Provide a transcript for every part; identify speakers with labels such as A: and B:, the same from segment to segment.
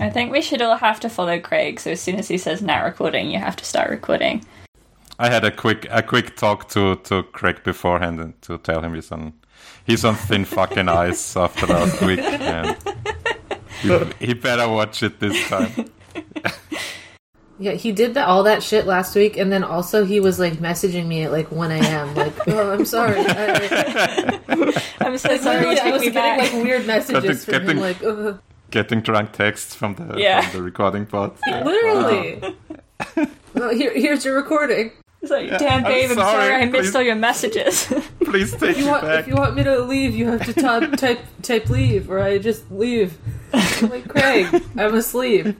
A: I think we should all have to follow Craig. So as soon as he says now recording, you have to start recording.
B: I had a quick a quick talk to to Craig beforehand and to tell him he's on he's on thin fucking ice after last week. And he, he better watch it this time.
C: Yeah, he did that, all that shit last week, and then also he was like messaging me at like 1 a.m. Like, oh, I'm sorry. I,
A: I'm so sorry you
C: Literally, I
A: took
C: was
A: me
C: getting
A: back.
C: like weird messages from
B: Getting-
C: him. Like, Ugh.
B: Getting drunk texts from the
A: Yeah.
B: from the recording pod. Yeah.
C: literally. well, here, here's your recording.
A: It's like, damn,
B: I'm
A: babe, I'm, sorry.
B: sorry,
A: I missed
B: please."
A: all your messages.
B: Please take
C: If
B: me
C: you want,
B: back.
C: if you want me to leave, you have to type type type leave, or I just leave. I'm like Craig, I'm asleep.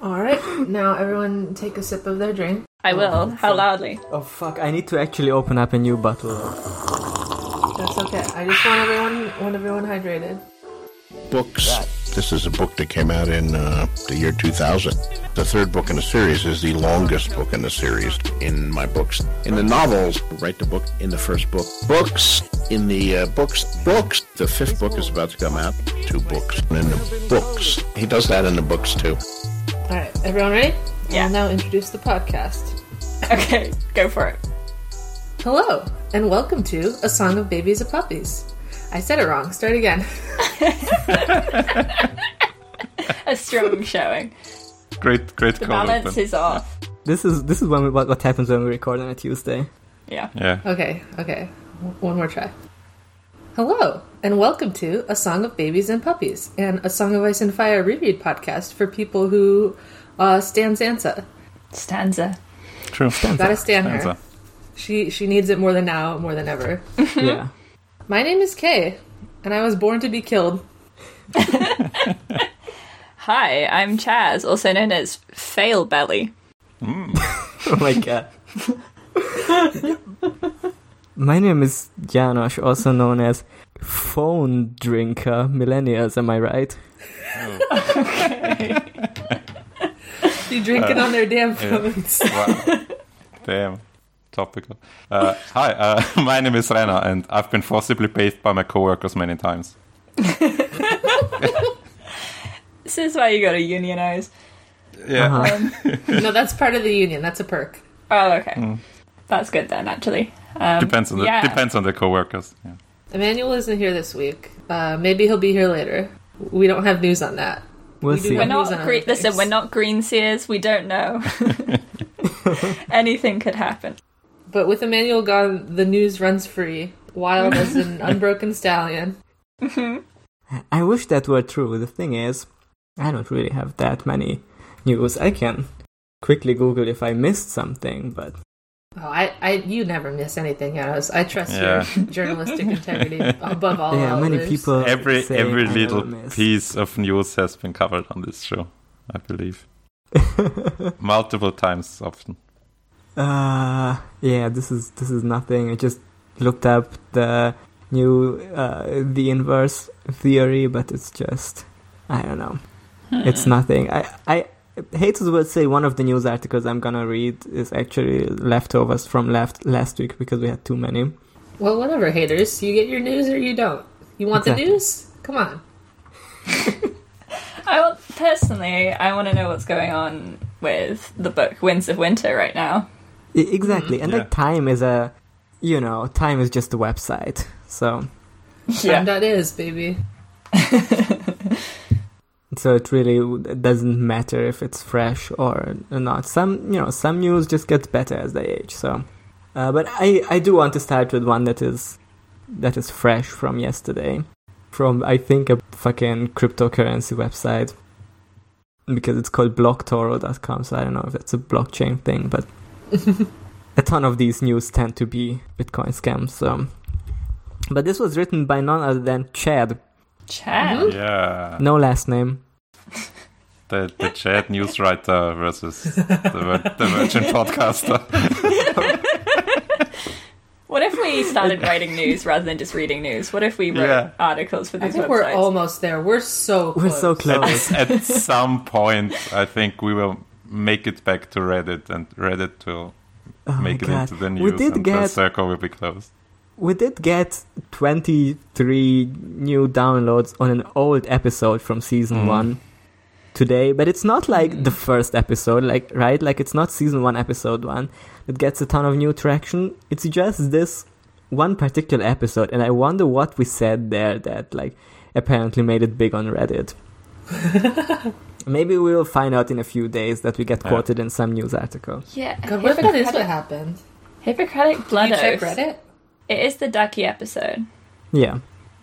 C: All right, now everyone take a sip of their drink.
A: I will. How loudly?
D: Oh fuck, I need to actually open up a new bottle.
C: That's okay. I just want everyone want everyone hydrated.
E: books. This is a book that came out in uh, the year 2000. The third book in the series is the longest book in the series in my books. In the novels, I write the book in the first book. Books in the uh, books. Books. The fifth book is about to come out. Two books. And in the books, he does that in the books too.
C: All right, everyone ready?
A: Yeah.
C: I'll now introduce the podcast.
A: Okay, go for it.
C: Hello, and welcome to A Song of Babies and Puppies. I said it wrong. Start again.
A: A strong showing.
B: Great great
A: The
B: call.
A: balance
B: open.
A: is off.
D: This is this is when we, what, what happens when we record on a Tuesday.
A: Yeah.
B: Yeah.
C: Okay, okay. W- One more try. Hello, and welcome to A Song of Babies and Puppies and A Song of Ice and Fire reread podcast for people who uh, stand Sansa.
A: Stanza.
B: True.
C: Gotta stand her.
B: Answer.
C: She, she needs it more than now, more than ever.
D: yeah.
C: My name is Kay, and I was born to be killed.
A: Hi, I'm Chaz, also known as Fail Belly.
D: Oh my god. my name is Janosch, also known as phone drinker millennials, am I right?
C: You drinking on their damn phones.
B: Wow. Damn. Topical. Uh, hi, uh, my name is Rena, and I've been forcibly bathed by my coworkers many times.
A: This is why you gotta unionize.
B: Yeah.
D: Uh-huh.
A: Um,
C: No, that's part of the union. That's a perk.
A: oh, okay. That's good then, actually. Um,
B: Hmm. Depends on the
A: yeah.
B: depends on the coworkers. Yeah.
C: Emmanuel isn't here this week. Uh, maybe he'll be here later. We don't have news on that.
D: We'll
C: We do
D: see.
A: We're
C: Who's on
A: not
C: other
A: green. Listen,
C: things?
A: we're not green seers. We don't know. Anything could happen.
C: But with Emmanuel gone, the news runs free. Wild as an unbroken stallion.
A: Mm-hmm.
D: I wish that were true. The thing is, I don't really have that many news. I can quickly Google if I missed something, but
C: Oh, I, I, you never miss anything, Yaros. I trust
B: Yeah.
C: your journalistic integrity above all.
D: yeah, many
C: others.
D: people
B: Every
D: say
B: every
D: I
B: little
D: will miss.
B: piece of news has been covered on this show, I believe, multiple times often.
D: Uh, yeah, this is this is nothing. I just looked up the new uh, the inverse theory, but it's just I don't know. It's nothing. I I hate to would say one of the news articles I'm gonna read is actually leftovers from left last week because we had too many.
C: Well, whatever, haters. You get your news or you don't. You want the
D: Exactly.
C: news? Come on.
A: I want, personally, I want to know what's going on with the book Winds of Winter right now.
D: I- E, exactly, and
B: Yeah.
D: like time is a you know time is just a website. So
C: Time that is, baby.
D: so it really w- doesn't matter if it's fresh or not some you know some news just gets better as they age so uh, but I, I do want to start with one that is that is fresh from yesterday from i think a fucking cryptocurrency website because it's called blocktoro.com so i don't know if that's a blockchain thing but a ton of these news tend to be bitcoin scams so but this was written by none other than chad
A: Chad.
C: Mhm.
B: Yeah,
D: no last name
B: the the chat news writer versus the, Vir- the Virgin podcaster.
A: What if we started writing news rather than just reading news? What if we wrote
B: Yeah.
A: articles for
C: I
A: these
C: think
A: websites?
C: we're almost there. We're so close.
D: we're so close
B: At some point, I think we will make it back to Reddit, and Reddit will
D: Oh my
B: make it
D: God.
B: into the news,
D: We did
B: and the
D: get
B: circle will be closed.
D: we did get 23 new downloads on an old episode from season
B: Mm.
D: one. today, but it's not like the first episode, like right? Like it's not season one, episode one that gets a ton of new traction. It's just this one particular episode, and I wonder what we said there that like apparently made it big on Reddit. Maybe we'll find out in a few days that we get
B: Yeah.
D: quoted in some news article.
A: Yeah.
C: God, what if that is what
A: Hippocratic,
C: happened?
A: Hippocratic blood
C: you check
A: oath.
C: Reddit?
A: It is the ducky episode.
D: Yeah.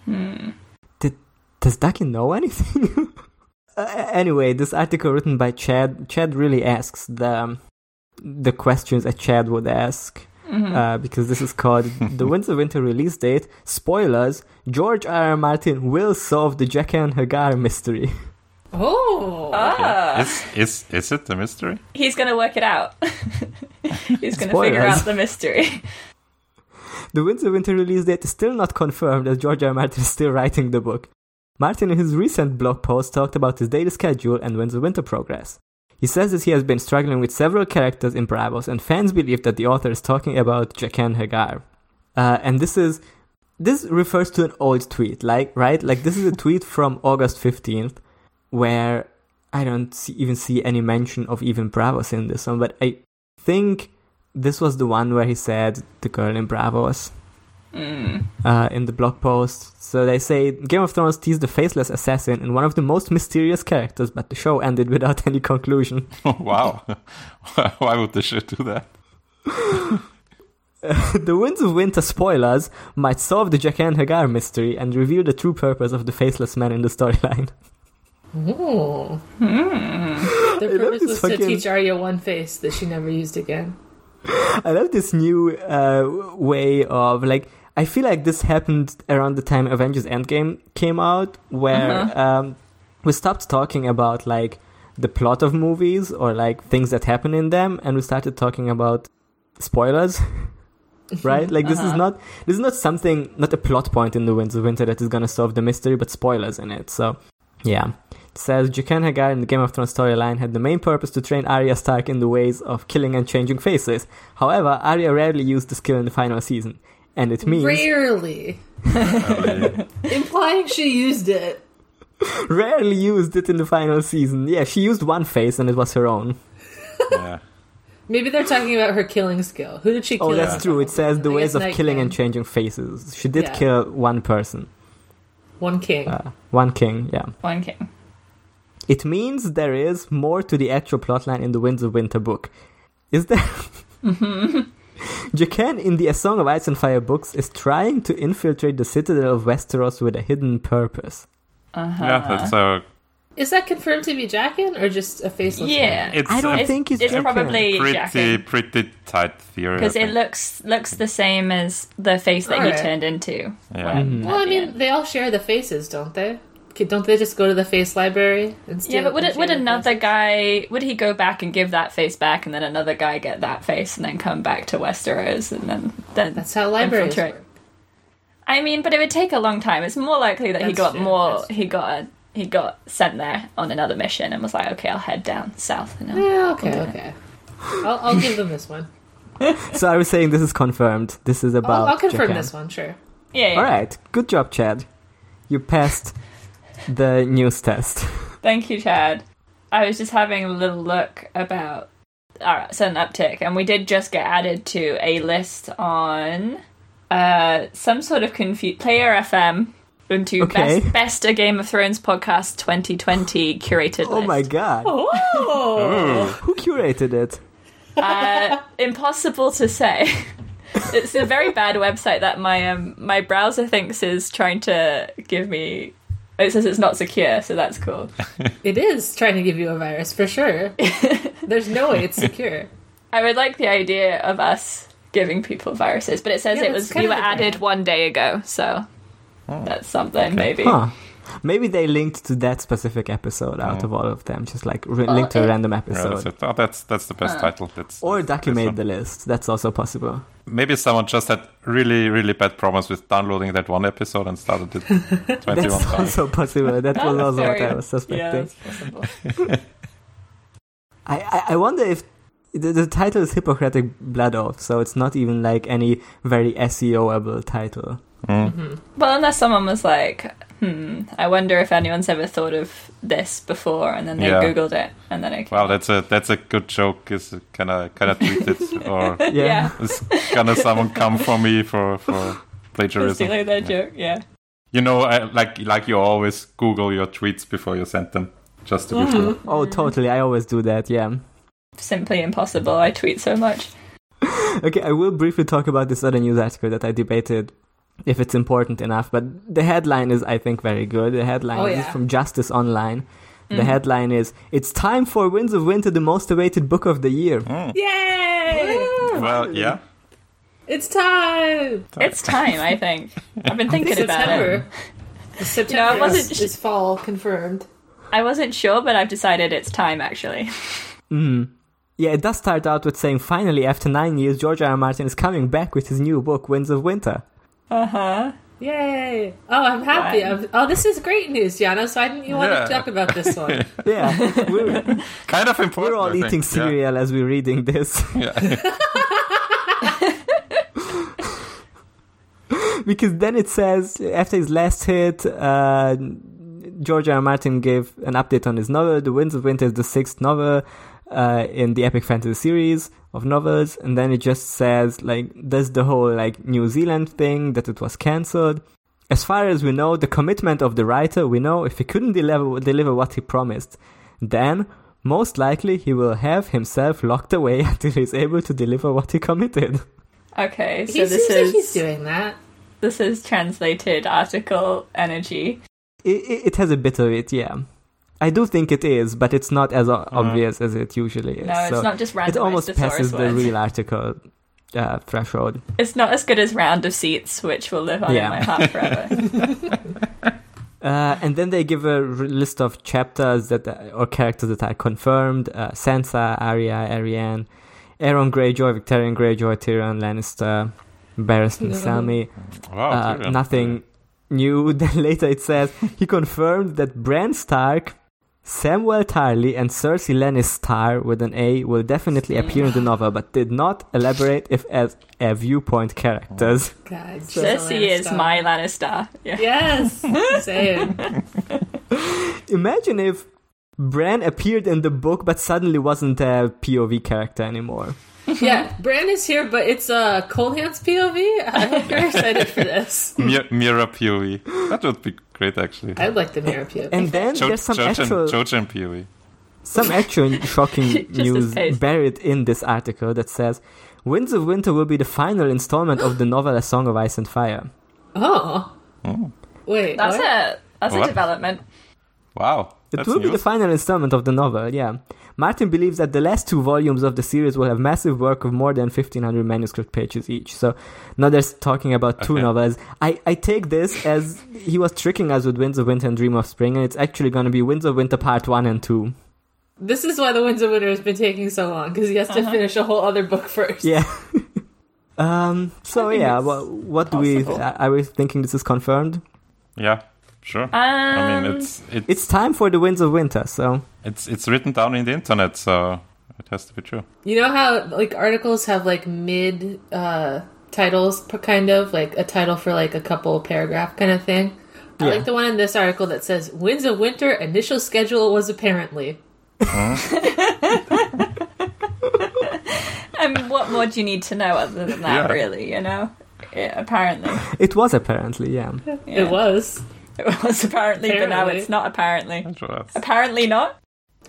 A: Hmm.
D: Did, does Ducky know anything? uh, anyway, this article written by Chad. Chad really asks the um, the questions that Chad would ask
A: Hmm.
D: uh, because this is called the Winds of Winter release date. Spoilers: George R. R. Martin will solve the Jekyll and Hagar mystery.
C: Oh.
A: Ah,
B: Is, is, is it a mystery?
A: he's gonna work it out. he's gonna figure
D: Spoilers.
A: out the mystery.
D: The Winds of Winter release date is still not confirmed as George R. R. Martin is still writing the book. Martin, in his recent blog post, talked about his daily schedule and Winds of Winter progress. He says that he has been struggling with several characters in Bravos, and fans believe that the author is talking about Jaqen Hagar. Uh, and this is this refers to an old tweet, like right, like this is a tweet from August fifteenth, where I don't see, even see any mention of even Bravos in this one, but I think this was the one where he said the girl in Bravos
A: Mm.
D: uh, in the blog post. So they say Game of Thrones teased the faceless assassin and one of the most mysterious characters, but the show ended without any conclusion.
B: wow. Why would they should do that?
D: the Winds of Winter spoilers might solve the Jaqen and Hagar mystery and reveal the true purpose of the faceless man in the storyline.
C: Ooh. Their purpose
D: That Hmm. is
C: was to
D: fucking-
C: teach Arya one face that she never used again.
D: I love this new uh, way of like. I feel like this happened around the time Avengers Endgame came out, where um, we stopped talking about like the plot of movies or like things that happen in them, and we started talking about spoilers. right? Like this is
A: Uh-huh.
D: not this is not something not a plot point in the Winds of Winter that is gonna solve the mystery, but spoilers in it. So yeah. It says Jaqen Hagar in the Game of Thrones storyline had the main purpose to train Arya Stark in the ways of killing and changing faces. However, Arya rarely used the skill in the final season, and it means
C: Rarely.
B: Really?
C: Implying she used it.
D: rarely used it in the final season. Yeah, she used one face, and it was her own.
B: yeah.
C: Maybe they're talking about her killing skill. Who did she kill?
D: Oh,
C: in
D: that's true. It
C: Final
D: says
C: Season?
D: the
C: I
D: ways
C: guess
D: of
C: Night
D: killing
C: King.
D: and changing faces. She did
C: Yeah.
D: kill one person,
C: One king.
D: uh, one king. Yeah.
A: One king.
D: It means there is more to the actual plotline in the Winds of Winter book. Is there?
C: Mm-hmm.
D: Jaqen in the A Song of Ice and Fire books is trying to infiltrate the citadel of Westeros with a hidden purpose.
A: Uh-huh.
B: yeah, that's a.
C: Is that confirmed to be Jaqen or just a faceless?
A: Yeah.
B: It's
D: I don't
B: a
D: think it's,
A: it's
D: Jaqen.
A: probably
B: pretty,
A: Jaqen.
B: pretty tight theory. I
A: because it
B: think.
A: looks looks the same as the face that
C: Alright.
A: he turned into.
B: Yeah.
A: when-
C: Well, I
A: at the
C: mean,
A: end.
C: they all share the faces, don't they? Okay, Don't they just go to the face library and steal
A: yeah, but would
C: and
A: it, would
C: share the
A: another guy would he go back and give that face back, and then another guy get that face, and then come back to Westeros, and then then
C: That's how libraries
A: infiltrate?
C: work.
A: I mean, but it would take a long time. It's more likely that he
C: That's
A: got
C: true,
A: more.
C: that's true.
A: He got a, he got sent there on another mission and was like, okay, I'll head down south. And I'll-"
C: Yeah, okay, okay. I'll, I'll give them this one.
D: So I was saying this is confirmed. This is
C: I'll,
D: about.
C: I'll confirm
D: Jaqen.
C: this one, sure.
A: yeah, yeah.
D: All right. Good job, Chad. You passed the news test.
A: Thank you, Chad. I was just having a little look about our sudden uptick, and we did just get added to a list on uh, some sort of confu- player FM into
D: Okay.
A: best, best a Game of Thrones podcast 2020 curated.
D: Oh my
A: list.
D: god.
A: Oh,
D: Who curated it?
A: uh, impossible to say. it's a very bad website that my um, my browser thinks is trying to give me. It says it's not secure, so that's cool.
C: It is trying to give you a virus, for sure. There's no way it's secure.
A: I would like the idea of us giving people viruses, but it says
C: Yeah,
A: it
C: that's
A: was we
C: kind of
A: were
C: a brand.
A: added one day ago, so
B: Oh,
A: that's something maybe.
D: Huh. Maybe they linked to that specific episode out of all of them, just like re- linked to a
C: it-
D: random
B: Yeah,
D: episode.
B: that's it. Oh, that's that's the best title. That's,
D: Mm-hmm. Or
B: that's
D: Ducky
B: this
D: made
B: one.
D: the list. That's also possible.
B: Maybe someone just had really, really bad problems with downloading that one episode and started it 21
D: That's
B: times.
D: also possible. That was also what I was
A: Yeah,
D: suspecting.
A: that's possible.
D: I, I, I wonder if the, the title is Hippocratic Blood Oath, so it's not even like any very SEO-able E title.
B: Hmm.
A: well, unless someone was like, hmm, I wonder if anyone's ever thought of this before, and then they
B: Yeah.
A: googled it, and then it.
B: Wow, that's a that's a good joke. Is can I can I tweet it or
D: Yeah.
A: yeah.
B: is gonna someone come for me for for plagiarism?
A: Stealing their
B: Yeah.
A: joke, yeah.
B: You know, I, like like you always Google your tweets before you send them, just to be sure.
C: Mm.
D: Oh, totally. I always do that. Yeah.
A: Simply impossible. I tweet so much.
D: Okay, I will briefly talk about this other news article that I debated if it's important enough, but the headline is, I think, very good. The headline
C: Oh,
D: this
C: yeah. Mm.
D: is from Justice Online. The headline is It's time for Winds of Winter, the most awaited book of the year.
A: Yay!
B: Well, yeah.
C: It's time.
A: It's time, I think. I've been thinking about it.
C: September. September
A: You know, I wasn't
C: is,
A: sh-
C: is fall confirmed.
A: I wasn't sure, but I've decided it's time, actually.
D: Yeah, it does start out with saying, finally, after nine years, George R. R. Martin is coming back with his new book, Winds of Winter.
A: Uh
C: Uh-huh.
A: huh.
C: Yay! Oh, I'm happy.
A: Fun.
C: I'm, oh, this is great news, Gianna. So I didn't you want
B: Yeah.
C: to talk about this one?
D: Yeah, we're,
B: Kind of important.
D: we're
B: I
D: all
B: think.
D: eating cereal as we're reading this.
B: Yeah.
D: because then it says after his last hit, uh, George R. R. Martin gave an update on his novel. The Winds of Winter is the sixth novel uh, in the epic fantasy series of novels, and then it just says like there's the whole like New Zealand thing that it was cancelled. As far as we know, the commitment of the writer, we know if he couldn't deliver deliver what he promised, then most likely he will have himself locked away until he's able to deliver what he committed.
A: Okay, so
C: he
A: this
C: seems like he's
A: is
C: doing that.
A: this is translated article energy.
D: it, it it has a bit of it, yeah. I do think it is, but it's not as o- obvious as it usually is.
A: No, it's
D: so
A: not just random.
D: It almost passes the
A: words.
D: real article uh, threshold.
A: It's not as good as round of seats, which will live on
D: Yeah.
A: in my heart forever.
D: Uh, and then they give a r- list of chapters that uh, or characters that are confirmed: uh, Sansa, Arya, Arianne, Aeron Greyjoy, Victorian Greyjoy, Tyrion Lannister, Barristan
C: No.
D: Selmy.
B: Wow.
D: uh,
B: cereal.
D: nothing new. Then later it says he confirmed that Bran Stark, Samuel Tarly, and Cersei Lannister with an A will definitely appear in the novel, but did not elaborate if as a viewpoint characters.
C: God,
A: Cersei is
C: Lannister.
A: my Lannister. Yeah.
C: Yes, same.
D: Imagine if Bran appeared in the book but suddenly wasn't a POV character anymore.
C: Yeah, Bran is here, but it's uh, Colhan's POV. I hope you're excited for this.
B: Mir- Mira POE. E. That would be great, actually.
C: I'd like the mirror POV.
D: And then
B: Jo-
D: there's some
B: Jojen-
D: actual
B: Jojen POE.
D: Some actual shocking
A: Just his
D: news
A: face.
D: buried in this article that says Winds of Winter will be the final installment of the novel A Song of Ice and Fire.
C: oh, wait,
A: That's
C: what?
A: a that's
B: What?
A: a development.
B: Wow.
D: It
B: That's
D: will be the
B: news.
D: final installment of the novel, yeah. Martin believes that the last two volumes of the series will have massive work of more than 1500 manuscript pages each. So now they're talking about two
B: Okay.
D: novels. I, I take this as he was tricking us with Winds of Winter and Dream of Spring, and it's actually going to be Winds of Winter Part 1 and 2.
C: This is why the Winds of Winter has been taking so long because he has
A: Uh-huh.
C: to finish a whole other book first.
D: Yeah. um, so,
A: I think
D: yeah,
A: it's
D: well, what do we. uh,
A: possible.
D: Are we thinking this is confirmed?
B: Yeah. Sure.
A: Um,
B: I mean, it's it's
D: It's time for the Winds of Winter, so
B: it's it's written down in the internet, so it has to be true.
C: You know how like articles have like mid uh titles p- kind of like a title for like a couple paragraph kind of thing. I
D: Yeah.
C: like the one in this article that says Winds of Winter initial schedule was apparently.
A: I mean, what more do you need to know other than that?
B: Yeah.
A: Really, you know. Yeah, apparently,
D: it was apparently, yeah.
A: Yeah.
C: It was.
A: it was apparently, but now
C: Apparently.
A: it's not apparently.
B: It was.
A: Apparently not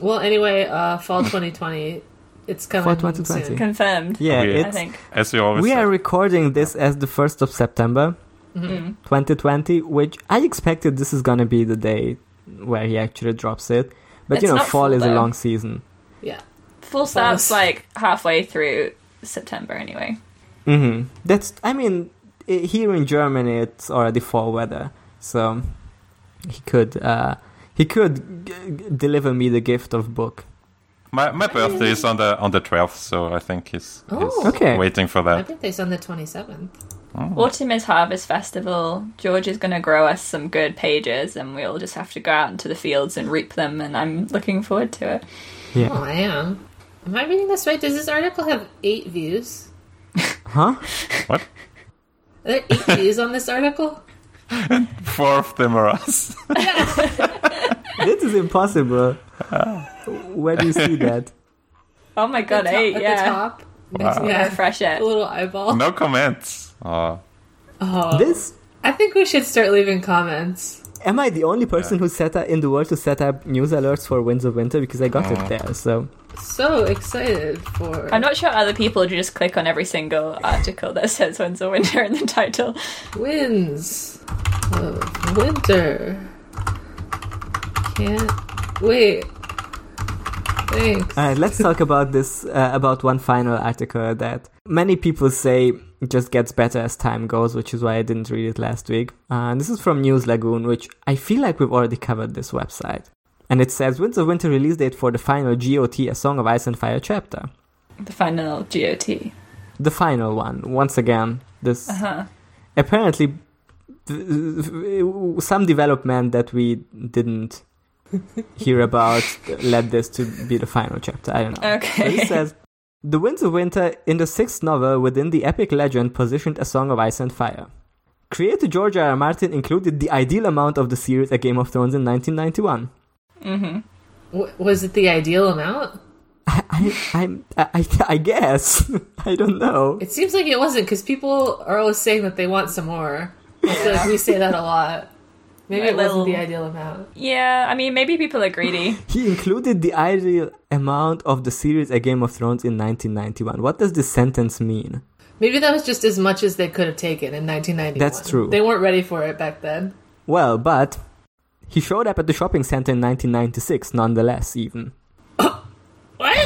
C: Well anyway, uh fall twenty twenty it's coming.
D: Fall
C: Soon.
D: 2020.
A: confirmed.
D: Yeah,
B: Weird.
A: I
D: it's,
A: think.
B: As we always
D: we
B: say.
D: are recording this as the 1st of September,
C: Mm-hmm.
A: Mm. Hmm.
D: 2020, which I expected this is gonna be the day where he actually drops it. But
A: It's
D: you know,
A: not
D: fall
A: full,
D: is a
A: though.
D: long season.
C: Yeah.
A: Full starts
C: False.
A: like halfway through September, anyway.
D: hmm That's, I mean, i here in Germany, it's already fall weather, so he could, uh, he could g- g- deliver me the gift of book.
B: My my birthday is on the on the twelfth, so I think he's, he's
C: Oh.
D: Okay.
B: waiting for
C: My
B: that.
C: birthday's on the twenty seventh.
A: Autumn is Harvest Festival. George is going to grow us some good pages, and we'll just have to go out into the fields and reap them. And I'm looking forward to it.
C: Oh
D: Yeah.
C: I am. Am I reading this right? Does this article have eight views?
D: Huh?
B: What?
C: Are there eight views on this article?
B: and four of them are us.
D: This is impossible. Where do you see that?
A: Oh my god,
C: At the
A: eight,
C: top- at the
A: yeah.
C: top. Next to
A: Yeah,
C: yeah.
A: fresh it.
C: The little eyeball.
B: No comments. Oh,
C: Oh.
D: This
C: I think we should start leaving comments.
D: am I the only person who set up in the world to set up news alerts for Winds of Winter because I got it there. So
C: So excited for.
A: I'm not sure other people just click on every single article that says Winds of Winter in the title.
C: Winds of winter. Can't wait. Thanks.
D: uh, let's talk about this uh, about one final article that many people say just gets better as time goes, which is why I didn't read it last week. Uh, this is from News Lagoon, which I feel like we've already covered this website. And it says Winds of Winter release date for the final GOT, A Song of Ice and Fire chapter.
A: The final GOT.
D: the final one once again this
A: Uh-huh.
D: apparently some development that we didn't hear about led this to be the final chapter i don't know so he
A: Okay.
D: says the winds of winter in the sixth novel within the epic legend positioned a song of ice and fire creator george r r martin included the ideal amount of the series a game of thrones in 1991
A: hmm
C: W- was it the ideal amount?
D: I, I, I'm- I, I, I guess. I don't know.
C: It seems like it wasn't because people are always saying that they want some more. I feel like we say that a lot. Maybe
A: A
C: it wasn't
A: little.
C: the ideal amount.
A: Yeah, I mean, maybe people are greedy.
D: He included the ideal amount of the series A Game of Thrones in 1991. What does this sentence mean?
C: Maybe that was just as much as they could have taken in 1991.
D: That's true.
C: They weren't ready for it back then.
D: Well, but he showed up at the shopping center in 1996, nonetheless, even.
C: What?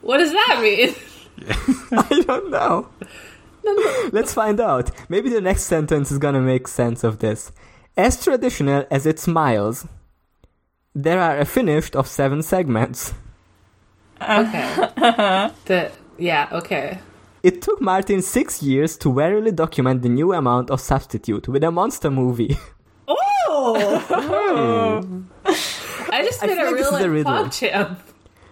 C: what does that mean?
D: I don't know. Let's find out. Maybe the next sentence is gonna make sense of this. As traditional as it smiles, there are a finished of seven segments.
C: Okay. the, yeah, okay.
D: It took Martin six years to warily document the new amount of substitute with a monster movie.
C: I just
D: I
C: made a
D: feel like
C: real
D: this is a
C: like,
D: riddle.
C: pop champ.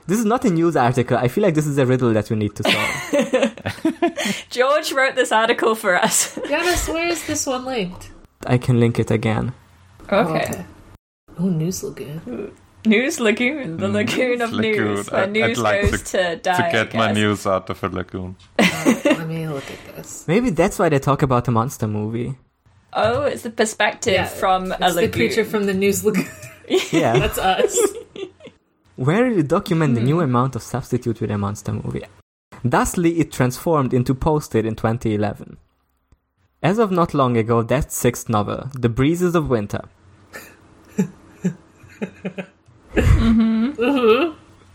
D: This is not a news article. I feel like this is a riddle that we need to solve.
A: George wrote this article for us.
C: Giannis, where is this one linked?
D: I can link it again.
A: Okay.
C: Oh, News Lagoon.
A: News Lagoon, the Lagoon of
B: Mm. Lagoon.
A: News.
B: I-
A: Where
B: I'd
A: news
B: like
A: goes
B: to-
A: to, die.
B: to
A: I
B: get my
A: guess.
B: news out of a lagoon.
C: Let me look at this.
D: Maybe that's why they talk about a monster movie.
A: Oh, it's the perspective
C: Yeah,
A: from a
C: It's the
A: lagoon.
C: creature from the News Lagoon.
D: Yeah.
C: That's us.
D: Where you document the new amount of substitute with a monster movie. Thusly, it transformed into Posted in 2011. As of not long ago, that sixth novel, The Breezes of Winter.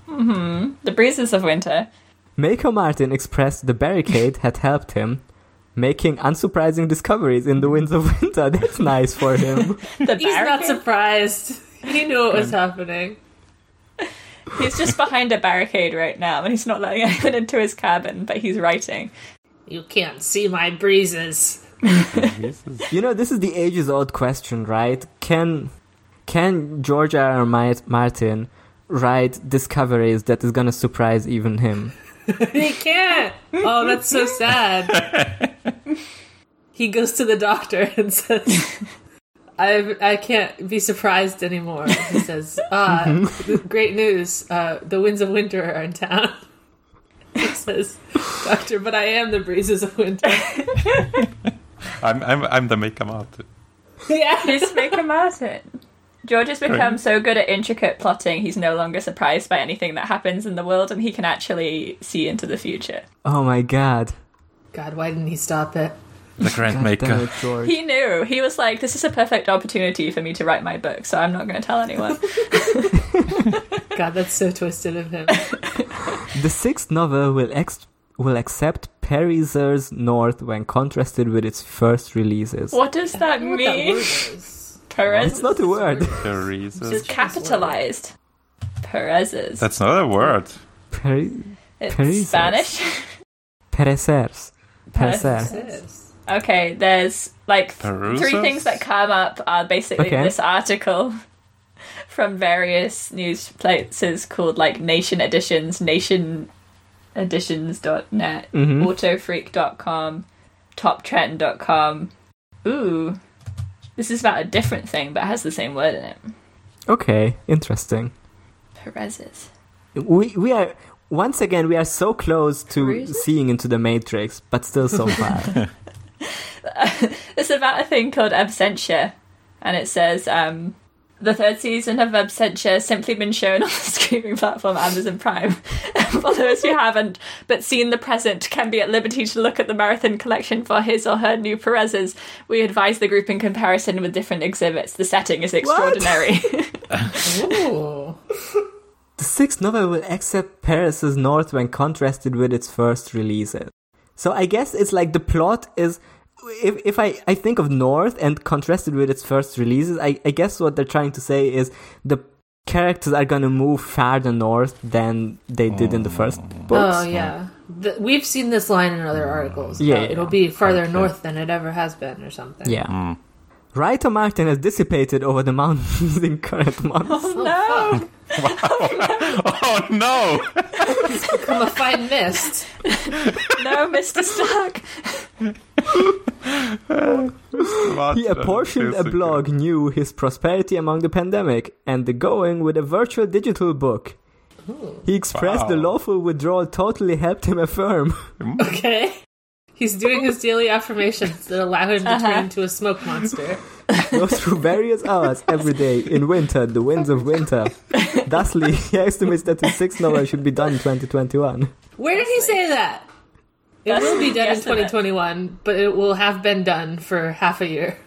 A: the breezes of winter.
D: Mako Martin expressed the barricade had helped him, making unsurprising discoveries in the winds of winter. That's nice for him.
A: The
C: He's not
A: barricade.
C: surprised. He knew what was happening.
A: He's just behind a barricade right now, and he's not letting anyone into his cabin, but he's writing.
C: You can't see my breezes.
D: You know, this is the ages-old question, right? Can can George R. R. Mi- Martin write discoveries that is gonna surprise even him?
C: He can't. Oh, that's so sad. He goes to the doctor and says, I, I can't be surprised anymore. He says, ah, th-
D: Mm-hmm.
C: great news. Uh, the winds of winter are in town. He says, doctor, but I am the breezes of winter.
B: I'm I'm I'm the make 'em out.
C: yeah.
A: He's Baker Martin. George has become so good at intricate plotting, he's no longer surprised by anything that happens in the world, and he can actually see into the future.
D: Oh my god.
C: God, why didn't he stop it?
B: The grand
D: God damn it,
B: maker.
D: George.
A: He knew. He was like, this is a perfect opportunity for me to write my book, so I'm not going to tell anyone.
C: God, that's so twisted of him.
D: The sixth novel will ex- will accept Pariser's North when contrasted with its first releases.
A: what does that
C: What that
A: mean?
C: word is.
A: Perez
D: It's not a word.
B: Teresa.
A: is capitalized. Perez's.
B: That's not a word.
D: Peri-
A: It's
D: Perez's.
A: Spanish.
D: Perecer's.
C: What
D: Perecer.
C: is this?
A: Okay, there's like th- three
B: Perusas?
A: things that come up are basically
D: Okay.
A: this article from various news places called like Nation Editions, Nation Editions.net,
D: Mhm.
A: AutoFreak.com, toptrend.com. Ooh, this is about a different thing, but it has the same word in it.
D: Okay, interesting.
A: Perez's.
D: We we are once again we are so close to
A: Cruises?
D: seeing into the Matrix, but still so far.
A: It's about a thing called Absentia, and it says um, the third season of Absentia has simply been shown on the streaming platform Amazon Prime. for those who haven't but seen the present, can be at liberty to look at the marathon collection for his or her new Perez's. We advise the group in comparison with different exhibits. The setting is extraordinary.
C: Ooh.
D: the sixth novel will accept Paris's North when contrasted with its first releases. So I guess it's like the plot is. If, if I, I think of North and contrasted with its first releases, I, I guess what they're trying to say is the characters are gonna move farther north than they did in the first books.
C: Oh yeah, the, we've seen this line in other articles.
D: Yeah,
C: Yeah,
D: yeah.
C: it'll be farther north than it ever has been, or something.
D: Yeah.
B: Hmm.
D: Writer Martin has dissipated over the mountains in current months.
A: no.
B: Oh no!
C: become a fine mist.
A: No, Mr. Stark.
B: What
D: He
B: the
D: apportioned a
B: physical-
D: blog new his prosperity among the pandemic and the going with a virtual digital book. He expressed the
B: Wow.
D: lawful withdrawal totally helped him affirm.
C: Okay. He's doing his daily affirmations that allow him to
A: Uh-huh.
C: turn into a smoke monster.
D: Go through various hours every day in winter, the winds of winter. Thusly, he estimates that his sixth novel should be done in 2021.
C: Where did he say that? It
A: That's
C: will be done in
A: guesstimate.
C: 2021, but it will have been done for half a year.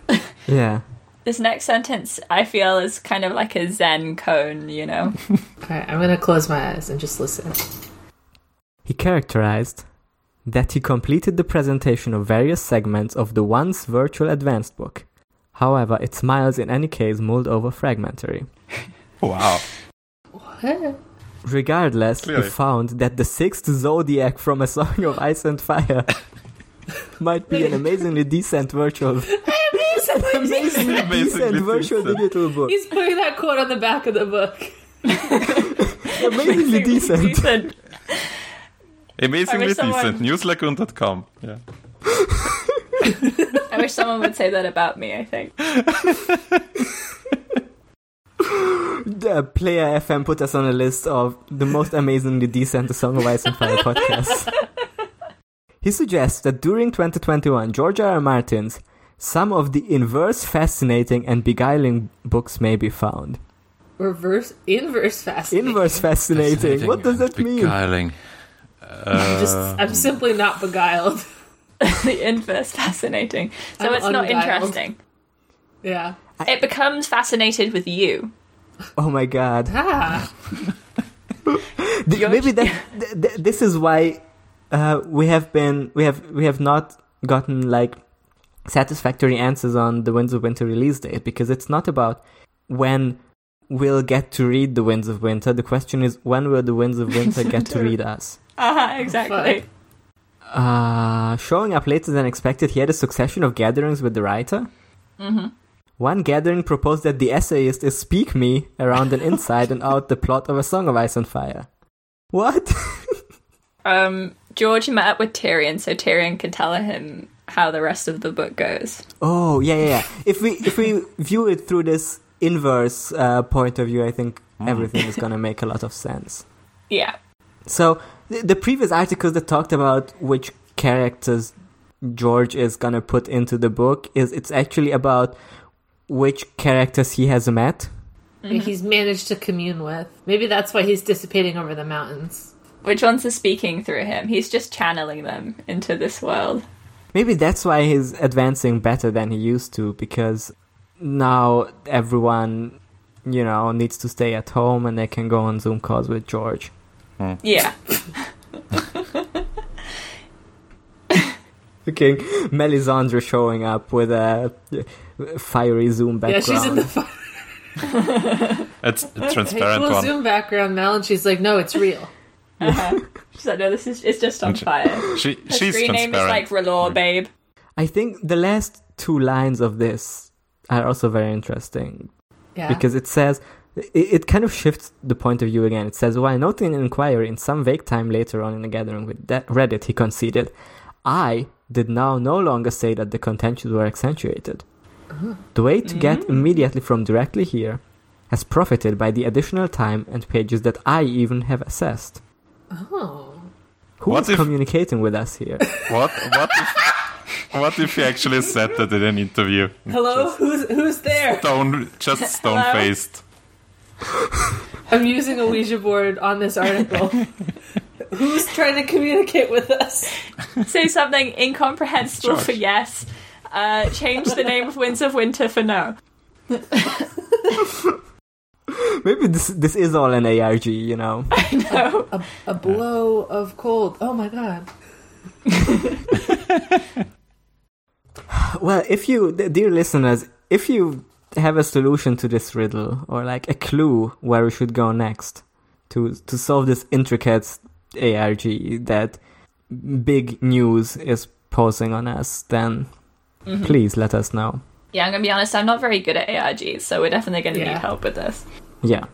D: Yeah.
A: This next sentence, I feel, is kind of like a Zen cone, you know?
C: Alright, I'm gonna close my eyes and just listen.
D: He characterized that he completed the presentation of various segments of the once virtual advanced book. However, its miles in any case mulled over fragmentary.
B: Wow.
C: What?
D: Regardless,
B: Clearly.
D: he found that the sixth zodiac from A Song of Ice and Fire might be an amazingly decent virtual, amazingly
B: Amazingly
D: decent virtual
B: decent.
D: digital book.
C: He's putting that quote on the back of the book.
D: Amazingly decent.
A: decent. I
B: Amazingly
A: wish someone-
B: decent. Newslagoon.com. Yeah.
A: I wish someone would say that about me, I think.
D: The Player FM put us on a list of the most amazingly decent The Song of Ice and Fire podcasts. He suggests that during 2021, George R. R. Martin's some of the inverse fascinating and beguiling books may be found.
C: Reverse, inverse fasting.
D: Inverse fascinating. What does that mean?
B: Beguiling. Uh,
C: Just, I'm simply not beguiled.
A: the inverse fascinating. So
C: I'm
A: it's not
C: undialed.
A: interesting.
C: Yeah.
A: It becomes fascinated with you.
D: Oh my god.
C: Ah.
D: Th- maybe that, th- th- this is why uh, we have been we have we have not gotten like satisfactory answers on the Winds of Winter release date because it's not about when we'll get to read the Winds of Winter. The question is when will the Winds of Winter get to read us?
A: Uh-huh, exactly.
D: Uh, showing up later than expected, he had a succession of gatherings with the writer.
A: hmm
D: One gathering proposed that the essayist is Speak Me around an inside and out the plot of A Song of Ice and Fire. What?
A: Um, George met up with Tyrion so Tyrion can tell him how the rest of the book goes.
D: Oh yeah, yeah. yeah. If we if we view it through this inverse uh, point of view, I think everything is gonna make a lot of sense.
A: Yeah.
D: So the, the previous articles that talked about which characters George is gonna put into the book is it's actually about which characters he has met.
C: He's managed to commune with. Maybe that's why he's dissipating over the mountains.
A: Which ones are speaking through him? He's just channeling them into this world.
D: Maybe that's why he's advancing better than he used to because now everyone you know needs to stay at home and they can go on Zoom calls with George.
A: Yeah.
D: Okay, Melisandre showing up with a fiery zoom
C: Yeah,
D: background.
C: she's in the fire.
B: It's a
C: Hey,
B: transparent
C: cool
B: one.
C: Zoom background, Mel, and she's like, "No, it's real."
A: Uh-huh. She's like, no, this is it's just on fire. Her
B: She, she's
A: screen name
B: transparent. Mm.
A: is like Relore, babe.
D: I think the last two lines of this are also very interesting
C: Yeah,
D: because it says it, it kind of shifts the point of view again. It says, while noting an inquiry in some vague time later on in the gathering with that Reddit, he conceded, I did now no longer say that the contentions were accentuated. The way to get
C: Mm.
D: immediately from directly here has profited by the additional time and pages that I even have accessed.
C: Oh.
D: Who
B: What
D: is
B: if-
D: communicating with us here?
B: What? What? if, what if he actually said that in an interview?
C: Hello? who's who's there?
B: Stone, just stone faced.
C: I'm using a Ouija board on this article. who's trying to communicate with us?
A: Say something incomprehensible
B: George.
A: for yes. Uh, change the name of Winds of Winter for no.
D: Maybe this this is all an ARG, you know.
A: No.
C: A, a blow of cold. Oh my god.
D: Well, if you, d- dear listeners, if you have a solution to this riddle or like a clue where we should go next to to solve this intricate ARG that big news is posing on us, then
B: Mm-hmm.
D: please let us know.
A: Yeah, I'm gonna be honest. I'm not very good at ARGs, so we're definitely gonna
C: Yeah.
A: need help with this.
D: Yeah,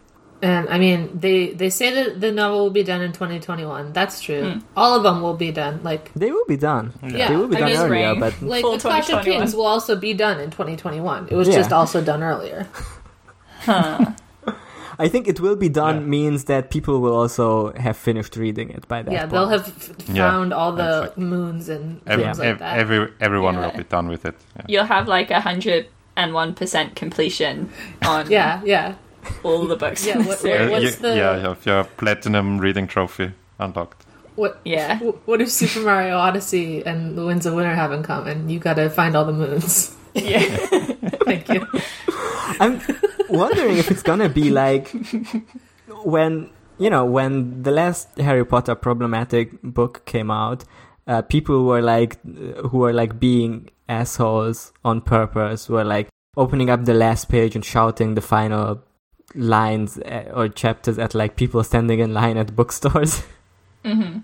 C: And I mean, they they say that the novel will be done in 2021. That's true. All of them will be done. Like
D: they will be done.
C: yeah,
D: They will be
C: I
D: done
C: mean,
D: earlier,
A: spring.
D: but
C: like
A: Full
C: the Clash of
A: 2021.
C: Kings will also be done in 2021. It was
D: Yeah.
C: just also done earlier.
D: I think it will be done means that people will also have finished reading it by that
C: yeah,
D: point.
C: they'll have f-
B: Yeah,
C: found all the
B: exactly.
C: moons and
B: Every,
C: things like
B: ev-
C: that.
B: every, everyone
A: Yeah.
B: will be done with it. Yeah.
A: You'll have like hundred and one percent completion on
C: yeah, yeah.
A: all the books.
C: Yeah,
A: in the
C: what- what-
A: series.
C: what's
B: you,
C: the-
B: yeah, you have your platinum reading trophy unlocked.
C: What?
A: Yeah.
C: w- What if Super Mario Odyssey and The Winds of Winter have in common? You got to find all the moons.
A: yeah.
C: Thank you.
D: I'm wondering if it's gonna be like when you know when the last Harry Potter problematic book came out, uh, people were like uh, who were like being assholes on purpose were like opening up the last page and shouting the final lines uh, or chapters at like people standing in line at bookstores.
A: hmm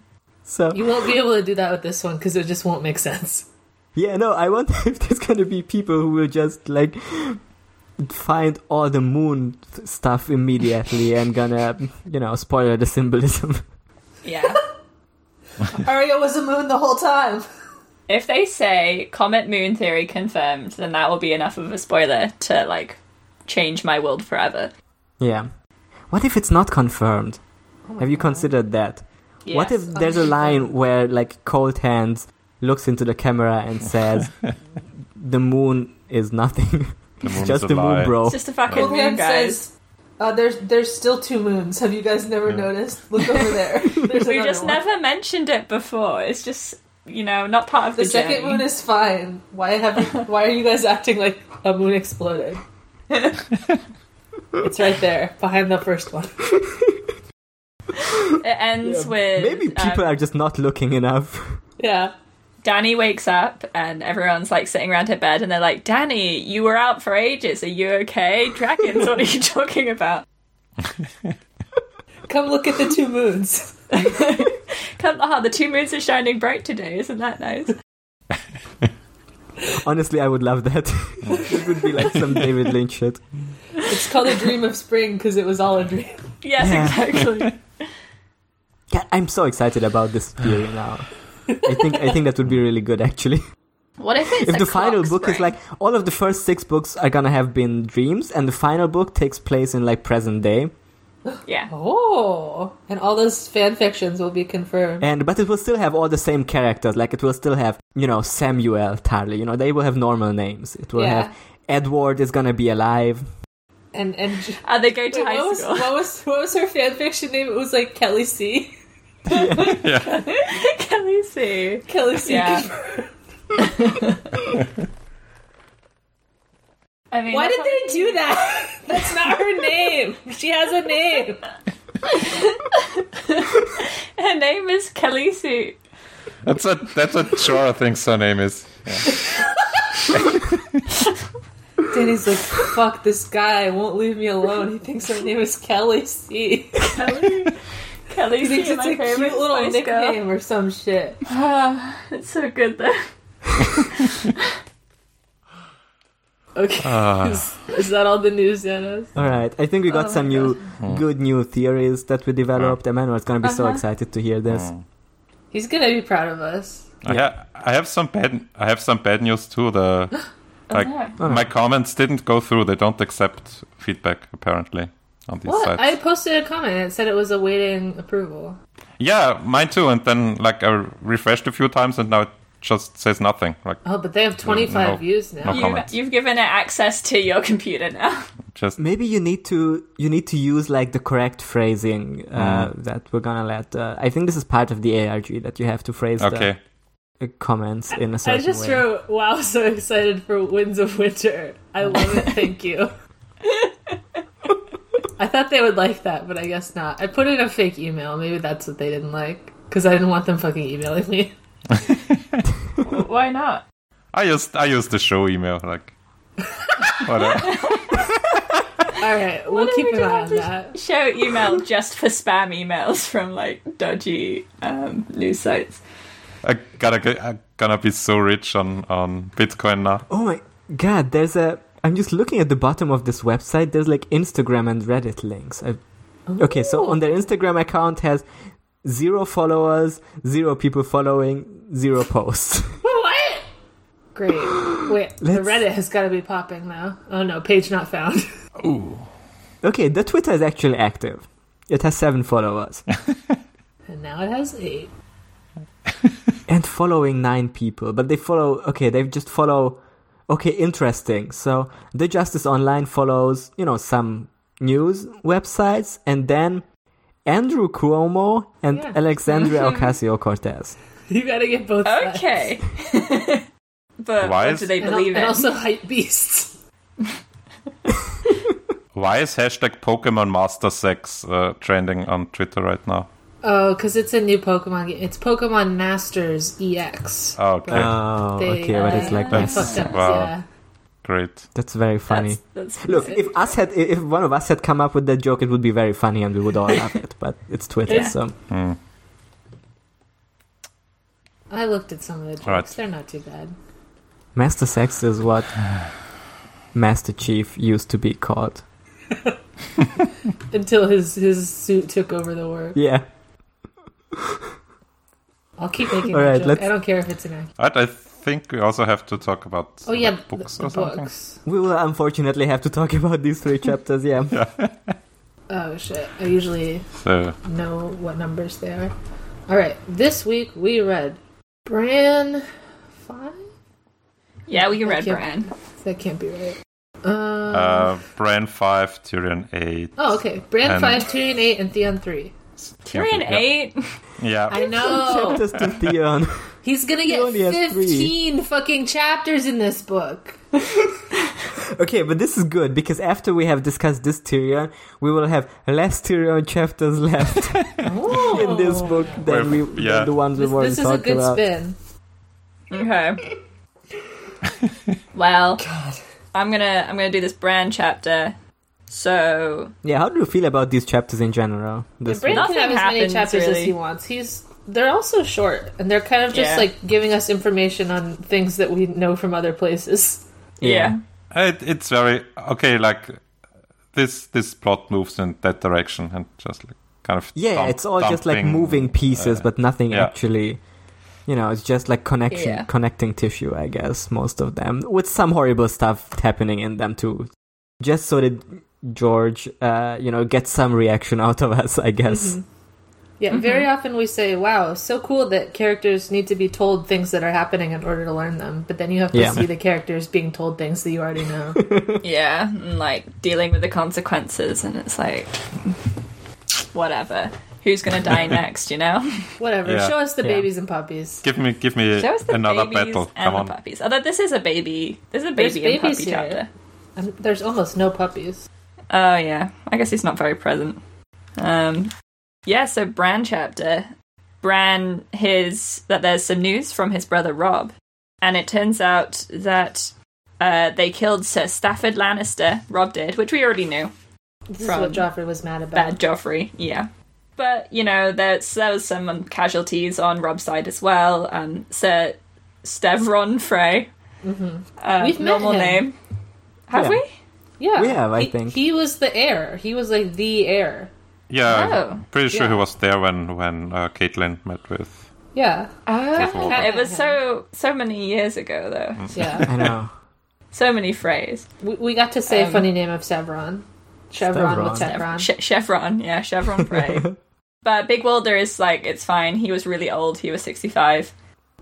D: so
C: You won't be able to do that with this one because it just won't make sense.
D: Yeah, no, I wonder if there's gonna be people who will just like find all the moon th- stuff immediately and gonna, you know, spoil the symbolism.
A: Yeah.
C: Aria was a moon the whole time.
A: If they say Comet Moon Theory confirmed, then that will be enough of a spoiler to like change my world forever.
D: yeah. What if it's not confirmed?
C: Oh
D: Have you considered that?
A: Yes.
D: What if there's a line where like Cold Hands looks into the camera and says, "The moon is
B: The
D: nothing.
B: moon
D: it's
B: is
D: just
B: a
D: the moon,
B: lie.
D: bro."
A: It's just a fucking moon, guys.
C: uh, "There's there's still two moons. Have you guys never noticed? Look over there. There's
A: We've just never mentioned it before. It's just you know not part of the, journey.
C: is fine. Why have you, why are you guys acting like a moon exploded? it's right there behind the first one.
A: It ends with
D: Maybe
A: um,
D: people are just not looking enough.
C: Yeah.
A: Danny wakes up and everyone's like sitting around her bed and they're like, Danny, you were out for ages. Are you okay? Dragons, what are you talking about?
C: Come look at the two moons.
A: Come, ah, the two moons are shining bright today. Isn't that nice?
D: Honestly, I would love that. it would be like some David Lynch shit.
C: It's called a dream of spring because it was all a dream.
A: Yes,
D: Yeah.
A: exactly.
D: God, I'm so excited about this theory now. I think I think that would be really good actually.
A: What if it's
D: if
A: a
D: the final
A: clock
D: book is
A: spring?
D: like all of the first six books are gonna have been dreams, and the final book takes place in like present day,
A: yeah,
C: Oh, and all those fan fictions will be confirmed.
D: and but it will still have all the same characters. Like it will still have you know Samuel Tarly. You know they will have normal names. It will
C: Yeah.
D: have Edward is gonna be alive.
C: And and
A: and Oh, they go to
C: Wait,
A: high
C: what, was,
A: school.
C: what was what was her fan fiction name? It was like Kelly C.
B: Yeah.
A: Can we see?
C: Kelly C.
A: Yeah.
C: confirmed.
A: I mean,
C: Why
A: that's
C: did
A: what-
C: they do that? That's not her name. She has a name.
A: Her name is Kelly Sue.
B: That's what that's what Chora thinks her name is.
C: Danny's like, fuck this guy won't leave me alone. He thinks her name is Kelly C.
A: Kelly. Kelly
C: He
A: Sue,
C: thinks it's
A: my
C: a
A: favorite
C: cute little
A: Spice Girl.
C: nickname or some shit.
A: Ah, it's so good though.
C: Okay.
B: Ah.
C: Is, is that all the news, Dennis?
D: All right, I think we got
C: Oh
D: some
C: my
D: new good new theories that we developed. Emmanuel's gonna be so
A: Uh-huh.
D: excited to hear this.
C: He's gonna be proud of us.
B: I, ha- I have some bad. I have some bad news too. The like
A: no.
B: my comments didn't go through. They don't accept feedback apparently on these
C: What?
B: sites.
C: I posted a comment. It said it was awaiting approval.
B: Yeah, mine too. And then like I refreshed a few times, and now it just says nothing. Like
C: Oh, but they have 25
B: no-
C: views now.
B: no
A: You,
B: comments.
A: you've given it access to your computer now.
B: just
D: Maybe you need to you need to use like the correct phrasing uh, that we're gonna let. Uh, I think this is part of the ARG that you have to phrase
B: okay.
D: the uh, comments in a
C: I
D: certain
C: just
D: way.
C: wrote, wow, so excited for Winds of Winter. I love it, thank you. I thought they would like that, but I guess not. I put in a fake email. Maybe that's what they didn't like. Because I didn't want them fucking emailing me.
A: Why not?
B: I used I used the show email like. whatever.
C: Alright, we'll
A: Why don't
C: keep
A: we
C: an
A: do
C: eye
A: have
C: on
A: to
C: that.
A: Show email just for spam emails from like dodgy um, news sites.
B: I gotta get, I'm gonna be so rich on on Bitcoin now.
D: Oh my god! There's a. I'm just looking at the bottom of this website. There's like Instagram and Reddit links. I, okay, so on their Instagram account has zero followers, zero people following, zero posts.
C: What? Great. Wait, the
D: Let's-
C: Reddit has got to be popping now. Oh no, page not found.
D: okay, the Twitter is actually active. It has seven followers
C: and now it has eight.
D: and following nine people, but they follow. Okay, they just follow. Okay, interesting. So the Justice Online follows, you know, some news websites, and then Andrew Cuomo and
C: Yeah.
D: Alexandria Ocasio Cortez.
C: You gotta get both sides.
A: Okay. but
B: Why
A: what
B: is-
A: do they
C: And, al-
A: believe
C: and
A: in?
C: also hype beasts.
B: Why is hashtag Pokemon Master Sex uh, trending on Twitter right now?
C: Oh, because it's a new Pokemon game. It's Pokemon Masters EX.
B: Oh, okay,
D: Oh,
C: They,
D: okay, but it's
C: uh,
D: like
C: they
B: that's-
D: that's,
C: fucked up,
B: wow.
C: yeah.
B: great.
D: that's very funny.
A: That's, that's
D: Look, if us had, if one of us had come up with that joke, it would be very funny and we would all love it. But it's Twitter,
A: Yeah.
D: so
B: Hmm.
C: I looked at some of the jokes.
B: Alright.
C: They're not too bad.
D: Master Sex is what Master Chief used to be called.
C: Until his his suit took over the work.
D: Yeah.
C: I'll keep making
D: Alright,
C: that joke.
D: let's-
C: I don't care if it's inaccurate.
B: Alright, I think we also have to talk about
C: Oh yeah,
B: like, books
C: the,
B: or
C: the
B: something.
C: books.
D: We will unfortunately have to talk about these three chapters, yeah.
C: Oh shit! I usually
B: So
C: know what numbers they are. All right, this week we read Bran Five.
A: yeah, we can
C: Thank
A: read
C: you.
A: Bran.
C: That can't be right. Um,
B: uh, Bran five, Tyrion eight.
C: oh, okay. Bran
B: and-
C: Five, Tyrion Eight, and Theon Three.
A: Tyrion
B: yeah.
A: eight.
B: Yeah,
C: I know
D: Chapters to Theon.
C: he's gonna
D: He
C: get
D: only has three.
C: fifteen fucking chapters in this book.
D: Okay, but this is good because after we have discussed this Tyrion, we will have less Tyrion chapters left in this book than, we,
B: Well, yeah.
D: than the ones we've already
C: This is a
D: talked
C: good
D: about.
C: spin.
A: Okay. well, I'm gonna I'm gonna do this Bran chapter. So
D: Yeah, how do you feel about these chapters in general? This
C: Bran
A: Nothing
C: can have as many
A: happens,
C: chapters as
A: really.
C: he wants. He's they're also short, and they're kind of just
A: Yeah.
C: like giving us information on things that we know from other places.
A: yeah,
B: it, it's very okay. Like this, this plot moves in that direction and just like kind of
D: Yeah,
B: dump-
D: it's all just like
B: dumping,
D: moving pieces,
B: uh,
D: but nothing
B: yeah.
D: actually. You know, it's just like connection,
A: Yeah.
D: connecting tissue, I guess, most of them, with some horrible stuff happening in them too. Just so that George, uh, you know, gets some reaction out of us, I guess.
C: Mm-hmm. Yeah,
D: Mm-hmm.
C: very often we say, "Wow, so cool that characters need to be told things that are happening in order to learn them." But then you have to
D: Yeah.
C: see the characters being told things that you already know.
A: yeah, and like dealing with the consequences, and it's like whatever. Who's gonna die next? You know.
C: Whatever.
B: Yeah.
C: Show us the
D: Yeah.
C: babies and puppies.
B: Give me, give me
A: Show us the
B: another
A: babies
B: battle.
A: and
B: Come on.
A: the puppies. Although this is a baby, this is a
C: There's
A: baby and
C: babies
A: puppy
C: here.
A: chapter.
C: And there's almost no puppies.
A: Oh yeah, I guess he's not very present. Um, yeah. So Bran chapter, Bran his that there's some news from his brother Rob, and it turns out that uh, they killed Sir Stafford Lannister. Rob did, which we already knew.
C: This
A: From
C: is what Joffrey was mad about.
A: Bad Joffrey, yeah. But you know, there's there was some um, casualties on Rob's side as well. Um, Sir Stevron Frey, uh,
C: Mm-hmm. We've met
A: normal
C: him.
A: name. Have
D: Yeah.
A: we?
C: Yeah,
D: We have, I
C: He-
D: think.
C: he was the heir. He was like the heir.
B: Yeah,
A: Oh.
B: pretty sure he
C: Yeah.
B: was there when when uh, Caitlin met with
C: Yeah.
B: Careful.
A: It was so so many years ago though.
C: Yeah.
D: I know.
A: So many phrase.
C: we, we got to say a
A: Um,
C: funny name of Chevron. Chevron with Chevron.
A: Sh- chevron, yeah, chevron pray. but Big Wilder is like it's fine. He was really old. He was sixty five.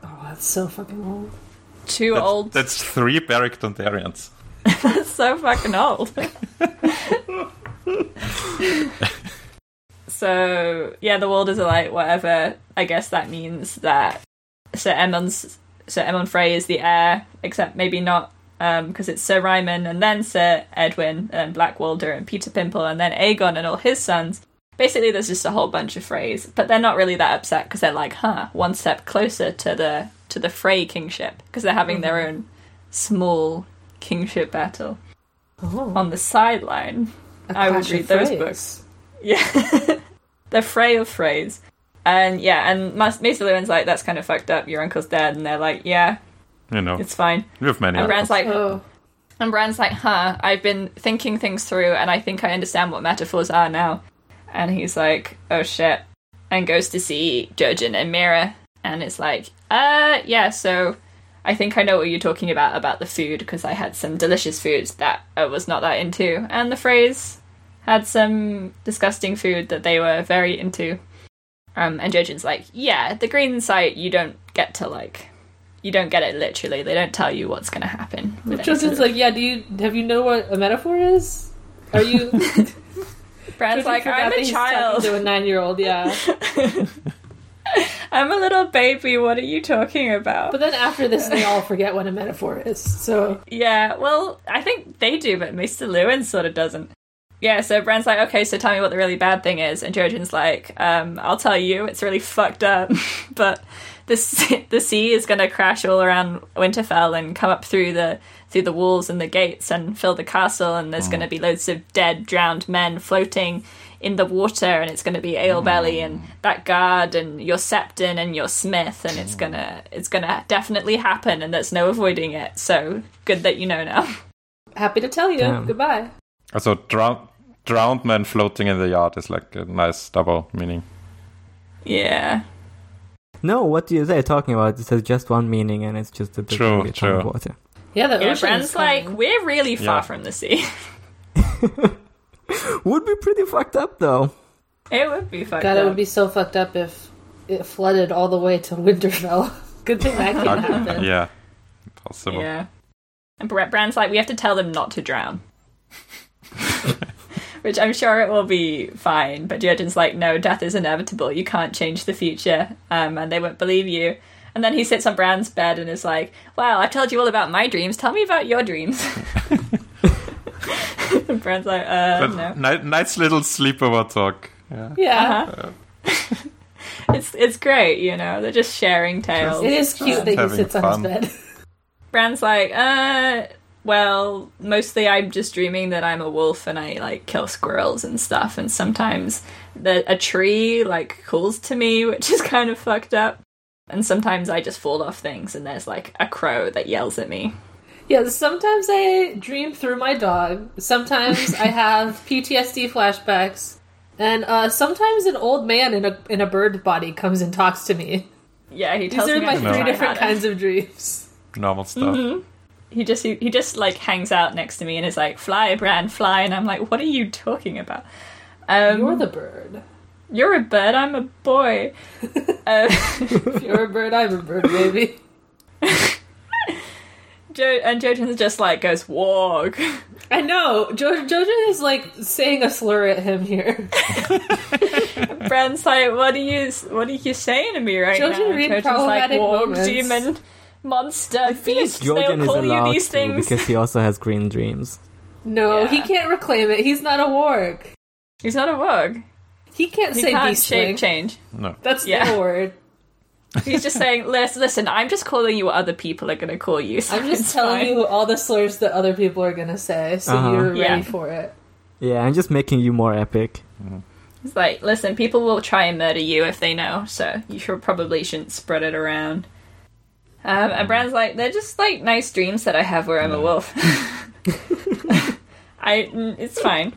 C: Oh, that's so fucking old.
A: Too
B: That's-
A: old.
B: That's three Beric Dondarians.
A: so fucking old. so yeah, the Walders are like whatever. I guess that means that Sir Emon's Sir Emon Frey is the heir, except maybe not because it's Sir Ryman and then Sir Edwin and then Black Walder and Peter Pimple and then Aegon and all his sons. Basically, there's just a whole bunch of Freys, but they're not really that upset because they're like, huh, one step closer to the to the Frey kingship because they're having their own small kingship battle
C: Oh,
A: on the sideline.
C: a
A: I would
C: clash of
A: read those
C: phrase.
A: books. Yeah. the fray of phrase. And yeah, and Mas- Maester Lewin's like, that's kind of fucked up. Your uncle's dead. And they're like, yeah,
B: You know,
A: it's fine.
B: we have many.
A: And Bran's like,
C: Oh,
A: and Bran's like, huh, I've been thinking things through and I think I understand what metaphors are now. And he's like, oh shit. And goes to see Jojen and Mira. And it's like, uh, yeah, so I think I know what you're talking about, about the food, because I had some delicious foods that I was not that into. And the phrase had some disgusting food that they were very into. Um, and Jojen's like, yeah, the green site, you don't get to like, you don't get it literally. They don't tell you what's going to happen. with any sort of-
C: Justin's like, yeah. Do you have you know what a metaphor is? Are you? Justin
A: Brad's like,
C: forgot
A: I'm
C: that
A: a
C: he's talking
A: child.
C: to a nine-year-old. Yeah.
A: I'm a little baby. What are you talking about?
C: But then after this, they all forget what a metaphor is. So
A: yeah, well, I think they do, but Mr. Lewin sort of doesn't. Yeah, so Bran's like, okay, so tell me what the really bad thing is, and Jojen's like, um, I'll tell you, it's really fucked up, but this the sea is gonna crash all around Winterfell and come up through the through the walls and the gates and fill the castle, and there's gonna be loads of dead, drowned men floating in the water, and it's gonna be Alebelly and that guard and your Septon and your Smith, and it's gonna it's gonna definitely happen, and there's no avoiding it. So good that you know now.
C: happy to tell you.
D: Damn.
C: Goodbye.
B: also, drown, drowned man floating in the yard is like a nice double meaning.
A: yeah.
D: No, what are they talking about? It has just one meaning, and it's just that there's
B: True,
D: gonna be a ton of
B: true.
D: water.
C: Yeah, the
A: Yeah,
C: ocean
A: Bran's
C: is coming.
A: like, we're really far
B: Yeah.
A: from the sea.
D: Would be pretty fucked up though.
A: it would be fucked
C: God,
A: up.
C: it would be so fucked up if it flooded all the way to Winterfell. Good thing that can happen.
B: yeah, impossible.
A: Oh, Yeah. And Bra- Bran's like, we have to tell them not to drown. Which I'm sure it will be fine, but Jordan's like, no, death is inevitable. You can't change the future, um, and they won't believe you. And then he sits on Bran's bed and is like, wow, I've told you all about my dreams. Tell me about your dreams. And Bran's like, uh,
B: But
A: no.
B: ni- nice little sleepover talk. Yeah.
C: Yeah.
A: Uh-huh. it's it's great, you know. They're just sharing tales.
C: It is cute that he
B: having
C: sits on
B: fun.
C: his bed.
A: Bran's like, uh, well, mostly I'm just dreaming that I'm a wolf and I like kill squirrels and stuff, and sometimes the, a tree like calls to me, which is kind of fucked up. And sometimes I just fall off things and there's like a crow that yells at me.
C: Yeah, sometimes I dream through my dog. Sometimes I have PTSD flashbacks. And uh, sometimes an old man in a in a bird body comes and talks to me.
A: Yeah, he
C: These
A: tells
C: are
A: me
C: my
A: I
B: know.
C: three
A: try
C: different
A: harder.
C: kinds of dreams.
B: Normal stuff.
A: Mm-hmm. He just he, he just like hangs out next to me and is like, "Fly, Bran, fly," and I'm like, "What are you talking about?" Um,
C: You're the bird.
A: You're a bird. I'm a boy. uh,
C: If you're a bird, I'm a bird, baby.
A: jo- and Jojen's just like goes walk.
C: I know. Jo- Jojo is like saying a slur at him here.
A: Bran's like, "What are you? What are you saying to me right
C: Children
A: now?"
C: read
A: Church is
C: problematic
A: "Whoa,
C: moments."
A: demon, monster, beast.
D: Jordan
A: They'll
D: is
A: call
D: allowed
A: you these
D: to
A: things.
D: because he also has green dreams.
C: No,
A: Yeah.
C: he can't reclaim it. He's not a warg.
A: He's not a wog.
C: He can't
A: He
C: say
A: can't
C: beastling.
A: shape change.
B: No.
C: That's
A: Yeah.
C: the word.
A: He's just saying, "Listen, listen. I'm just calling you what other people are going to call you. so
C: I'm just
A: it's
C: telling
A: fine."
C: you all the slurs that other people are gonna say, so
D: Uh-huh.
C: you're ready
A: Yeah.
C: for it.
D: Yeah, I'm just making you more epic.
A: It's like, listen, people will try and murder you if they know, so you should probably shouldn't spread it around. Um, and Bran's like, they're just like nice dreams that I have where I'm a wolf. I, mm, it's fine.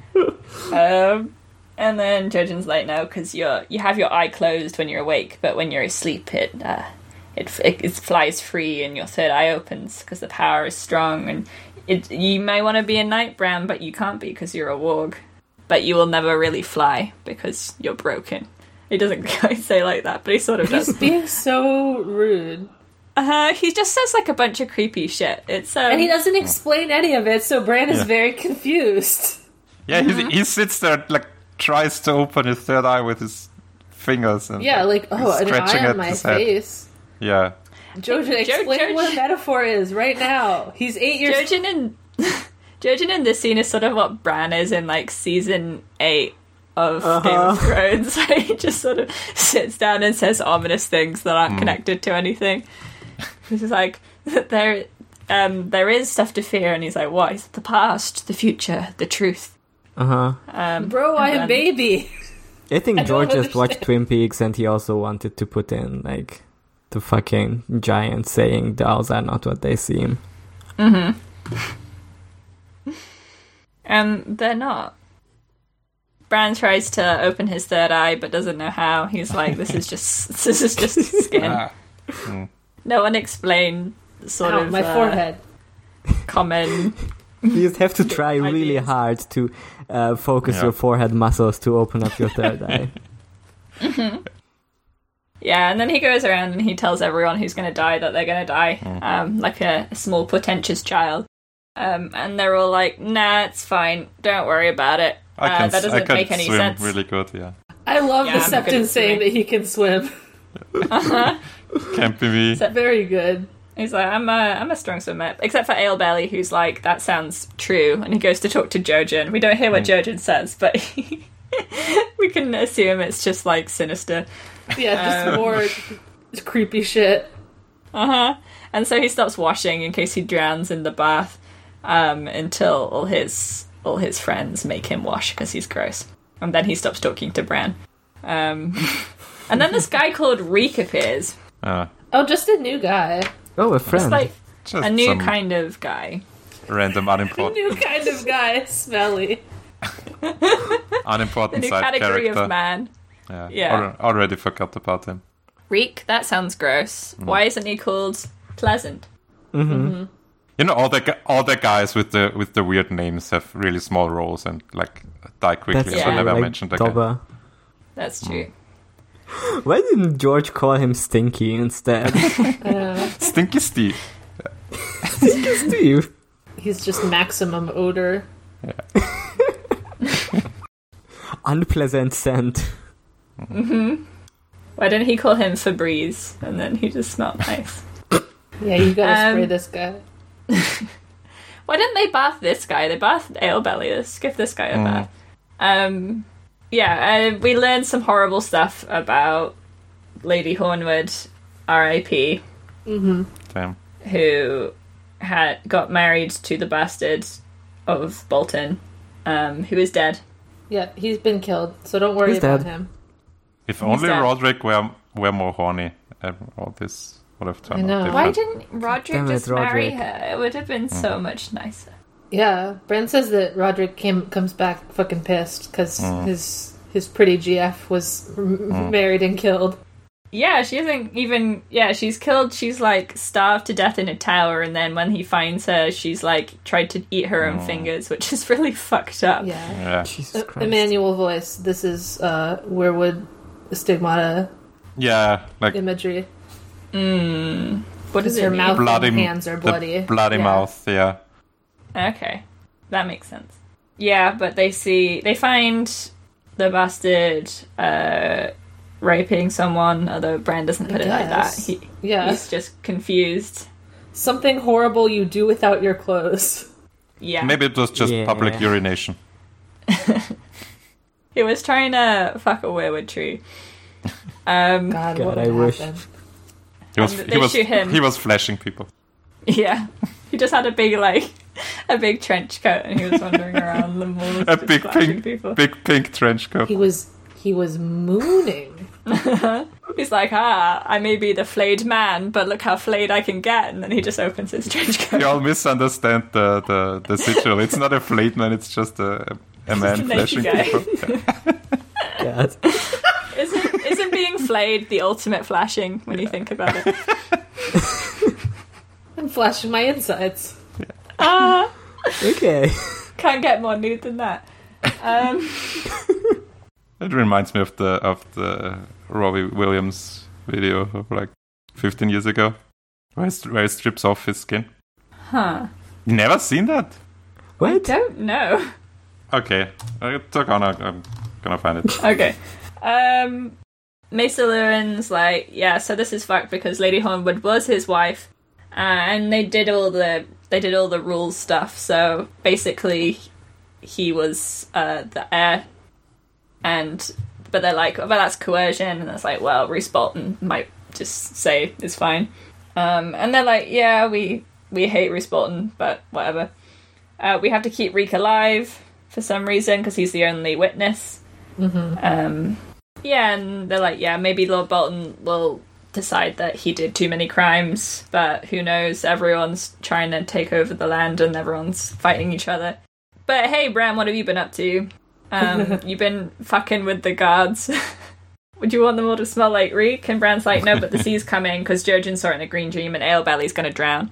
A: Um, And then Jojen's like, no, because you're you have your eye closed when you're awake, but when you're asleep, it uh, it, f- it it flies free and your third eye opens because the power is strong. And it you may want to be a night brown, but you can't be because you're a warg. But you will never really fly because you're broken. He doesn't quite say like that, but he sort of does.
C: He's being so rude.
A: Uh, he just says like a bunch of creepy shit. It's um,
C: And he doesn't explain any of it, so Bran is
B: Yeah.
C: very confused.
B: Yeah,
A: Mm-hmm.
B: he, he sits there like tries to open his third eye with his fingers and
C: Yeah, like, oh, an
B: Scratching
C: eye
B: at
C: on my
B: his head.
C: face.
B: yeah.
C: Jojen,
A: Jo-
C: explain
A: Jo-
C: what a metaphor is right now. He's eight years
A: Jojen and Jojen in this scene is sort of what Bran is in like season eight of Game of
D: Uh-huh.
A: Thrones. Like, he just sort of sits down and says ominous things that aren't connected to anything. He's just like there, um, there is stuff to fear, and he's like, what? He's the past, the future, the truth.
D: Uh huh.
A: Um,
C: Bro, I
A: and then-
C: am oh, baby.
D: I think
C: I don't
D: George just watched
C: understand.
D: Twin Peaks and he also wanted to put in like the fucking giant saying dolls are not what they seem.
A: Um, they're not. Bran tries to open his third eye, but doesn't know how. He's like, "This is just, this is just
B: Ah.
A: skin."
B: Hmm.
A: No unexplained sort
C: Ow,
A: of
C: my
A: uh,
C: forehead.
A: common.
D: You just have to try really
A: Ideas.
D: hard to uh, focus
B: Yeah.
D: your forehead muscles to open up your third eye.
A: Yeah, and then he goes around and he tells everyone who's going to die that they're going to die,
B: Hmm.
A: um, like a, a small pretentious child. Um, and they're all like, "Nah, it's fine. Don't worry about it."
B: I
A: Uh,
B: can,
A: that
B: I
A: doesn't
B: can
A: make any
B: swim
A: sense.
B: really good, yeah.
C: I love
A: Yeah,
C: the
A: I'm good
C: Septon
A: at
C: saying
A: swimming.
C: that he can swim.
B: Can't be me.
C: Very good.
A: He's like, I'm a, I'm a strong swimmer, except for Ale Belly, who's like, that sounds true, and he goes to talk to Jojen. We don't hear what
B: Hmm.
A: Jojen says, but we can assume it's just like sinister.
C: Yeah,
A: Um,
C: just more creepy shit.
A: Uh huh. And so he stops washing in case he drowns in the bath, um, until all his all his friends make him wash because he's gross. And then he stops talking to Bran. Um, and then this guy called Reek appears,
B: Uh,
C: Oh, just a new guy.
D: Oh, a friend.
A: It's like
B: just
A: a new
B: some
A: kind of guy.
B: random unimportant,
C: New kind of guy. Smelly.
A: A
B: unimportant
A: new
B: side
A: category
B: character.
A: of man.
B: Yeah,
A: Yeah.
B: Alre- already forgot about him.
A: Reek, that sounds gross.
D: Mm.
A: Why isn't he called Pleasant?
B: You know, all the gu- all the guys with the with the weird names have really small roles and like die quickly,
D: That's
B: so
A: Yeah.
D: true,
B: never
D: like
B: mentioned again.
D: Dobba.
A: That's
D: Mm.
A: true.
D: Why didn't George call him Stinky instead?
B: Stinky Steve.
D: Steve.
C: He's just maximum odor.
D: Unpleasant scent.
A: Why didn't he call him Febreze? And then he just smelled nice.
C: Yeah, you gotta
A: Um,
C: spray this guy.
A: Why didn't they bath this guy? They bathed Ale Belly. Let's give this guy a
D: Mm.
A: bath. Um, yeah, uh, we learned some horrible stuff about Lady Hornwood, R.I.P.,
B: Damn.
A: who had got married to the bastard of Bolton, um, who is dead.
C: Yeah, he's been killed, so don't worry
D: He's
C: about
D: dead.
C: him.
B: If only
A: dead.
B: Roderick were were more horny, um, all this would have turned
C: know.
B: out
A: Why
B: different.
A: didn't Roderick
D: Damn it,
A: just marry
D: Roderick. Mm.
A: her? It would have been so much nicer.
C: Yeah, Bran says that Roderick came comes back fucking pissed because
D: Mm.
C: his his pretty GF was r- married and killed.
A: Yeah, she isn't even. Yeah, she's killed. She's like starved to death in a tower, and then when he finds her, she's like tried to eat her own fingers, which is really fucked up.
C: Yeah. E,
B: Yeah.
C: Uh,
D: Jesus Christ.
C: Emmanuel voice. This is uh, weirwood stigmata
B: yeah, like
C: imagery.
A: Hmm. What
C: Because
A: is
C: her
A: her
C: mouth
B: bloody
C: and
B: m-
C: hands are
B: the
C: bloody.
B: bloody
C: Yeah.
B: mouth. Yeah,
A: Okay, that makes sense. Yeah, but they see they find the bastard uh, raping someone. Although Bran doesn't put it like that.
C: guess.
A: He,
C: Yeah.
A: he's just confused.
C: Something horrible you do without your clothes.
A: Yeah,
B: maybe it was just
D: Yeah.
B: public urination.
A: he was trying to fuck a weirwood tree. Um,
C: God,
D: God,
C: what would
D: I wish.
C: happen?
B: He was
A: And
B: he
A: they
B: was
A: shoot him.
B: he was flashing people.
A: Yeah. He just had a big like a big trench coat and he was wandering around the malls.
B: A
A: just
B: big
A: flashing
B: pink,
A: people.
B: big pink trench coat.
C: He was he was mooning.
A: He's like, ah, I may be the flayed man, but look how flayed I can get and then he just opens his trench coat.
B: You all misunderstand the the, the situation. It's not a flayed man. It's just a a, a man
A: naked
B: flashing
A: guy.
B: people.
D: that.
A: Isn't, isn't being flayed the ultimate flashing when you think about it?
C: I'm flashing my insides.
A: Ah,
D: Okay.
A: can't get more nude than that. Um,
B: It reminds me of the of the Robbie Williams video of like 15 years ago, where he, stri- where he strips off his skin.
A: huh.
B: You never seen that?
A: I
D: What?
A: don't know.
B: Okay, I took on. I- I'm gonna find it.
A: Okay. Um, Mesa Lewin's like, yeah, so this is fucked because Lady Hornwood was his wife, uh, and they did all the they did all the rules stuff. So basically, he was uh, the heir, and but they're like, oh, well, that's coercion, and it's like, well, Reese Bolton might just say it's fine, um, and they're like, yeah, we we hate Reese Bolton, but whatever. Uh, we have to keep Reek alive for some reason because he's the only witness. Um, yeah, and they're like, yeah, maybe Lord Bolton will decide that he did too many crimes, but who knows? Everyone's trying to take over the land and everyone's fighting each other. But hey, Bram, what have you been up to? Um, you've been fucking with the guards. Would you want them all to smell like reek? And Bran's like, no, but the sea's coming because Jojen saw it in a green dream and Ale Belly's going to drown.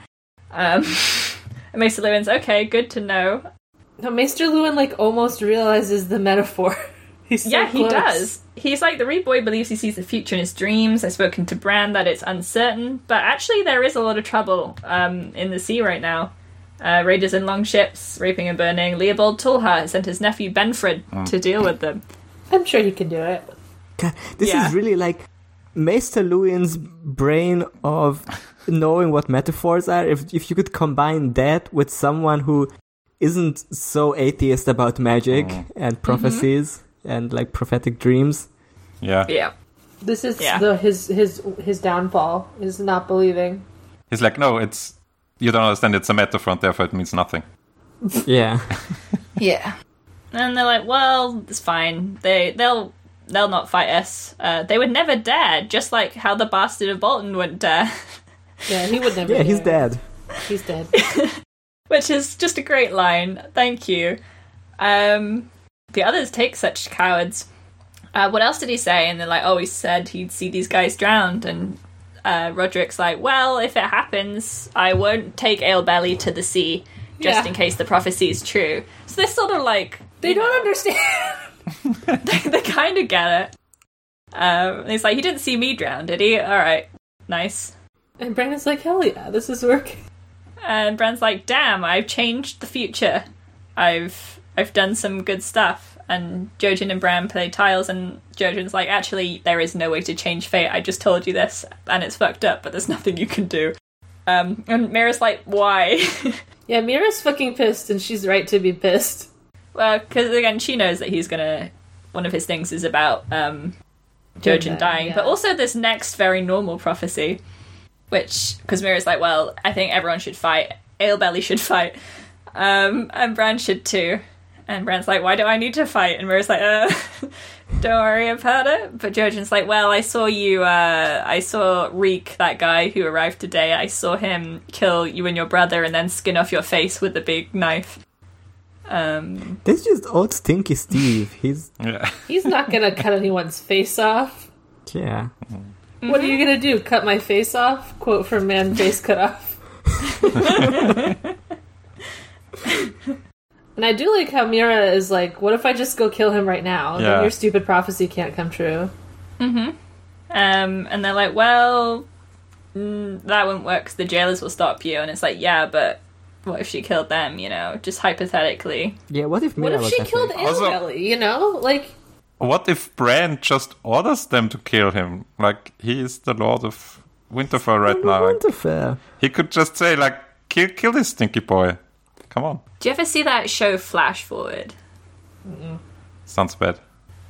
A: Um, and Mesa Lewin's, okay, good to know.
C: No, Maester Lewin like almost realizes the metaphor. He's so
A: yeah, he
C: close.
A: does. He's like the read boy believes he sees the future in his dreams. I've spoken to Bran that it's uncertain, but actually there is a lot of trouble um, in the sea right now. Uh, raiders in long ships, raping and burning. Leopold Tulha sent his nephew Benfred
C: Oh.
A: to deal with them.
C: I'm sure he can do it.
D: God, this
A: Yeah.
D: is really like Maester Lewin's brain of knowing what metaphors are. If if you could combine that with someone who isn't so atheist about magic
B: Oh.
D: and prophecies and like prophetic dreams.
B: Yeah,
A: Yeah,
C: This is
A: Yeah.
C: the, his his his downfall is not believing.
B: he's like, no, it's you don't understand. It's a metaphor, and therefore it means nothing.
D: Yeah.
A: yeah. And they're like, well, it's fine. They they'll they'll not fight us. Uh, they would never dare, just like how the bastard of Bolton wouldn't dare.
C: Yeah, he would never.
D: Yeah,
C: do
D: he's
C: it.
D: dead.
C: He's dead.
A: which is just a great line. Thank you. Um, the others take such cowards. Uh, what else did he say? And they're like, oh, he said he'd see these guys drowned. And uh, Roderick's like, well, if it happens, I won't take Ale Belly to the sea, just
C: Yeah.
A: in case the prophecy is true. So they're sort of like,
C: They don't understand.
A: they kind of get it. Um, and he's like, he didn't see me drown, did he? All right, nice.
C: And Brandon's like, hell yeah, this is working.
A: And Bran's like, "Damn, I've changed the future. I've I've done some good stuff." And Jojen and Bran play tiles, and Jojen's like, "Actually, there is no way to change fate. I just told you this, and it's fucked up. But there's nothing you can do." Um, and Mira's like, "Why?"
C: Yeah, Mira's fucking pissed, and she's right to be pissed.
A: well, because again, she knows that he's gonna. One of his things is about um, Jojen
C: Jojen,
A: dying, but
C: yeah.
A: also this next very normal prophecy, which because Mira's like, "Well, I think everyone should fight. Ale Belly should fight." Um, and Bran should too. And Bran's like, why do I need to fight? And Mira's like, uh, don't worry about it. But Jojen's like, well, I saw you, uh, I saw Reek, that guy who arrived today. I saw him kill you and your brother and then skin off your face with a big knife. Um,
D: That's just old stinky Steve. He's
B: Yeah,
C: He's not gonna cut anyone's face off.
D: yeah.
C: What are you gonna do? Cut my face off? Quote from Man Face Cut Off. and I do like how Mira is like, what if I just go kill him right now?
B: Yeah.
C: Then your stupid prophecy can't come true.
A: um, and they're like, well, mm, that wouldn't work 'cause the jailers will stop you. And it's like, yeah, but what if she killed them, you know, just hypothetically.
D: Yeah, what if
C: What
D: Mira
C: if
D: was
C: she
D: that
C: killed
D: way?
B: Also-
C: Annabelle? You know, like
B: what if Bran just orders them to kill him? Like he is the Lord of Winterfell right now. Like,
D: Winterfell.
B: he could just say like, kill, kill this stinky boy. Come on,
A: Do you ever see that show Flash Forward?
B: sounds bad.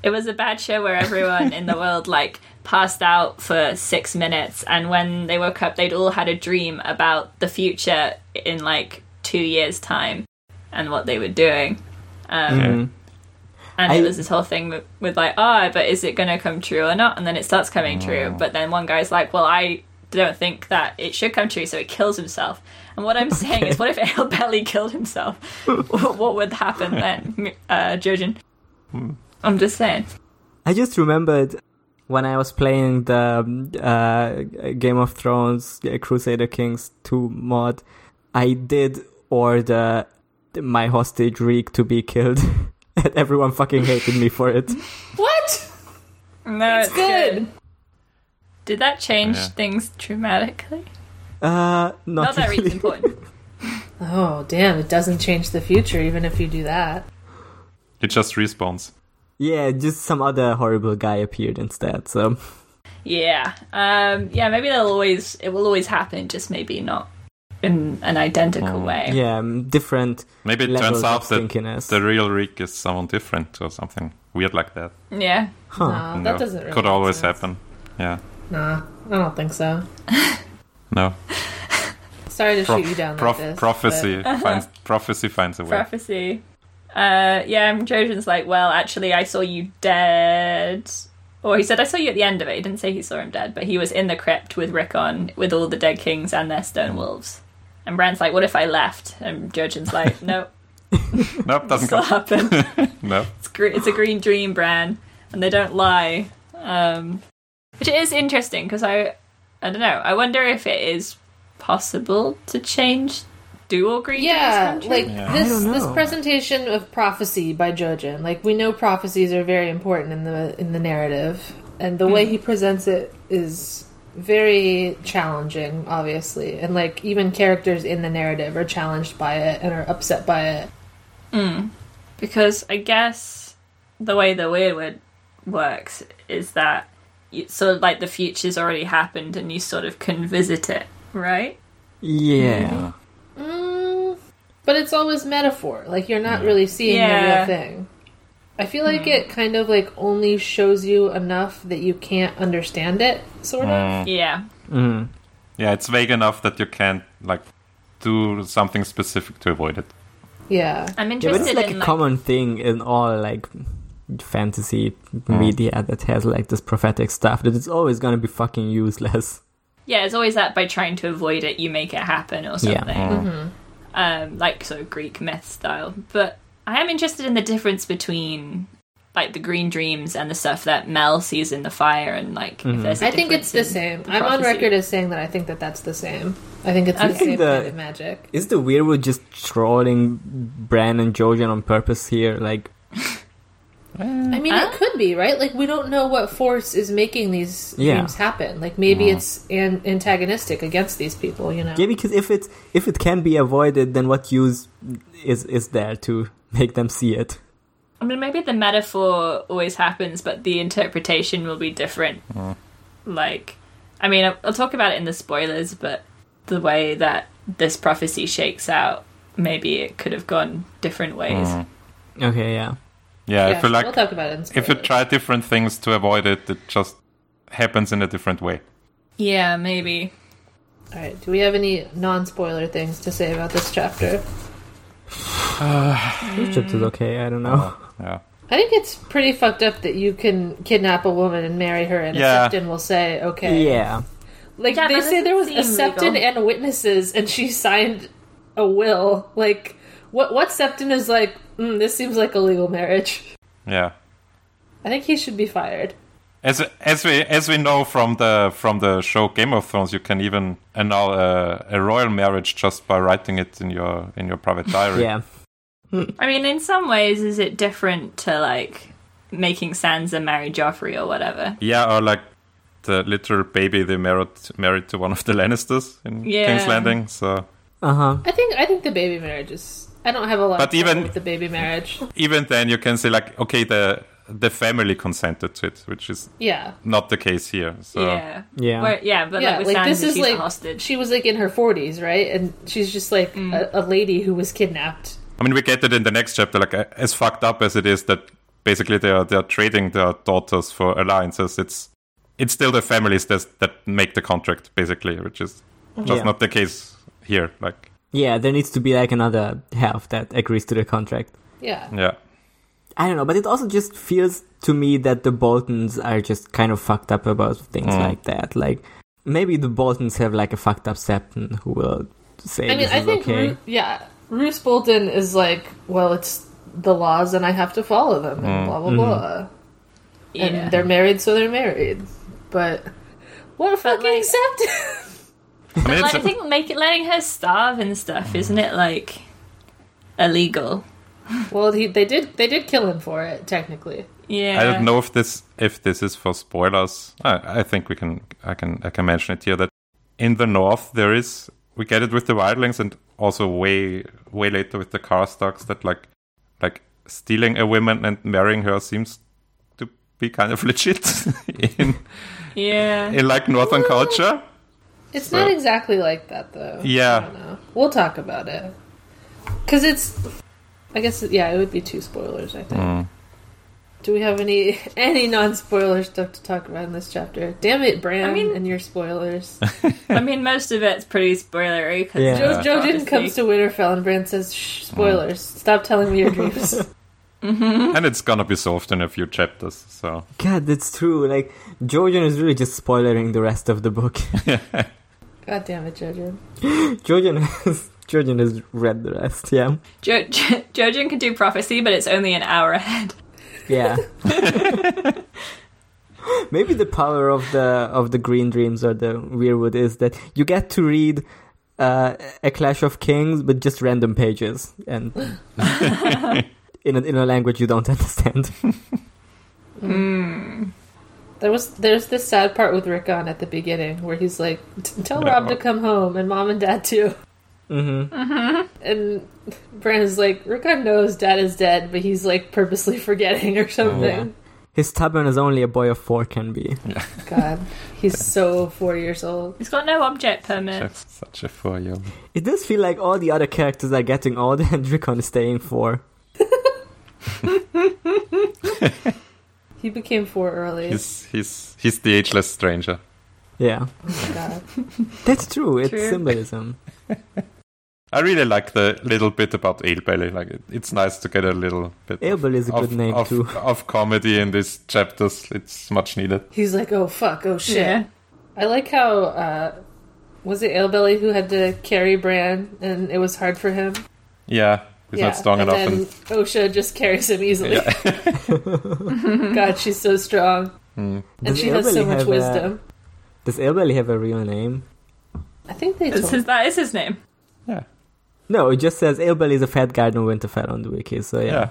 A: It was a bad show where everyone in the world like passed out for six minutes, and when they woke up, they'd all had a dream about the future in like two years' time and what they were doing. Um,
D: Mm-hmm.
B: Yeah.
A: And
D: I-
A: it was this whole thing with, with like, ah, but is it going to come true or not? And then it starts coming
D: Oh.
A: true. But then one guy's like, well, I don't think that it should come true, so he kills himself. And what I'm saying is, what if Ale Belly killed himself?
D: Hmm.
A: what would happen then, uh, Jojen? I'm just saying.
D: I just remembered when I was playing the um, uh, Game of Thrones uh, Crusader Kings 2 mod, I did order my hostage Reek to be killed. and everyone fucking hated me for it.
C: What?
A: No, it's,
C: It's good.
A: Did that change
B: Yeah.
A: things dramatically?
D: Uh, not,
A: Not that
D: really.
A: it's important.
C: Oh, damn. It doesn't change the future, even if you do that.
B: It just respawns.
D: Yeah, just some other horrible guy appeared instead. So
A: Yeah. Um, yeah, maybe they'll always it will always happen, just maybe not in an identical way.
D: yeah, um, different.
B: Maybe it
D: levels
B: turns out
D: of
B: that
D: stinkiness.
B: the real Rick is someone different or something weird like that.
A: Yeah.
D: Huh.
C: No,
B: No.
C: Oh, that doesn't really
B: Could
C: make
B: always
C: sense.
B: happen. Yeah.
C: Nah, I don't think so.
B: No.
C: Sorry to
B: Pro-
C: shoot you down
B: prof-
C: like this.
B: prophecy finds prophecy finds a way.
A: Prophecy. Uh, yeah, and Trojan's like, well, actually, I saw you dead. Or he said, I saw you at the end of it. He didn't say he saw him dead, but he was in the crypt with Rickon, with all the dead kings and their stone wolves. And Bran's like, what if I left? And Trojan's like, no,
B: nope, doesn't
A: still
B: come.
A: happened.
B: Nope.
A: It's, gre- it's a green dream, Bran. And they don't lie. Um, which is interesting, because I, I don't know, I wonder if it is possible to change dual green
C: But- yeah,
A: dreams.
C: like
B: Yeah.
D: I
C: this
D: don't
C: this
D: know.
C: presentation of prophecy by Jojen. Like we know prophecies are very important in the in the narrative, and the
B: Hmm.
C: way he presents it is very challenging, obviously. And like even characters in the narrative are challenged by it and are upset by it.
A: because I guess the way the weirwood works is that you, sort of like the future's already happened and you sort of can visit it, right?
D: Yeah.
C: Mm, but it's always metaphor. Like you're not really seeing
A: Yeah.
C: the real thing. I feel like
B: Mm.
C: it kind of like only shows you enough that you can't understand it, sort of.
A: Yeah,
D: Mm.
B: Yeah, it's vague enough that you can't like do something specific to avoid it.
C: Yeah.
A: I'm
D: Yeah, but
A: interested
D: it's like
A: in
D: a
A: like,
D: common thing in all like fantasy
B: Mm.
D: media that has like this prophetic stuff that it's always gonna be fucking useless.
A: yeah, it's always that by trying to avoid it, you make it happen or something,
D: Mm.
C: Mm-hmm.
A: um, like so Greek myth style. But I am interested in the difference between like the green dreams and the stuff that Mel sees in the fire, and like
D: Mm-hmm.
A: if there's a
C: I think it's the
A: difference in
C: same. I'm on
A: prophecy.
C: record as saying that I think that that's the same. I think it's
A: I
C: the
A: think
C: same
D: the-
C: kind of magic.
D: Is the weirwood just trolling Bran and Jojen on purpose here? Like,
C: I mean,
A: Mm. Huh?
C: it could be right. Like we don't know what force is making these
D: Yeah.
C: dreams happen. Like maybe
B: Mm.
C: it's an- antagonistic against these people. You know.
D: yeah, because if it if it can be avoided, then what use is is there to make them see it?
A: I mean, maybe the metaphor always happens, but the interpretation will be different.
B: Hmm.
A: Like, I mean, I'll, I'll talk about it in the spoilers, but the way that this prophecy shakes out, maybe it could have gone different ways.
B: Hmm.
D: Okay, yeah.
B: Yeah,
C: Yeah,
B: I feel like
C: we'll talk about it. In
B: if you
C: spoilers.
B: try different things to avoid it, it just happens in a different way.
A: Yeah, maybe.
C: All right. Do we have any non-spoiler things to say about this chapter?
D: Egypt is okay. I don't know.
B: Yeah.
C: I think it's pretty fucked up that you can kidnap a woman and marry her, and
B: Yeah.
C: a septon will say okay.
D: Yeah,
C: Like
A: Yeah,
C: they
A: that
C: say there was a
A: doesn't seem
C: septon
A: legal.
C: and witnesses, and she signed a will. Like what? What septon is like? Mm, this seems like a legal marriage.
B: Yeah.
C: I think he should be fired.
B: As as we as we know from the from the show Game of Thrones, you can even annul a, a royal marriage just by writing it in your in your private diary.
D: yeah.
A: I mean, in some ways, is it different to like making Sansa marry Joffrey or whatever?
B: Yeah, or like the literal baby they married married to one of the Lannisters in
A: Yeah.
B: King's Landing. So
D: Uh huh.
C: I think. I think the baby marriage is. I don't have a lot.
B: But
C: of problem
B: even-
C: with the baby marriage,
B: even then, you can say like, okay, the the family consented to it, which is
C: yeah,
B: not the case here. So
A: yeah,
D: Yeah.
A: Where- yeah, but like
C: yeah.
A: with
C: Like
A: Sansa,
C: this is
A: she's
C: like
A: a hostage. Mm.
C: she was like in her forties, right? And she's just like a, a lady who was kidnapped.
B: I mean, we get it in the next chapter. Like, as fucked up as it is that basically they are they are trading their daughters for alliances. It's it's still the families that that make the contract basically, which is just
D: Yeah.
B: not the case here. Like,
D: Yeah, there needs to be like another half that agrees to the contract.
C: Yeah.
B: yeah,
D: I don't know, but it also just feels to me that the Boltons are just kind of fucked up about things like that. Like maybe the Boltons have like a fucked up Septon who will say
C: I mean,
D: this
C: I
D: is
C: think
D: okay.
C: Ru- yeah, Roose Bolton
D: Mm.
C: is like, well, it's the laws, and I have to follow them, and blah blah blah.
A: Mm-hmm. Yeah.
C: and they're married, so they're married. But what if fucking
A: like-
C: accept
B: I mean,
A: Like,
B: it's
A: I
B: a- Hmm.
A: think make letting her starve and stuff, isn't it like illegal?
C: well, he, they did. They did kill him for it, technically.
A: Yeah.
B: I don't know if this if this is for spoilers. I, I think we can I can I can mention it here that in the north there is we get it with the wildlings and also way way later with the Karstocks that like like stealing a woman and marrying her seems to be kind of legit in
A: Yeah.
B: in like northern culture.
C: It's
B: So-
C: not exactly like that, though.
B: Yeah.
C: I don't know. We'll talk about it. Because it's. I guess, yeah, it would be two spoilers, I think.
D: Mm.
C: Do we have any any non spoiler stuff to talk about in this chapter? Damn it, Bran,
A: I mean-
C: and your spoilers.
A: I mean, most of it's pretty spoilery. 'cause
D: Yeah.
C: Joe,
A: it's
C: Joe Jin
A: obviously- Mm.
C: comes to Winterfell, and Bran says, Shh, spoilers. Stop telling me your dreams.
B: And it's gonna be solved in a few chapters. So
D: God, that's true. Like Georgian is really just spoiling the rest of the book.
C: God damn it, Joe Jin.
D: Georgian has Georgian has read the rest. Yeah,
A: Jo- Jo- Jojen can do prophecy, but it's only an hour ahead.
D: yeah. Maybe the power of the of the Green Dreams or the Weirwood is that you get to read uh, a Clash of Kings, but just random pages and in a, in a language you don't understand.
C: There was there's this sad part with Rickon at the beginning where he's like, "T- "Tell
B: Yeah.
C: Rob to come home and mom and dad too."
D: Mm-hmm.
C: And Bran is like, Rickon knows dad is dead, but he's like purposely forgetting or something.
A: Oh.
D: His stubborn as only a boy of four can be.
C: God, he's so four years old.
A: He's got no object permit.
B: that's such a four year old.
D: It does feel like all the other characters are getting older and Rickon is staying four.
C: He became four early.
B: He's he's he's the ageless stranger.
D: Yeah,
C: Oh God.
D: that's true. It's
A: True.
D: symbolism.
B: I really like the little bit about Alebelly. Like it, it's nice to get a little bit
D: Abel is a
B: of,
D: good name
B: of,
D: too.
B: of comedy in these chapters. It's much needed.
C: He's like, oh fuck, oh shit.
A: Yeah.
C: I like how uh, was it Alebelly who had to carry Bran, and it was hard for him.
B: Yeah, he's not strong
C: and
B: enough.
C: Then
B: and
C: Osha just carries him easily. God, she's so strong, and
B: mm,
D: Does
C: she has so
D: Elberly
C: much
D: have a-
C: wisdom.
D: Does Elberly have a real name?
C: I think they
A: That's
C: told
A: his, that is his name.
B: yeah,
D: No, it just says Elberly is a fat guy in Winterfell on the wiki. So yeah,
B: yeah,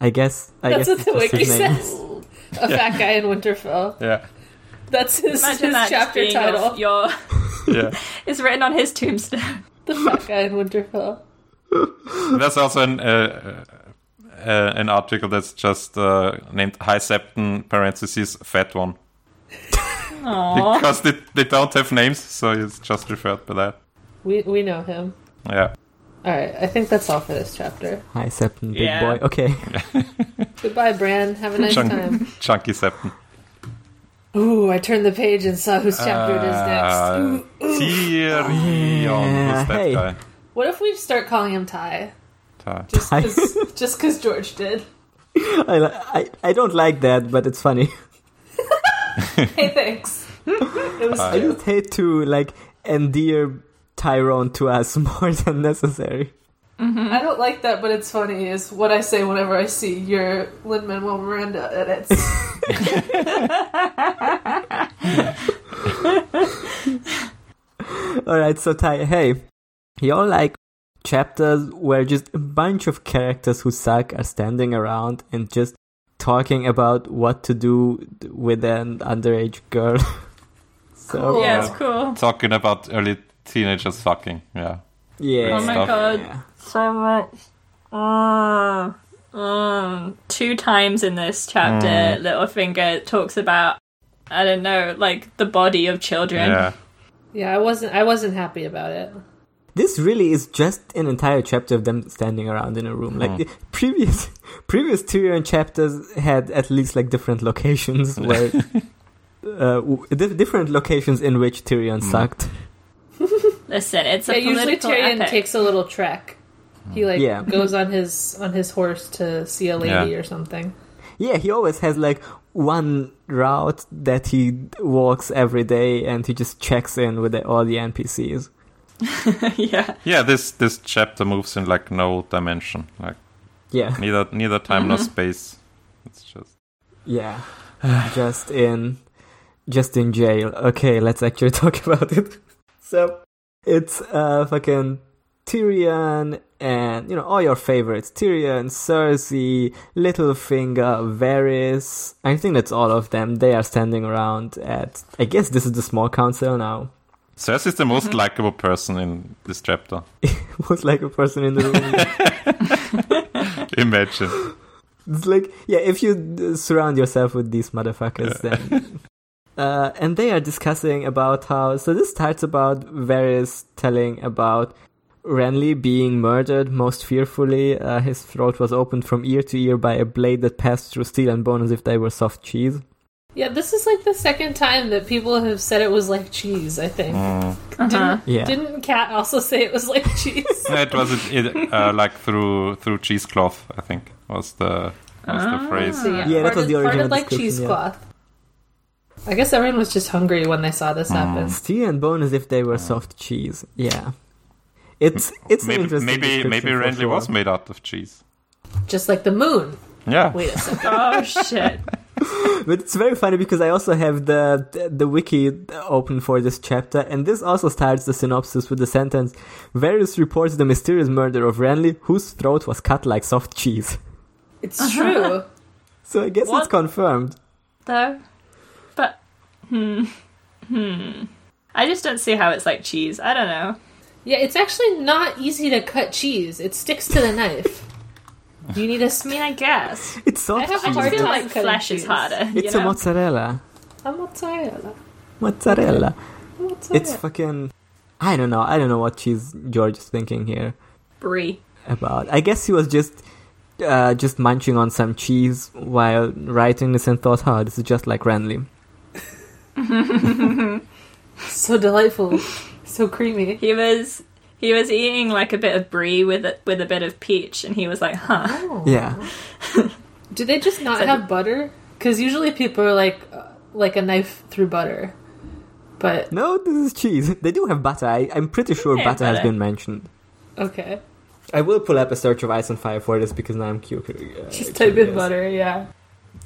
D: I guess I
C: That's what
D: guess
C: the
D: it's just
C: wiki
D: his name.
C: says. A fat guy in Winterfell.
B: yeah,
C: That's his,
A: Imagine
C: his
A: that just
C: chapter
A: being
C: title.
A: Your, your,
B: yeah.
A: it's written on his tombstone.
C: The fat guy in Winterfell.
B: There's also an uh, uh, uh, an article that's just uh, named High Septon parentheses fat one
A: Aww.
B: because they, they don't have names, so it's just referred by that.
C: We we know him.
B: Yeah,
C: All right, I think that's all for this chapter.
D: Hi, Septon, big
A: Yeah.
D: boy. Okay,
C: Goodbye, Bran. Have a nice
B: Chunk-
C: time.
B: chunky Septon.
C: Ooh, I turned the page and saw whose chapter it is next.
B: Uh, Tyrion, who's that
D: Hey.
B: guy?
C: What if we start calling him Ty?
B: Ty.
C: Just
D: Ty.
C: because just 'cause George did.
D: I, li- I I don't like that, but it's funny.
C: Hey, thanks. It
A: Oh,
C: was
D: I just hate to like endear Tyrone to us more than necessary.
C: I don't like that, but it's funny. Is what I say whenever I see your Lin Manuel Miranda edits.
D: All right, so Ty, hey, you're like chapters where just a bunch of characters who suck are standing around and just talking about what to do with an underage girl. so
C: Cool.
A: Yeah, it's cool.
B: talking about early teenagers fucking. Yeah.
D: yeah,
A: Oh my
B: Stuff.
A: god.
D: Yeah.
A: so much. Mm, mm. Two times in this chapter,
D: Mm.
A: Littlefinger talks about I don't know, like the body of children.
B: Yeah.
C: yeah, I wasn't. I wasn't happy about it.
D: This really is just an entire chapter of them standing around in a room. Like the previous previous Tyrion chapters had at least like different locations where uh, w- di- different locations in which Tyrion sucked.
A: Listen, it's
C: Yeah,
A: a
C: usually
A: political
C: Tyrion
A: epic.
C: takes a little trek. He like
D: Yeah.
C: goes on his on his horse to see a lady
B: Yeah.
C: or something.
D: Yeah, he always has like one route that he walks every day, and he just checks in with the, all the NPCs.
A: yeah.
B: Yeah, this this chapter moves in like no dimension. Like
D: Yeah, Mm-hmm.
B: neither neither time nor space. It's just
D: yeah. just in just in jail. Okay, let's actually talk about it. So it's uh fucking Tyrion and you know all your favorites: Tyrion, Cersei, Littlefinger, Varys. I think that's all of them. They are standing around at. I guess this is the small council now.
B: Cersei's the
D: Mm-hmm.
B: most likable person in this chapter.
D: Was like a person in the room.
B: Imagine.
D: It's like, yeah, if you uh, surround yourself with these motherfuckers, then. Uh, and they are discussing about how. So this starts about Varys telling about Renly being murdered most fearfully. Uh, his throat was opened from ear to ear by a blade that passed through steel and bone as if they were soft cheese.
C: Yeah, this is like the second time that people have said it was like cheese, I think.
B: Mm.
A: Uh-huh.
C: Didn't,
D: Yeah.
C: didn't Kat also say it was like cheese?
B: No, it was it, it, uh, like through through cheesecloth. I think was the was
D: Ah.
B: the phrase.
C: So, yeah,
D: Yeah, that
C: part
D: was
C: of-
D: the
C: part
D: original
C: of, like
D: description, yeah.
C: cheesecloth. I guess everyone was just hungry when they saw this happen.
D: Steel and bone as if they
B: Oh.
D: were soft cheese. Yeah. It's it's an
B: Maybe
D: interesting
B: maybe
D: description
B: maybe
D: for
B: Renly
D: sure.
B: was made out of cheese.
C: Just like the moon.
B: Yeah.
C: Wait a second.
A: Oh shit.
D: But it's very funny because I also have the, the the wiki open for this chapter, and this also starts the synopsis with the sentence: "Varys reports the mysterious murder of Renly, whose throat was cut like soft cheese."
C: It's true.
D: So I guess
A: What?
D: it's confirmed.
A: though. But hmm, hmm. I just don't see how it's like cheese. I don't know.
C: Yeah, it's actually not easy to cut cheese. It sticks to the knife. You need a
A: I
C: smear.
A: mean, I guess.
D: It's
C: I have
D: soft
C: a
A: I
D: cheese.
A: just
C: hard
A: feel
C: time
A: like
C: cutting
A: flesh is
C: cheese.
A: harder. you
D: it's a
A: know?
D: mozzarella,
C: A mozzarella.
D: mozzarella.
C: mozzarella.
D: It's fucking. I don't know. I don't know what cheese George is thinking here
A: brie.
D: about. I guess he was just. Uh, just munching on some cheese while writing this and thought, oh, this is just like Renly.
C: so delightful. So creamy.
A: He was he was eating like a bit of brie with a, with a bit of peach, and he was like, "Huh."
D: Yeah.
C: Do they just not
A: So-
C: have butter? Because usually people are like, uh, like a knife through butter. But
D: No, this is cheese. They do have butter. I, I'm pretty sure
A: Yeah,
D: butter has
A: butter.
D: been mentioned.
C: okay,
D: I will pull up a search of ice and fire for this because now I'm cu- uh,
C: just type in
D: curious.
C: butter. Yeah,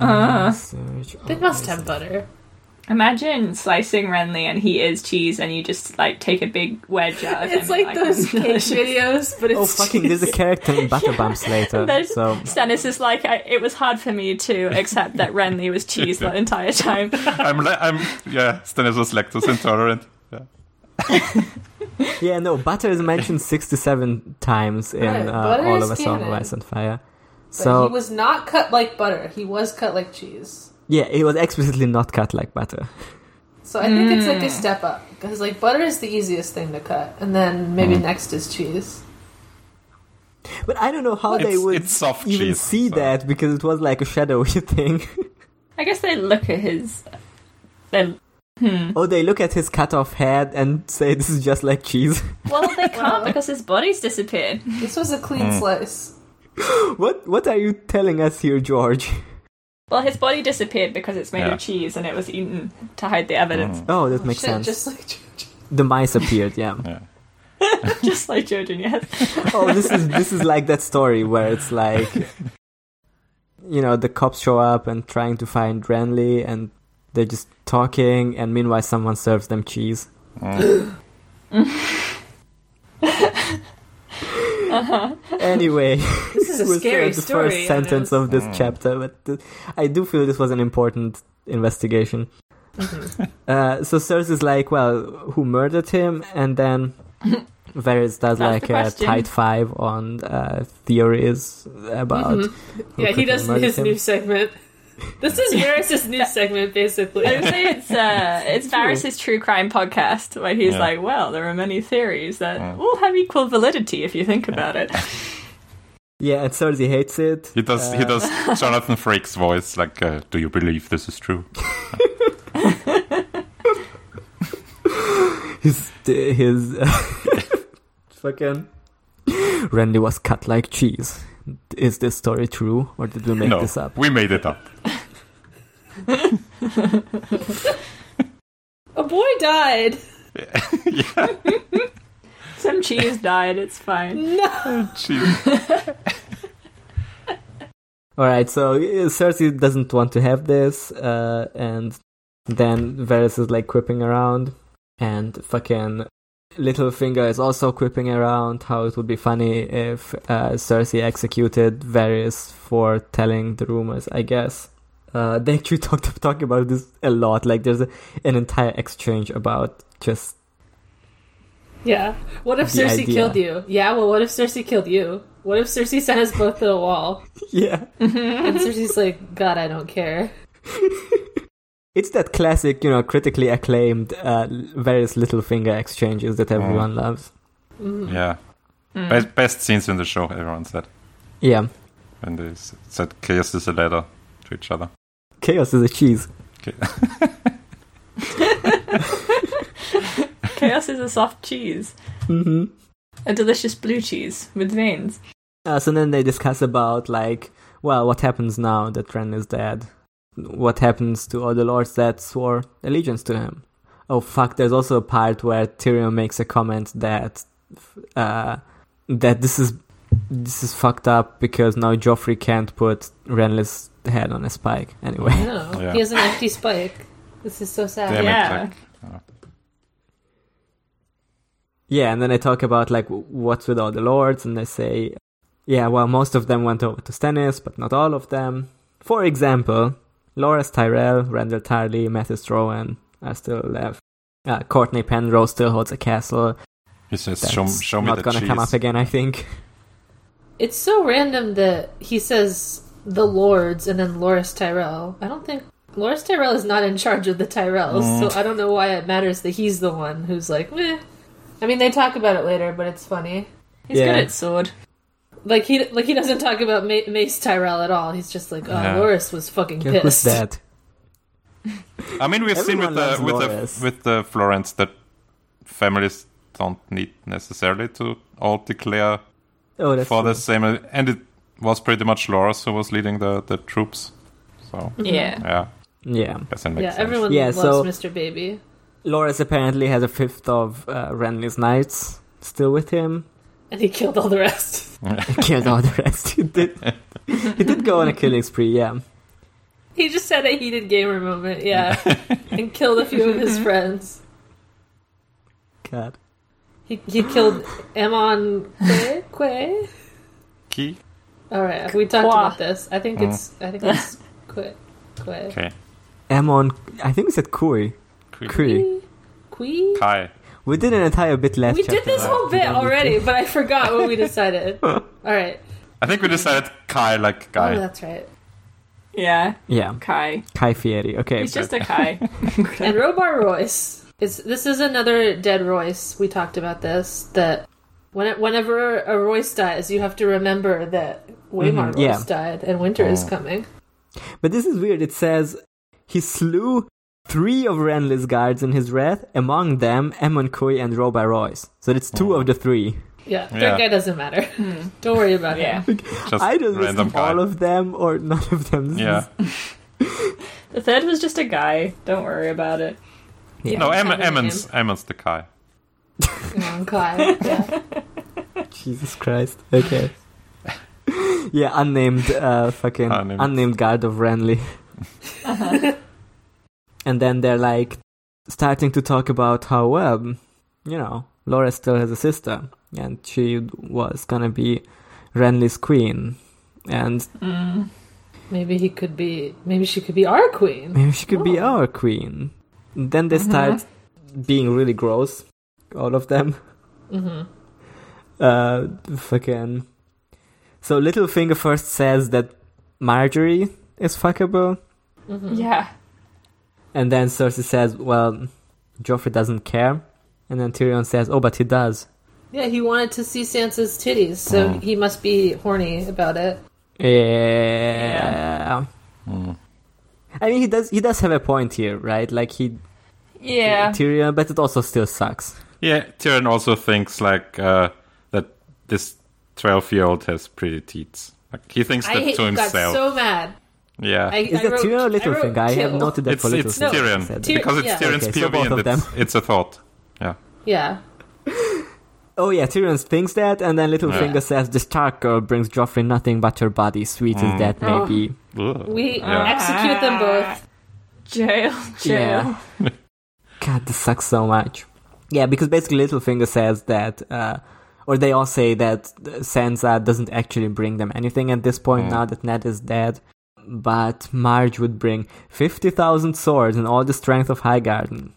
A: Uh,
D: Search of
C: Uh-huh. they must
D: ice.
C: have butter.
A: imagine slicing Renly, and he is cheese, and you just like take a big wedge out of him.
C: It's like
A: and,
C: those cake videos, but it's
D: Oh fucking! There's a character in Butter Bumps later.
A: There's-
D: So
A: Stannis is like, I, it was hard for me to accept that Renly was cheese that entire time.
B: I'm le- I'm yeah. Stannis was lactose intolerant. Yeah.
D: yeah, no, butter is mentioned 67 times in
C: Right,
D: uh,
C: butter
D: all
C: is
D: of a song of
C: canon.
D: ice and fire.
C: But
D: So
C: he was not cut like butter. He was cut like cheese.
D: yeah, it was explicitly not cut like butter.
C: So I think it's like a step up because like butter is the easiest thing to cut, and then maybe next is cheese.
D: But I don't know how they
B: It's-
D: would
B: it's soft
D: even
B: cheese,
D: see
B: so-
D: that because it was like a shadowy thing.
A: I guess they look at his. They, hmm.
D: oh, they look at his cut off head and say this is just like cheese.
A: Well, they can't
C: Well-
A: because his body's disappeared.
C: This was a clean slice.
D: What what are you telling us here, George?
A: Well, his body disappeared because it's made
B: Yeah.
A: of cheese and it was eaten to hide the evidence,
D: Oh, that makes
C: Shit,
D: sense.
C: Just like cheese.
D: The mice appeared. Yeah.
A: just like Jojen. Yes,
D: oh, this is this is like that story where it's like, you know, the cops show up and trying to find Renly, and they're just talking, and meanwhile someone serves them cheese.
A: Uh-huh.
D: Anyway,
C: This is a
D: was
C: scary
D: uh, the
C: story.
D: first
C: and it
D: sentence
C: was-
D: of this chapter, but th- I do feel this was an important investigation.
C: Mm-hmm.
D: uh, so Cersei's like, well, who murdered him? And then Varys does
A: That's
D: like
A: the
D: a
A: question.
D: tight five on uh, theories about.
C: Mhm.
D: who
C: Yeah, he
D: could have
C: does
D: murdered
C: his
D: him.
C: new segment. This is Varys' new segment, basically.
A: I would say it's uh, it's Varys' true crime podcast where he's
B: Yeah.
A: like, well, there are many theories that all have equal validity if you think about it.
D: Yeah, and Cersei hates it.
B: He does
D: uh,
B: he does Jonathan Freke's voice like uh, Do you believe this is true?
D: His his fucking Randy was cut like cheese. Is this story true, or did we make
B: no,
D: this up?
B: we made it up.
C: A boy died.
B: yeah,
A: Some cheese died. It's fine.
C: No.
B: cheese.
D: All right, so uh, Cersei doesn't want to have this, uh, and then Varys is like quipping around, and fucking Littlefinger is also quipping around how it would be funny if uh, Cersei executed Varys for telling the rumors. I guess uh, they actually talked talk about this a lot. Like there's a, an entire exchange about just
C: Yeah. What if
D: The
C: Cersei
D: idea.
C: killed you? Yeah, well, what if Cersei killed you? What if Cersei sent us both to the wall?
D: yeah.
C: And Cersei's like, God, I don't care.
D: It's that classic, you know, critically acclaimed uh, various little finger exchanges that everyone loves.
C: Mm-hmm.
B: Yeah.
A: Mm.
B: Best, best scenes in the show, everyone said.
D: Yeah,
B: When they s- said chaos is a letter to each other.
D: chaos is a cheese.
A: Chaos is a soft cheese,
D: hmm
A: a delicious blue cheese with veins.
D: Uh, so then they discuss about like, well, what happens now that Ren is dead? What happens to all the lords that swore allegiance to him? Oh fuck! There's also a part where Tyrion makes a comment that uh, that this is this is fucked up because now Joffrey can't put Renly's head on a spike anyway.
C: No.
B: Yeah.
C: He has an empty spike. This is so sad.
B: Damn
A: yeah.
B: it. Like,
D: Yeah, and then I talk about like w- what's with all the lords, and they say, yeah, well, most of them went over to Stannis, but not all of them. For example, Loras Tyrell, Randall Tarley, Mathis Rowan are still left. Uh, Courtney Penrose still holds a castle.
B: he says,
D: That's
B: show, show me
D: not
B: the
D: gonna
B: cheese.
D: come up again, I think.
C: It's so random that he says the lords and then Loras Tyrell. I don't think Loras Tyrell is not in charge of the Tyrells, so I don't know why it matters that he's the one who's like, meh. I mean, they talk about it later, but it's funny.
A: He's
D: Yeah.
A: good at sword.
C: Like he like he doesn't talk about Ma- Mace Tyrell at all. He's just like, oh,
B: Yeah.
C: Loras was fucking
D: Guess who's
C: pissed.
D: dead?
B: I mean, we've seen with
D: Everyone
B: the
D: loves
B: with
D: Loras.
B: the with the Florence that families don't need necessarily to all declare
D: Oh, that's
B: for
D: true.
B: the same, and it was pretty much Loras who was leading the the troops. So
C: Mm-hmm.
A: Yeah.
B: yeah,
D: Yeah,
B: guess that makes
C: Yeah,
B: sense.
C: everyone
D: Yeah,
C: loves
D: so-
C: Mr. Baby.
D: Loras apparently has a fifth of uh, Renly's knights still with him.
C: And he killed all the rest.
D: Killed all the rest. He did. he did go on a killing spree. Yeah.
C: he just had a heated gamer moment, yeah. and killed a few of his friends.
D: God.
C: He, he killed Amon Quay? Quay?
B: Key.
C: All right, we talked
A: Qua.
C: about this. I think it's.
B: Mm.
C: I think it's. Quit. Quit.
B: Okay.
D: Amon, I think we said Kui.
B: Kui.
D: Kui.
C: Quee?
B: Kai.
D: We did an entire bit last
C: We
D: chapter.
C: did this
D: about
C: whole
D: it.
C: bit
D: We did
C: already,
D: this.
C: but I forgot what we decided. All right.
B: I think we decided Kai like
C: Oh,
B: Guy.
C: that's right.
A: Yeah.
D: Yeah,
A: Kai.
D: Kai Fieri. Okay.
A: He's just a Kai.
C: And Robar Royce. It's, this is another dead Royce. We talked about this. That when, whenever a Royce dies, you have to remember that
B: Mm-hmm.
C: Waymar
D: Mhm, yeah.
C: Royce died and winter is
B: Mm.
C: coming.
D: But this is weird. It says he slew three of Renly's guards in his wrath, among them Amon Kui and Roba Royce. So that's two
B: Mm.
D: of the three.
C: Yeah, that
B: Yeah.
C: guy doesn't matter. Don't worry about
A: Hmm. yeah.
C: him.
B: Just
D: Either this
B: random
D: is
B: guy.
D: all of them or none of them. This
B: yeah.
D: is-
A: The third was just a guy. Don't worry about it.
D: Yeah.
B: No, Em-
C: Something like
B: Emmons. Emmons the Kai.
C: Oh, God. Yeah.
D: Jesus Christ. Okay. yeah, unnamed uh, fucking
B: Unnamed.
D: unnamed. guard of Renly.
A: Uh-huh.
D: and then they're like starting to talk about how well, you know, Laura still has a sister, and she was gonna be Renly's queen, and
A: Mm.
C: Maybe he could be. Maybe she could be our queen.
D: maybe she could be our queen. Then
A: Mm-hmm.
D: they start being really gross, all of them.
C: hmm
D: uh fucking so Littlefinger first says that Marjorie is fuckable
A: Yeah.
D: and then Cersei says well Joffrey doesn't care and then Tyrion says oh but he does
C: Yeah, he wanted to see Sansa's titties, so
D: Oh.
C: he must be horny about it.
D: yeah, Mm. I mean he does he does have a point here right like he
A: Yeah.
D: Tyrion but it also still sucks
B: Yeah, Tyrion also thinks like uh, that this twelve-year-old has pretty teats. Like he thinks that
C: I hate,
B: to
C: got
B: himself.
C: so mad.
B: yeah,
C: I,
D: is
C: I
D: that
C: wrote,
D: Tyrion or
C: I wrote
D: Littlefinger I, have
C: kill.
D: noted that
B: it's
D: for
B: it's
D: Littlefinger
B: Tyrion
D: said that.
C: Tyr-
B: because it's
C: yeah.
B: Tyrion's
D: Okay, so
B: POV
D: both
B: and
D: of
B: it's, it's a thought. Yeah,
D: Oh yeah, Tyrion thinks that, and then Littlefinger
A: Yeah.
D: says, "The Stark girl brings Joffrey nothing but her body. Sweet
B: Mm.
D: as that may
C: Oh.
D: be."
B: Ugh.
C: We
B: Yeah.
C: execute them both.
A: Jail, jail.
D: Yeah. God, this sucks so much. Yeah, because basically Littlefinger says that, uh, or they all say that Sansa doesn't actually bring them anything at this point now that Ned is dead. But Marge would bring 50,000 swords and all the strength of Highgarden.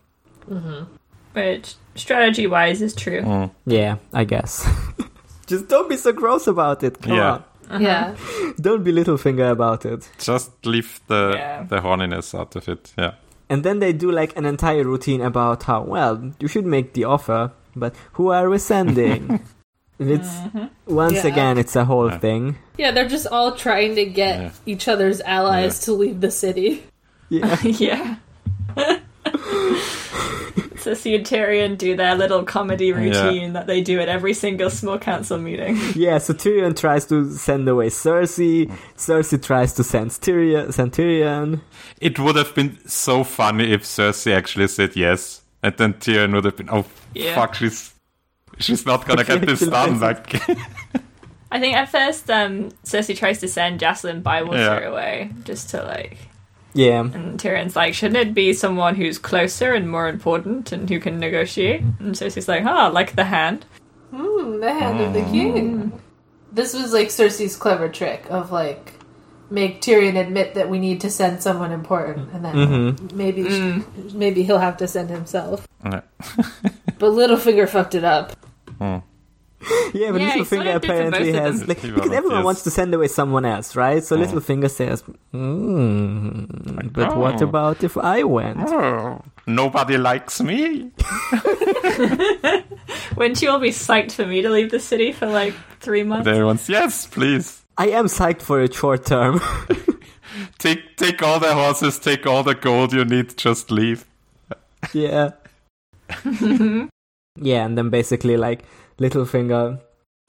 A: Which, strategy wise, is true.
B: Mm.
D: Yeah, I guess. Just don't be so gross about it. Come
B: Yeah.
D: on.
A: Uh-huh.
C: Yeah.
D: Don't be Littlefinger about it.
B: Just leave the
A: Yeah.
B: the horniness out of it. Yeah.
D: And then they do like an entire routine about how, well, you should make the offer, but who are we sending? And it's once
C: Yeah.
D: again, it's a whole
B: Yeah.
D: thing.
C: Yeah, they're just all trying to get
B: Yeah.
C: each other's allies
B: Yeah.
C: to leave the city.
D: Yeah.
A: yeah. So Tyrion do their little comedy routine that they do at every single small council meeting.
D: yeah, so Tyrion tries to send away Cersei. Cersei tries to send Tyrion. Send Tyrion.
B: It would have been so funny if Cersei actually said yes, and then Tyrion would have been, oh
A: Yeah.
B: fuck, she's she's not gonna get this done. Like,
A: I think at first, um, Cersei tries to send Jocelyn Bywater
B: Yeah.
A: away just to like,
D: Yeah.
A: and Tyrion's like, shouldn't it be someone who's closer and more important and who can negotiate? And Cersei's like, ah, like the hand.
C: Hmm, the hand of the king. This was like Cersei's clever trick of like make Tyrion admit that we need to send someone important, and then maybe she- maybe he'll have to send himself.
B: Yeah.
C: But Littlefinger fucked it up.
D: Yeah, but
A: Yeah, he sort
D: Littlefinger
A: of did for
D: apparently
A: both of
D: has
B: them.
D: like
B: He
D: because everyone
B: volunteers.
D: wants to send away someone else, right? So Littlefinger says, mm, "But what
B: oh.
D: about if I went?"
B: "Oh, nobody likes me.
A: Wouldn't you all be psyched for me to leave the city for like three months?
B: And everyone's yes, please
D: I am psyched for a short term.
B: take take all the horses, take all the gold you need, just leave.
D: yeah. yeah, and then basically like Littlefinger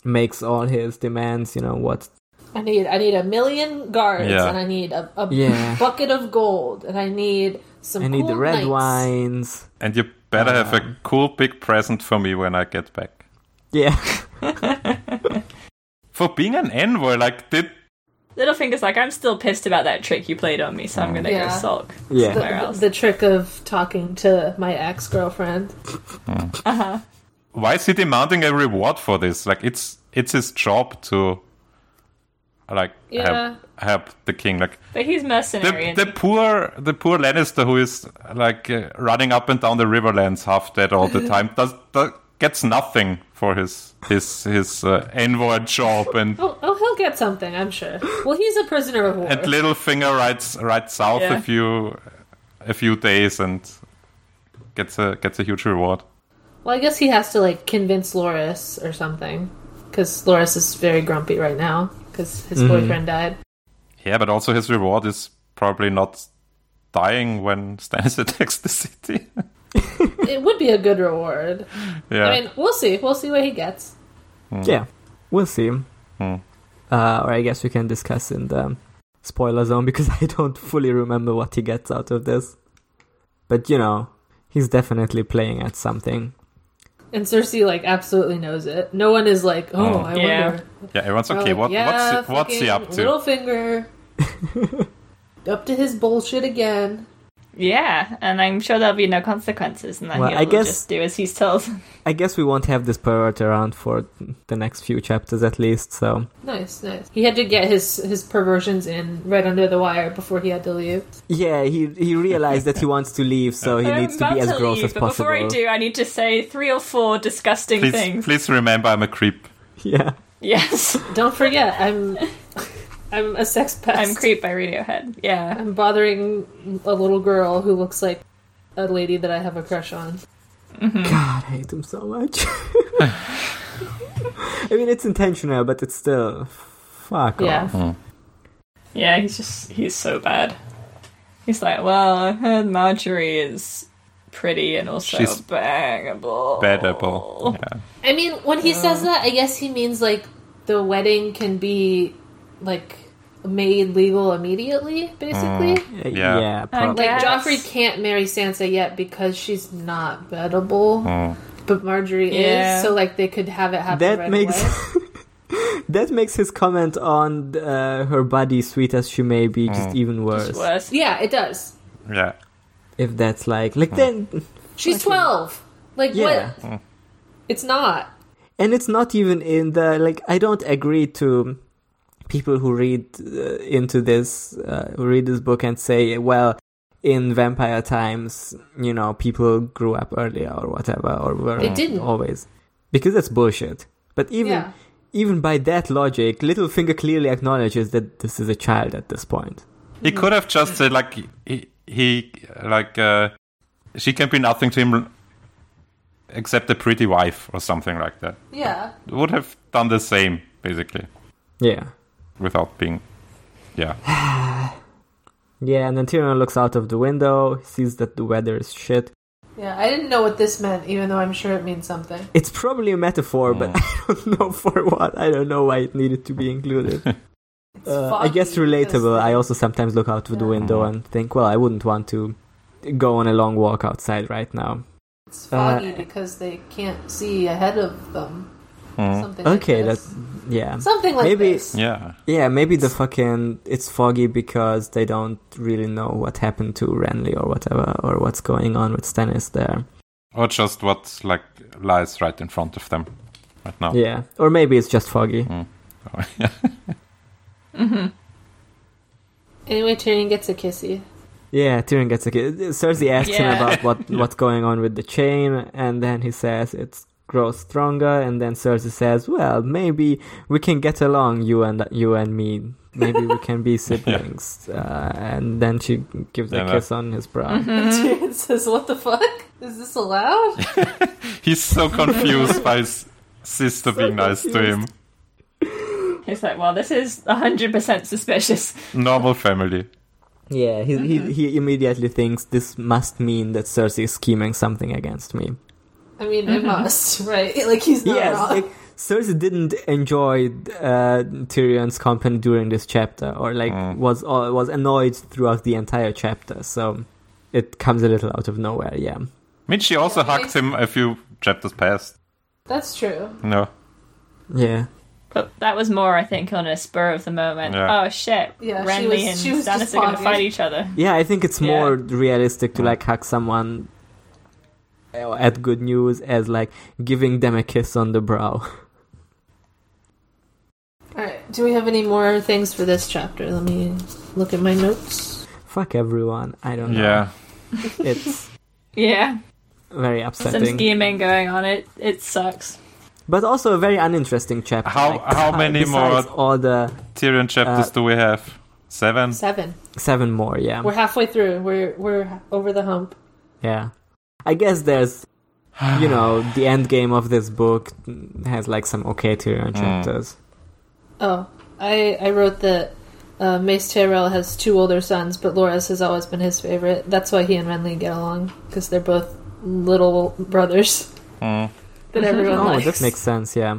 D: makes all his demands, you know, what
C: I need I need a million guards,
B: Yeah.
C: and I need a, a
D: Yeah.
C: bucket of gold, and I need some.
D: I need the
C: cool
D: red
C: knights.
D: wines.
B: And you better have a cool big present for me when I get back.
D: Yeah.
B: For being an envoy, like did
A: Littlefinger's like, I'm still pissed about that trick you played on me, so
D: Mm.
A: I'm gonna
C: Yeah.
A: go sulk.
D: Yeah.
A: Somewhere
C: The,
A: else.
C: the trick of talking to my ex girlfriend.
B: why is he demanding a reward for this? Like it's it's his job to like
C: Yeah.
B: help help the king. Like
A: But he's mercenary.
B: the,
A: and
B: the poor the poor Lannister who is like uh, running up and down the Riverlands half dead all the time does, does gets nothing for his his his uh, envoy job and
C: Oh, oh, he'll get something, I'm sure. Well, he's a prisoner of war.
B: and Littlefinger rides rides south
A: Yeah.
B: a few a few days and gets a gets a huge reward.
C: Well, I guess he has to like convince Loris or something, because Loris is very grumpy right now because
B: Mm-hmm.
C: his boyfriend died.
B: Yeah, but also his reward is probably not dying when Stannis attacks the city.
C: It would be a good reward.
B: yeah.
C: I mean, we'll see. We'll see what he gets.
D: Yeah. We'll see. Uh, or I guess we can discuss in the spoiler zone because I don't fully remember what he gets out of this. But you know, he's definitely playing at something.
C: And Cersei like absolutely knows it. No one is like, oh, I
A: Yeah.
C: wonder.
B: yeah, everyone's
C: We're
B: okay.
C: like,
B: What,
C: "Yeah,
B: what's he, what's he
C: fucking
B: up to?
C: Littlefinger. Up to his bullshit again.
A: yeah, and I'm sure there'll be no consequences, and then
D: Well,
A: he'll
D: I guess-
A: just do as he's told.
D: I guess we won't have this pervert around for the next few chapters at least, so
C: Nice, nice. He had to get his his perversions in right under the wire before he had to leave.
D: Yeah, he he realized that he wants to leave, so he
A: I'm
D: needs to
A: about
D: be as
A: to
D: gross
A: leave,
D: as
A: but
D: possible.
A: before I do, I need to say three or four disgusting
B: Please,
A: things.
B: please remember, I'm a creep.
D: Yeah,
A: Yes,
C: Don't forget, I'm I'm a sex pest.
A: I'm creeped by Radiohead. Yeah,
C: I'm bothering a little girl who looks like a lady that I have a crush on.
D: God, I hate him so much. I mean, it's intentional, but it's still fuck
C: Yeah.
D: off.
A: yeah, he's just he's so bad. He's like, well, I heard Marjorie is pretty and also
B: She's
A: bangable.
B: Bad
C: Oh.
B: apple. Yeah.
C: I mean, when he says that, I guess he means like the wedding can be like made legal immediately, basically.
D: Uh,
B: Yeah.
D: yeah
A: I
D: prob-
C: Like
A: Yes.
C: Joffrey can't marry Sansa yet because she's not bettable. but Marjorie
A: Yeah.
C: is, so like they could have it happen.
D: that
C: right
D: makes
C: away.
D: that makes his comment on uh, her body, sweet as she may be, just even worse.
A: It's worse.
C: yeah, it does.
B: Yeah.
D: If that's like like then,
C: She's twelve. Like
D: Yeah.
C: what? It's not.
D: and it's not even in the like. I don't agree to people who read uh, into this, uh, who read this book and say, well, in vampire times, you know, people grew up earlier or whatever, or were
C: They didn't.
D: always, because that's bullshit. But even
C: yeah.
D: even by that logic, Littlefinger clearly acknowledges that this is a child at this point.
C: Hmm.
B: He could have just said like he, he like uh, she can be nothing to him except a pretty wife or something like that.
C: Yeah.
B: Would have done the same basically
D: Yeah.
B: without being yeah.
D: Yeah, and then Tyrion looks out of the window, sees that the weather is shit.
C: Yeah. I didn't know what this meant, even though I'm sure it means something.
D: It's probably a metaphor, but I don't know for what. I don't know why it needed to be included.
C: It's
D: Uh, I guess
C: foggy because
D: relatable. I
C: the-
D: also sometimes look out of the
C: Yeah. Mm-hmm.
D: window and think, well, I wouldn't want to go on a long walk outside right now.
C: It's foggy
D: uh,
C: because they can't see ahead of them.
B: Mm.
C: Something.
D: Oh. Okay,
C: Like
D: that
C: this.
D: yeah.
C: Something like
D: Maybe-
C: this.
B: Yeah.
D: Yeah, maybe the fucking it's foggy because they don't really know what happened to Renly or whatever or what's going on with Stannis there.
B: Or just what like lies right in front of them right
C: Oh.
B: now.
D: Yeah. Or maybe it's just foggy.
C: Anyway, Tyrion gets a kissy.
D: Yeah, Tyrion gets a kid. Cersei asks him
A: Yeah.
D: about what what's going on with the chain, and then he says it grows stronger. And then Cersei says, "Well, maybe we can get along, you and you and me. Maybe we can be siblings." uh, and then she gives
B: Yeah,
D: a
B: that-
D: kiss on his brow.
C: And Tyrion says, "What the fuck? Is this allowed?"
B: He's so confused by his sister being nice to him.
A: He's like, well, this is 100% suspicious.
B: Normal family.
D: Yeah, he, he he immediately thinks this must mean that Cersei is scheming something against me.
C: I mean, it must, right? Like he's not
D: yes,
C: wrong.
D: like Cersei didn't enjoy uh, Tyrion's company during this chapter, or like
B: Mm.
D: was uh, was annoyed throughout the entire chapter. So it comes a little out of nowhere. Yeah,
B: I mean, she also
C: Yeah,
B: hugged
C: it's-
B: him a few chapters past.
C: That's true.
B: No.
D: yeah,
A: But that was more, I think, on a spur of the moment.
B: Yeah.
A: Oh shit!
C: Yeah, she
A: Renly
C: was-
A: and
C: she was
A: Stannis
C: just
A: are going to
C: foggy.
A: fight each other.
D: yeah. I think it's
A: Yeah.
D: more realistic
B: Mm.
D: to like hug someone uh, at good news as like giving them a kiss on the brow.
C: All right. Do we have any more things for this chapter? Let me look at my notes.
D: Fuck everyone. I don't know.
B: Yeah.
D: it's
A: Yeah,
D: very
A: some
D: upsetting,
A: scheming going on. It it sucks.
D: but also a very uninteresting chapter.
B: How-
D: like,
B: how many
D: besides
B: more-
D: All the
B: Tyrion chapters
D: Uh,
B: do we have?
D: Um,
B: Seven?
C: Seven.
D: seven more. Yeah,
C: We're halfway through. We're we're over the hump.
D: Yeah. I guess there's, you know, the end game of this book has like some okay
B: Hmm.
D: Tyrion chapters.
C: Oh, I I wrote that uh, Mace Tyrell has two older sons, but Loras has always been his favorite. That's why he and Renly get along because they're both little brothers
B: Mm.
C: that everyone
D: Oh,
C: likes.
D: that makes sense, yeah.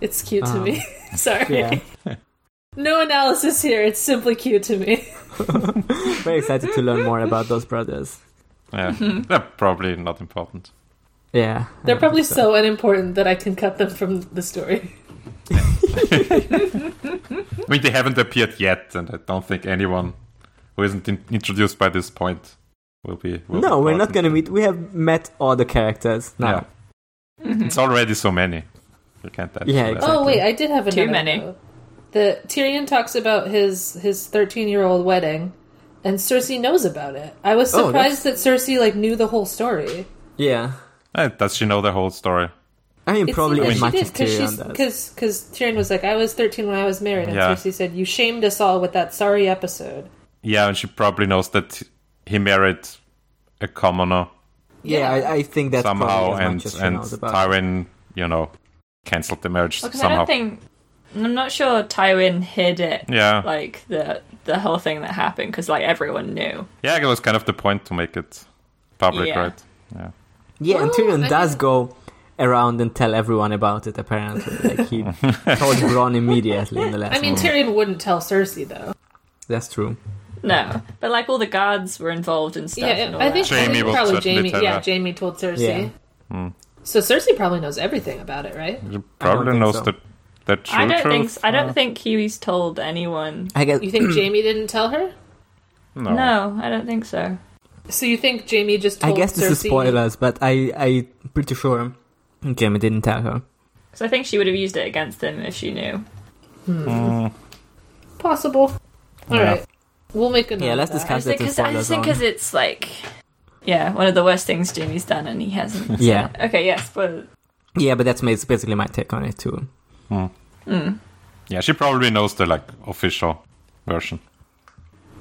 C: It's cute to
D: Um,
C: me. Sorry.
D: Yeah.
C: No analysis here. It's simply cute to me.
D: Very excited to learn more about those brothers.
B: Yeah. They're probably not important.
D: Yeah. I
C: They're
D: think
C: probably so. unimportant that I can cut them from the story.
B: I mean, they haven't appeared yet, and I don't think anyone who isn't in- introduced by this point will be. Will
D: No,
B: be
D: we're not
B: important.
D: going to meet. We have met all the characters
B: Yeah.
D: now.
B: It's already so many. You can't add
D: Yeah,
B: to that.
D: exactly.
C: Oh wait, I did have another.
A: Too many.
C: note. The Tyrion talks about his his thirteen year old wedding, and Cersei knows about it. I was
D: Oh,
C: surprised that Cersei like knew the whole story.
D: Yeah.
B: Eh, Does she know the whole story?
D: I mean,
C: It
D: probably
C: seemed
D: as
C: like
D: much
C: she
D: as
C: did, 'cause she's-
D: Tyrion does.
C: Cause, cause Tyrion was like, I was 13 when I was married. And
B: Yeah.
C: Cersei said, You shamed us all with that sorry episode.
B: Yeah, and she probably knows that he married a commoner
D: Yeah,
C: Yeah.
D: I, I think that's
B: somehow,
D: probably as
B: and
D: much as she
B: and
D: knows about.
B: Tywin, you know, cancelled the marriage
A: Because I
B: somehow.
A: don't think I'm not sure Tywin hid it.
B: yeah,
A: Like the the whole thing that happened because like everyone knew.
B: yeah, that was kind of the point to make it public,
A: Yeah.
B: right? Yeah.
D: Yeah, and
C: Oh,
D: Tyrion
C: I
D: does
C: didn't-
D: go around and tell everyone about it. Apparently, like he told Bronn immediately in the last.
C: I mean,
D: moment.
B: Hmm.
C: Tyrion wouldn't tell Cersei, though.
D: that's true.
A: No, but like all the guards were involved and stuff.
C: Yeah,
A: and all
C: I think
A: that.
B: Jaime
C: I think
B: will
C: probably
B: certainly
C: Jamie.
B: tell Hmm.
C: Yeah,
B: her.
C: Jamie told Cersei.
D: Yeah.
C: So Cersei probably knows everything about it, right?
B: He
D: I
B: probably
D: don't think
B: knows
D: so.
B: that that true
A: I don't
B: truth.
A: think s- I don't
B: uh,
A: think Huey's told anyone.
D: I guess
C: You think Jamie didn't tell her?
B: no.
A: No, I don't think so.
C: So you think Jamie just
D: I
C: told
D: guess this is
C: Cersei-
D: spoilers, but I I pretty sure Jamie didn't tell her.
A: Because I think she would have used it against him if she knew.
C: Possible. All
B: Yeah.
C: right. We'll make a note.
D: Yeah,
C: of
D: let's
C: that.
D: discuss it in
A: I just
D: spoilers.
A: think
D: zone.
A: because it's like, yeah, one of the worst things Jamie's done, and he hasn't.
D: Yeah,
A: Okay, yes, but
D: yeah, but that's my, it's basically my take on it too.
A: mm,
B: Yeah, she probably knows the like official version.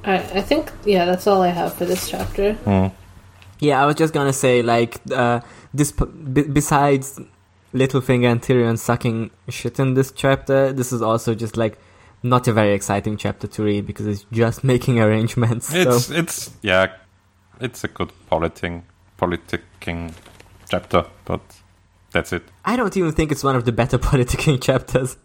C: All right. I think yeah, that's all I have for this chapter.
D: Hmm. Yeah, I was just gonna say like uh, this. p- B- besides Littlefinger and Tyrion sucking shit in this chapter, this is also just like not a very exciting chapter to read because it's just making arrangements.
B: It's
D: so
B: it's yeah, it's a good politing politicking chapter, but that's it.
D: I don't even think it's one of the better politicking chapters.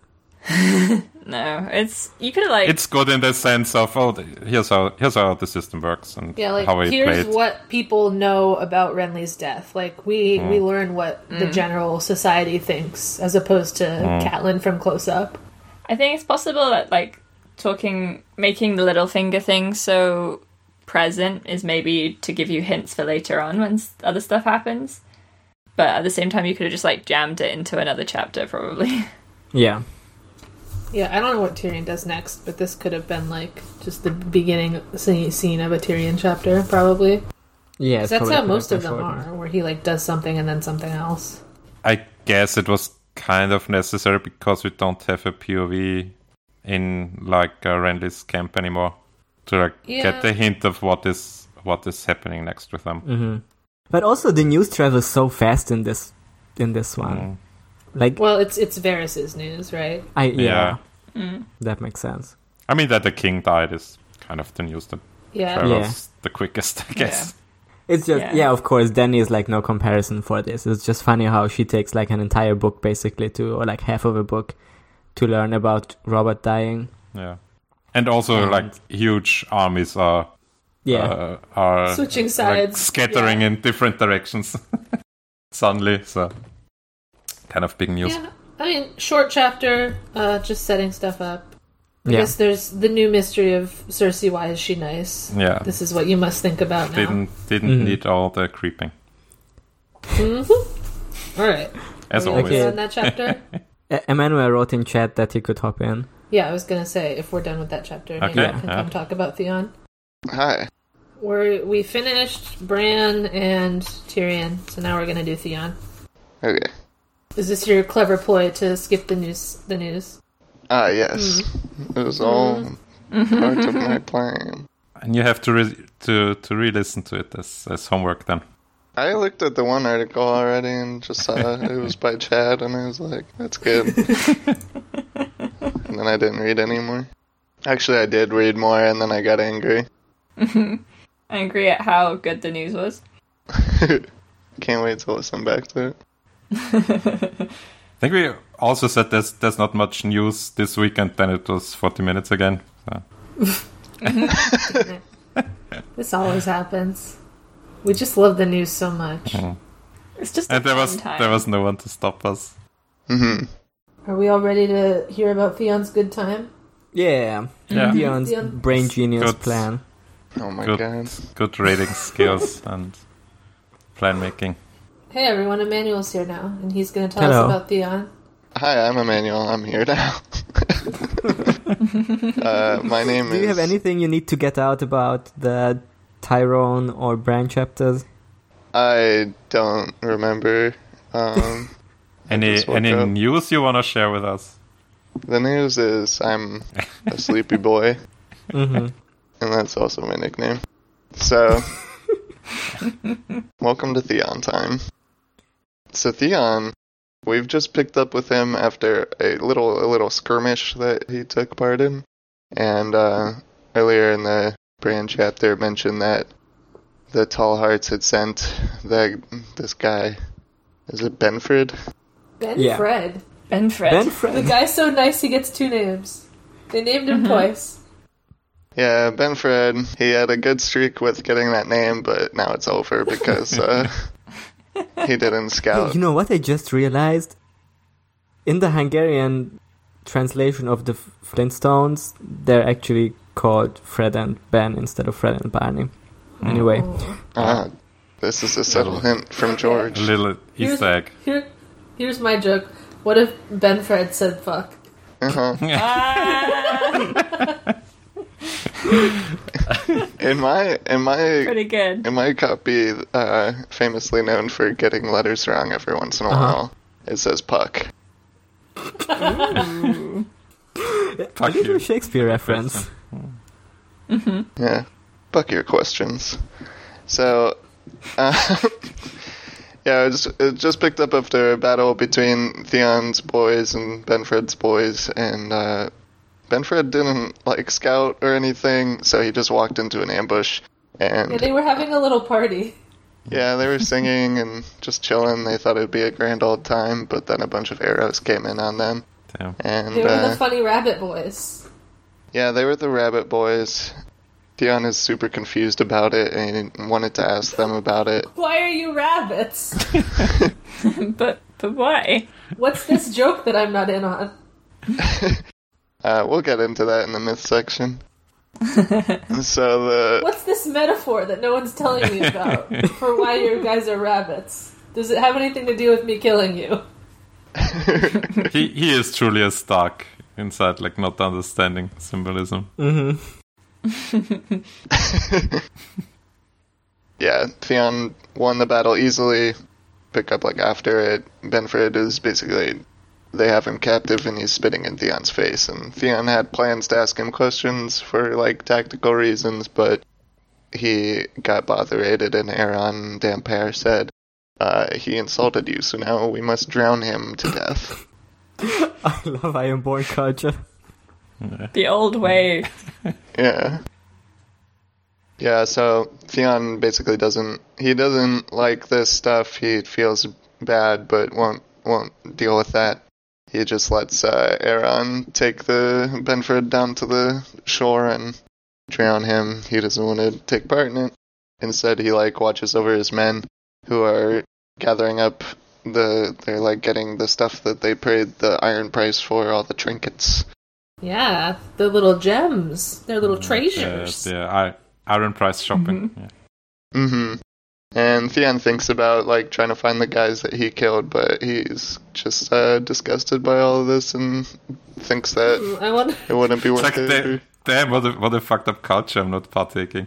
A: no, it's you could have like
B: It's good in the sense of oh, the- here's how here's how the system works and
C: Yeah, like
B: how it
C: here's
B: played.
C: what people know about Renly's death. Like we
B: Mm.
C: we learn what
D: Mm.
C: the general society thinks, as opposed to
B: Mm.
C: Catelyn from close up.
A: I think it's possible that like talking, making the little finger thing so present is maybe to give you hints for later on when s- other stuff happens. But at the same time, you could have just like jammed it into another chapter, probably.
D: Yeah,
C: Yeah, I don't know what Tyrion does next, but this could have been like just the beginning scene scene of a Tyrion chapter, probably.
D: yeah.
C: 'Cause That's
D: it's probably
C: how
D: pretty
C: most of them
D: straightforward.
C: are, where he like does something and then something else.
B: I guess it was kind of necessary because we don't have a POV in like uh, Renly's camp anymore to like
C: Yeah.
B: get the hint of what is what is happening next with them.
D: Mm-hmm. But also the news travels so fast in this in this
B: Mm.
D: one. Like
C: Well, it's it's Varys's news, right?
D: I yeah,
B: Yeah.
A: Mm.
D: that makes sense.
B: I mean that the king died is kind of the news that
C: Yeah.
B: travels the quickest, I guess.
D: It's just yeah.
A: Yeah.
D: of course. Danny is like no comparison for this. It's just funny how she takes like an entire book basically to or like half of a book to learn about Robert dying.
B: Yeah. And also,
D: And-
B: like huge armies are
D: Yeah,
B: uh, are
C: Switching
B: like,
C: sides.
B: scattering
C: Yeah.
B: in different directions suddenly. So, kind of big news.
C: Yeah. I mean, short chapter, uh, just setting stuff up. I
D: Yeah.
C: guess there's the new mystery of Cersei. Why is she nice?
B: Yeah,
C: This is what you must think about now.
B: didn't didn't
D: Mhm.
B: need all the creeping
C: Mm-hmm. All right.
B: as
C: Are we
B: always.
D: Okay.
C: done that chapter?
D: E- Emmanuel wrote in chat that he could hop in.
C: yeah, I was gonna say if we're done with that chapter, okay.
B: Okay,
C: can
B: yeah.
C: come talk about Theon.
F: Hi.
C: We're we finished Bran and Tyrion, so now we're gonna do Theon.
F: Okay.
C: Is this your clever ploy to skip the news? The news.
F: Ah, yes.
D: Hmm.
F: It was all part of my plan.
B: And you have to re- to to re-listen to it as as homework then.
F: I looked at the one article already and just saw it was by Chad, and I was like, that's good. and then I didn't read anymore. Actually, I did read more, and then I got angry.
A: I agree at how good the news was.
F: Can't wait to listen back to it.
A: Mm-hmm.
B: I think we also said there's there's not much news this weekend. Then it was 40 minutes again. So.
C: This always happens. We just love the news so much.
A: It's just
B: Mm. And
A: a
B: there
A: fun
B: was
A: time.
B: there was no one to stop us.
F: hmm
C: Are we all ready to hear about Theon's good time?
D: Yeah,
A: Mm-hmm.
B: Yeah,
D: Dion's
C: Theon.
D: brain genius
B: Good.
D: plan.
F: Oh my
B: good
F: god.
B: good rating skills and plan making.
C: Hey everyone, Emmanuel's here now, and he's going to tell
D: Hello.
C: us about Theon.
F: Hi, I'm Emmanuel. I'm here now. uh, my name
D: Do
F: is.
D: you have anything you need to get out about the Tyrone or Bran chapters?
F: I don't remember. Um.
B: Any
F: just woke
B: any
F: up.
B: news you want to share with us?
F: The news is I'm a sleepy boy,
D: hmm
F: and that's also my nickname. So, welcome to Theon time. So Theon, we've just picked up with him after a little a little skirmish that he took part in, and uh, earlier in the brand chapter it mentioned that the Tall Hearts had sent that this guy. Is it Benford?
C: Ben
D: Yeah.
C: Fred.
A: Ben Fred.
D: Ben
C: The
D: Fred.
C: guy's so nice he gets two names. They named him twice.
F: Yeah, Benfred. uh, He had a good streak with getting that name, but now it's over because uh, he did in
D: Hey,
F: Scout.
D: you know what I just realized? In the Hungarian translation of the F- Flintstones, they're actually called Fred and Ben instead of Fred and Barney. Anyway,
F: Ah, this is a subtle hint from George.
B: A little Easter egg.
C: Here, here's my joke. What if Ben Fred said fuck?
F: Uh-huh.
A: Ah,
F: In my in my
A: Pretty good.
F: in my copy, uh, famously known for getting letters wrong every once in a while, it says puck.
A: Mm-hmm.
B: Fuck
D: little
B: you.
D: Shakespeare reference.
A: Mm-hmm.
F: Yeah, fuck your questions. So, uh, yeah, it just, it just picked up after a battle between Theon's boys and Benfred's boys, and uh, Benfred didn't like scout or anything, so he just walked into an ambush. And
C: Yeah, they were having a little party.
F: Yeah, they were singing and just chilling. They thought it'd be a grand old time, but then a bunch of arrows came in on them.
B: Damn.
F: And
C: They were
F: uh,
C: the funny rabbit boys.
F: yeah, they were the rabbit boys. Dion is super confused about it and he wanted to ask them about it.
C: Why are you rabbits?
A: But but why?
C: What's this joke that I'm not in on?
F: Uh, we'll get into that in the myth section. so the
C: What's this metaphor that no one's telling me about for why you guys are rabbits? Does it have anything to do with me killing you?
B: He he is truly a Stark inside, like not understanding symbolism.
D: Mm-hmm.
F: yeah, Theon won the battle easily. Pick up like after it. Benfred is basically they have him captive and he's spitting in Theon's face. And Theon had plans to ask him questions for like tactical reasons, but he got botherated and Aaron Dampere said, uh, he insulted you, so now we must drown him to death.
D: I love Ironborn culture.
A: The old way.
F: Yeah. Yeah, so Theon basically doesn't he doesn't like this stuff. He feels bad but won't won't deal with that. He just lets uh, Aaron take the Benford down to the shore and drown him. He doesn't want to take part in it. Instead, he like watches over his men who are gathering up the they're like getting the stuff that they paid the iron price for, all the trinkets.
C: Yeah, they're little gems. They're
D: Mm,
C: little
B: Uh,
C: treasures.
B: the I- Iron Price shopping. Yeah.
F: Mm-hmm. And Theon thinks about like trying to find the guys that he killed, but he's just uh, disgusted by all of this and thinks that
C: Mm, I wonder.
F: it wouldn't be
B: It's
F: worth
B: like
F: it.
B: da- damn, what a what a fucked up culture. I'm not partaking.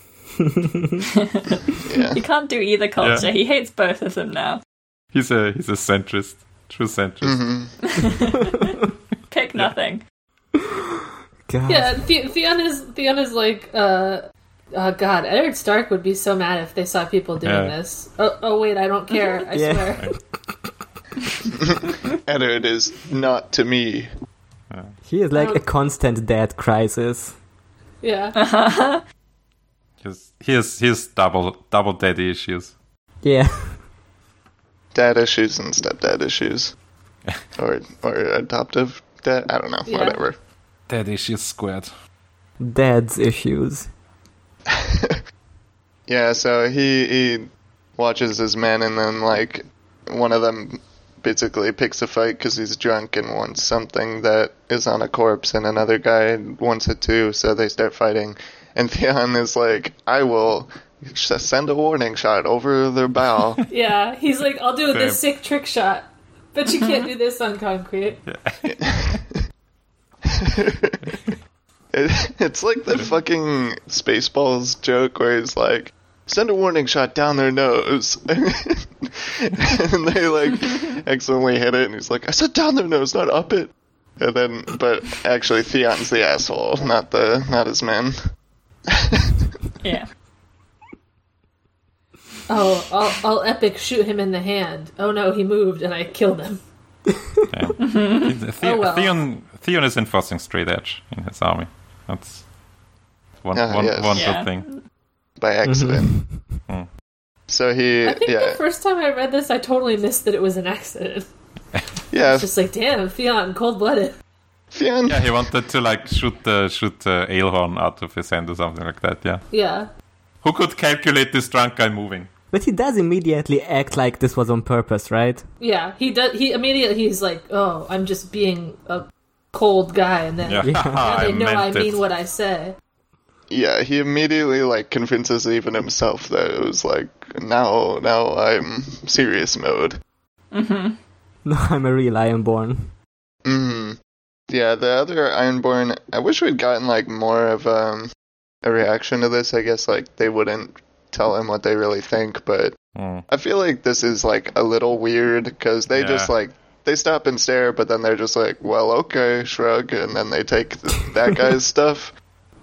F: Yeah.
A: He can't do either culture.
B: Yeah.
A: He hates both of them now.
B: He's a he's a centrist, true centrist.
F: hmm
A: Pick nothing.
D: God.
C: Yeah, the- Theon is Theon is like, uh, oh god, Edward Stark would be so mad if they saw people doing
B: Yeah.
C: this. Oh, oh wait, I don't care. I
D: Yeah.
C: swear.
F: Eddard is not to me.
D: He is like a constant dead crisis.
C: Yeah,
B: He's he has he has double double daddy issues.
D: Yeah.
F: Dad issues and stepdad issues, or or adoptive dad. I don't know.
C: Yeah.
F: Whatever.
B: Daddy issues squared.
D: Dad's issues.
F: Yeah, so he he watches his men, and then like one of them basically picks a fight because he's drunk and wants something that is on a corpse, and another guy wants it too. So they start fighting, and Theon is like, "I will sh- send a warning shot over their bow."
C: yeah. He's like, I'll do this
B: Same.
C: sick trick shot, but you can't do this on concrete.
F: It- it's like the fucking Spaceballs joke where he's like, send a warning shot down their nose. and they like accidentally hit it, and he's like, I said down their nose, not up it. And then, but actually, Theon's the asshole, not the not his men.
A: Yeah.
C: Oh, I'll, I'll epic shoot him in the hand. Oh no, he moved and I killed him.
B: The- The-
C: Oh, well.
B: Theon Theon is enforcing straight edge in his army. That's one
F: Ah,
B: one-
F: yes.
B: one
A: Yeah.
B: good thing.
F: By
D: Mm-hmm.
F: accident. so he,
C: I think
F: yeah,
C: the first time I read this, I totally missed that it was an accident.
F: yeah,
C: Just like, damn, Theon, cold blooded.
F: Theon.
B: Yeah, he wanted to like shoot the shoot the ale horn out of his hand or something like that. Yeah,
C: Yeah.
B: who could calculate this drunk guy moving?
D: But he does immediately act like this was on purpose, right?
C: Yeah, he does. He immediately he's like, "Oh, I'm just being a cold guy," and then
B: Yeah,
D: Yeah.
B: I
C: they know
B: meant
C: I mean
B: it.
C: what I say.
F: Yeah, he immediately like convinces even himself that it was like now now I'm serious mode.
A: Mm-hmm.
D: No, I'm a real Ironborn.
F: Mm. Yeah, the other Ironborn. I wish we'd gotten like more of um, a reaction to this. I guess like they wouldn't tell him what they really think, but
B: Mm.
F: I feel like this is like a little weird because they just
B: Yeah.
F: like they stop and stare, but then they're just like, "Well, okay, shrug," and then they take th- that guy's stuff.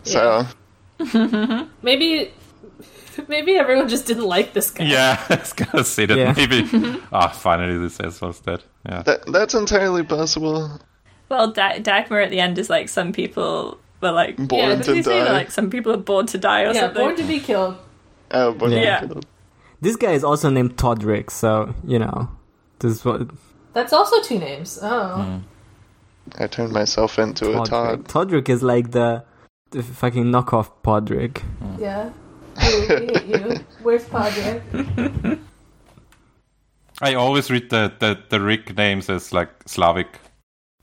F: So
A: Mm-hmm.
C: Maybe, maybe everyone just didn't like this guy.
B: Yeah, I was gonna say that
D: Yeah.
B: maybe. Ah, finally this asshole's dead. Yeah.
F: that that's entirely possible.
A: Well, da- Dagmar at the end is like some people were like
F: Born
A: yeah, what did
F: to
A: he say?
F: die.
A: Like some people are born to die or
C: Yeah,
A: something.
C: born to be killed.
F: Oh, but
A: Yeah.
D: This guy is also named Todrick, so you know, this is what
C: That's also two names. Oh,
F: I turned myself into a
D: Todrick.
F: Todd.
D: Todrick is like the, the fucking knockoff Podrick.
B: Hmm. Mm.
C: yeah. Hey, we hate you. Where's Padre?
B: I always read the, the, the Rick names as like Slavic.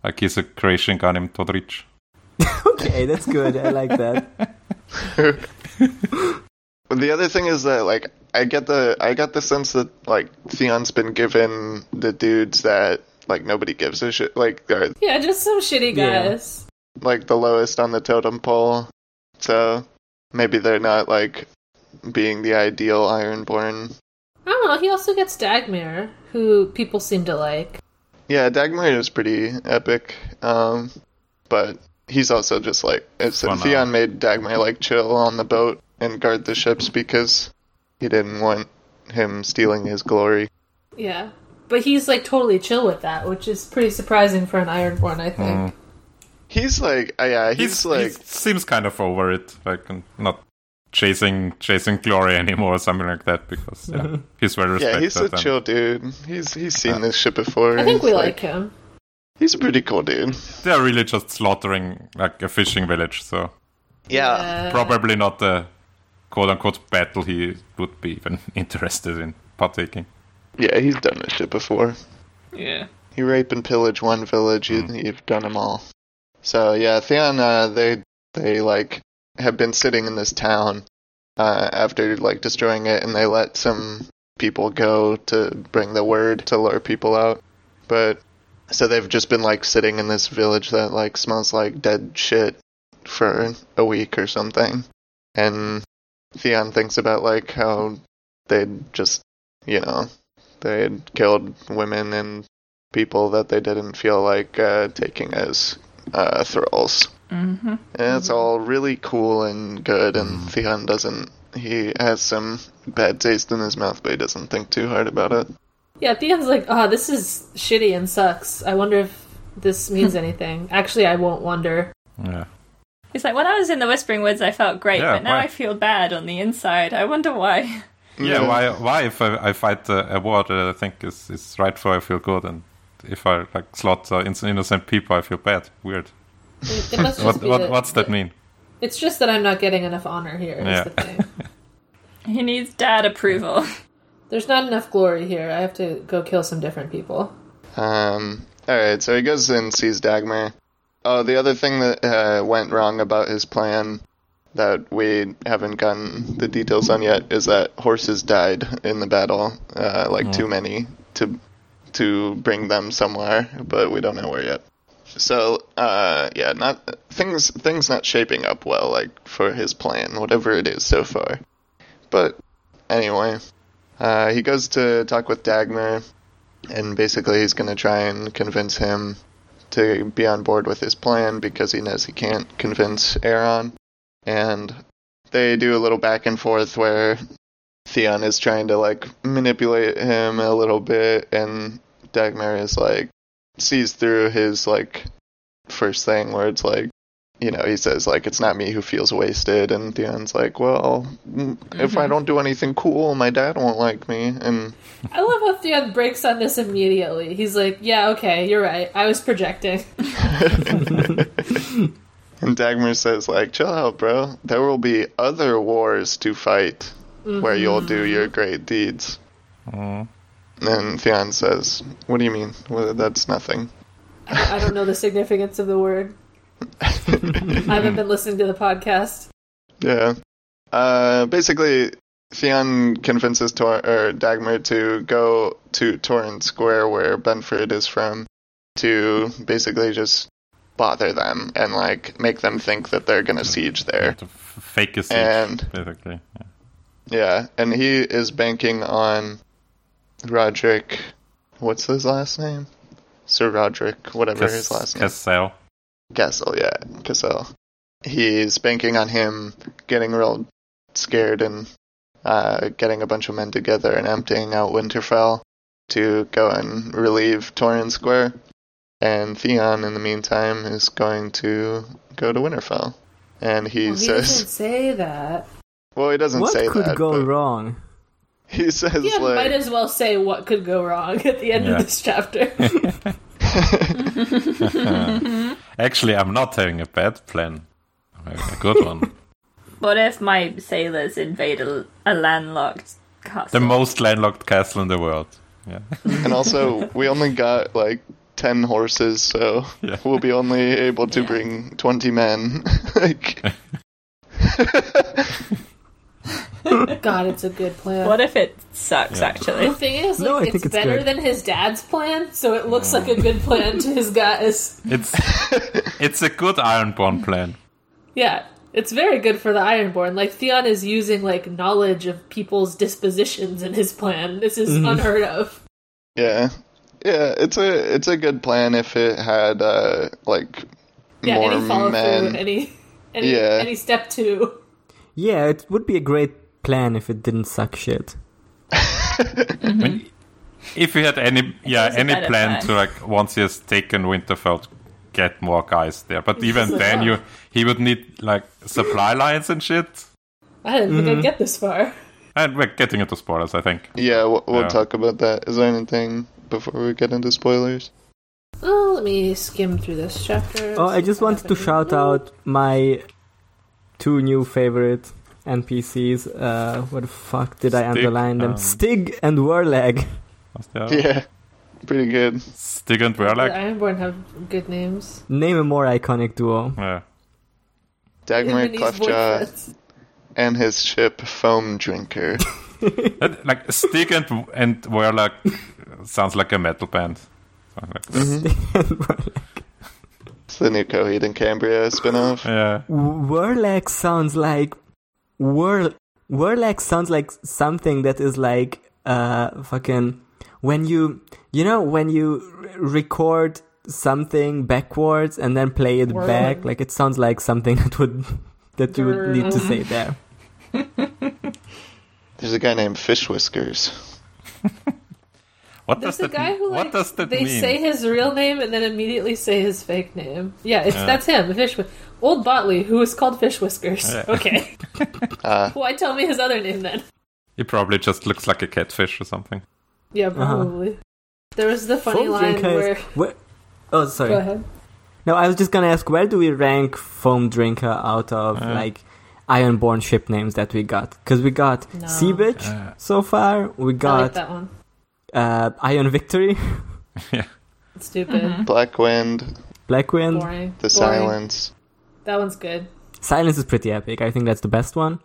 B: Like he's a Croatian guy named Todric.
D: okay, that's good. I like that.
F: But the other thing is that like I get the I got the sense that like Theon's been given the dudes that like nobody gives a shit like are
C: Yeah, just some shitty
D: Yeah.
C: guys.
F: like the lowest on the totem pole. So maybe they're not like being the ideal Ironborn.
C: I don't know. Oh, He also gets Dagmar, who people seem to like.
F: Yeah, Dagmar is pretty epic. Um but he's also just like it's
B: Fun, uh,
F: Theon made Dagmar like chill on the boat and guard the ships because he didn't want him stealing his glory.
C: Yeah, but he's like totally chill with that, which is pretty surprising for an Ironborn, I think.
F: He's like, uh, yeah, he's, like,
B: Mm. he seems kind of over it, like and not chasing chasing glory anymore or something like that because yeah, he's very respected.
F: yeah, he's a
B: and-
F: chill dude. He's he's seen this shit
B: Hmm.
F: before.
C: I think we
F: He's
C: like him.
F: He's a pretty cool dude.
B: They're really just slaughtering like a fishing village, so
C: Uh,
B: probably not the quote unquote battle he would be even interested in partaking.
F: yeah, he's done this shit before.
A: yeah.
F: You rape and pillage one village, you, you've done them all. So yeah, Theon, uh, they they like have been sitting in this town uh, after like destroying it, and they let some people go to bring the word to lure people out. But so they've just been like sitting in this village that like smells like dead shit for a week or something, and Theon thinks about like how they'd just you know they had killed women and people that they didn't feel like uh, taking as uh, thralls.
A: hmm
F: And it's all really cool and good, and Theon doesn't. He has some bad taste in his mouth, but he doesn't think too hard about it.
C: Yeah, Theon's like, oh, this is shitty and sucks. I wonder if this means anything. Actually, I won't wonder.
B: Yeah.
A: He's like, when I was in the Whispering Woods, I felt great,
B: Yeah,
A: but now
B: why?
A: I feel bad on the inside. I wonder why.
B: Yeah, why? Why if I, I fight the award that uh, I think is is right for I feel good, and if I like slaughter in- innocent people I feel bad. Weird.
C: It it must just
B: What,
C: be
B: what
C: that-
B: what's that mean?
C: It's just that I'm not getting enough honor here. Is
B: Yeah.
C: the thing.
A: He needs dad approval.
C: There's not enough glory here. I have to go kill some different people.
F: Um, alright, so he goes and sees Dagmar. Oh, the other thing that uh, went wrong about his plan that we haven't gotten the details on yet is that horses died in the battle, uh, like too many to to bring them somewhere, but we don't know where yet. So, uh, yeah, not things things not shaping up well, like for his plan, whatever it is so far. But anyway, uh, he goes to talk with Dagmar, and basically he's going to try and convince him to be on board with his plan because he knows he can't convince Aaron. And they do a little back and forth where Theon is trying to like manipulate him a little bit, and Dagmar is like sees through his like first thing where it's like. You know, he says like it's not me who feels wasted, and Theon's like, "Well, mm, if I don't do anything cool, my dad won't like me." And
C: I love how Theon breaks on this immediately. He's like, yeah, okay, you're right. I was projecting.
F: And Dagmar says, like, chill out, bro. There will be other wars to fight.
C: Mm-hmm.
F: where you'll do your great deeds.
B: Mm.
F: And Theon says, What do you mean? Well, that's nothing.
C: I don't know the significance of the word. I haven't been listening to the podcast.
F: Yeah. Uh, basically, Theon convinces Tor- or Dagmar to go to Torrent Square, where Benford is from, to basically just bother them and like make them think that they're gonna siege there.
B: To f- fake a siege,
F: And-
B: basically. Yeah.
F: Yeah, and he is banking on Roderick. What's his last name? Sir Roderick, whatever his last name.
B: Cassell.
F: Castle, yeah, Cassell. He's banking on him getting real scared and uh, getting a bunch of men together and emptying out Winterfell to go and relieve Torrin Square. And Theon, in the meantime, is going to go to Winterfell. And he
C: Well, he
F: says,
C: doesn't say that.
F: well, he doesn't say
D: What could
F: that.
D: go
F: but
D: wrong?
F: He says,
C: Yeah,
F: like,
C: might as well say what could go wrong at the end
B: Yeah.
C: of this chapter.
B: Actually, I'm not having a bad plan. I'm having a good one.
A: What if my sailors invade a, a landlocked
B: the
A: castle?
B: most landlocked castle in the world. Yeah.
F: And also, we only got like 10 horses, so
B: Yeah.
F: we'll be only able to bring 20 men. like,
C: God, it's a good plan.
A: what if it sucks, actually?
C: The thing is, like,
D: No, I
C: it's, Mm.
D: think it's
C: better
D: good.
C: than his dad's plan, so it looks like a good plan to his guys.
B: It's it's a good Ironborn plan.
C: Yeah, it's very good for the Ironborn. Like Theon is using like knowledge of people's dispositions in his plan. This is unheard of.
F: yeah. Yeah, it's a it's a good plan if it had uh like
C: Yeah,
F: more
C: any follow
F: men.
C: through, any any
F: Yeah.
C: any step two.
D: Yeah, it would be a great plan if it didn't suck shit.
B: When- if you had any yeah
A: was a
B: any
A: better
B: plan
A: plan.
B: to like once he has taken Winterfell, to get more guys there. But even then, you he would need like supply lines and shit.
C: I didn't think I'd get this far.
B: And we're getting into spoilers, I think.
F: yeah, we'll, we'll
B: Yeah.
F: talk about that. Is there anything before we get into spoilers?
C: Oh, let me skim through this chapter.
D: Oh, I just wanted to shout out my two new favorite NPCs. Uh, what the fuck did I
B: Stig
D: underline them?
F: um,
B: and-
D: Stig and Warleg.
B: Was there
F: Yeah. Pretty good.
B: Stig and
C: The
B: Warlock?
C: Ironborn have good names.
D: Name a more iconic duo.
B: Yeah.
F: Dagmar
C: Everybody's
F: Cleftjaw
C: boyfriends.
F: and his ship Foam Drinker. Mm-hmm.
B: That- Like Stig and and Warlock sounds like a metal band. Sounds like-
D: Stig and Warleg.
F: it's the new Coheed and Cambria spin-off.
B: Yeah.
D: Warleg sounds like War Warleg sounds like something that is like uh fucking when you you know when you r- record something backwards and then play it back
C: Whirling.
D: like it sounds like something that would that you would need to say there.
F: There's a guy named Fish Whiskers.
B: What
C: There's
B: does
C: a
B: that
C: guy
B: mean?
C: who like
B: what does that
C: they
B: mean?
C: say his real name and then immediately say his fake name. Yeah, it's that's him, Fish Whis- Old Botley, who is called Fish Whiskers.
B: Yeah.
C: Okay.
F: Uh,
C: Why tell me his other name then?
B: He probably just looks like a catfish or something.
C: Yeah,
B: Uh-huh.
C: probably. There was the funny
D: Foam
C: line
D: drinker
C: where
D: is- where- oh
C: Go
D: sorry.
C: ahead.
D: No, I was just gonna ask where do we rank foam drinker out of like Ironborn ship names that we got because we got
C: No.
D: Sea Bitch
B: Uh.
D: so far. We
C: I like
D: got
C: that one.
D: uh, Iron Victory,
B: yeah.
C: It's stupid.
A: Mm-hmm.
F: Black Wind,
D: Blackwind.
C: Boring.
F: The
C: Boring.
F: Silence.
C: That one's good.
D: Silence is pretty epic. I think that's the best one.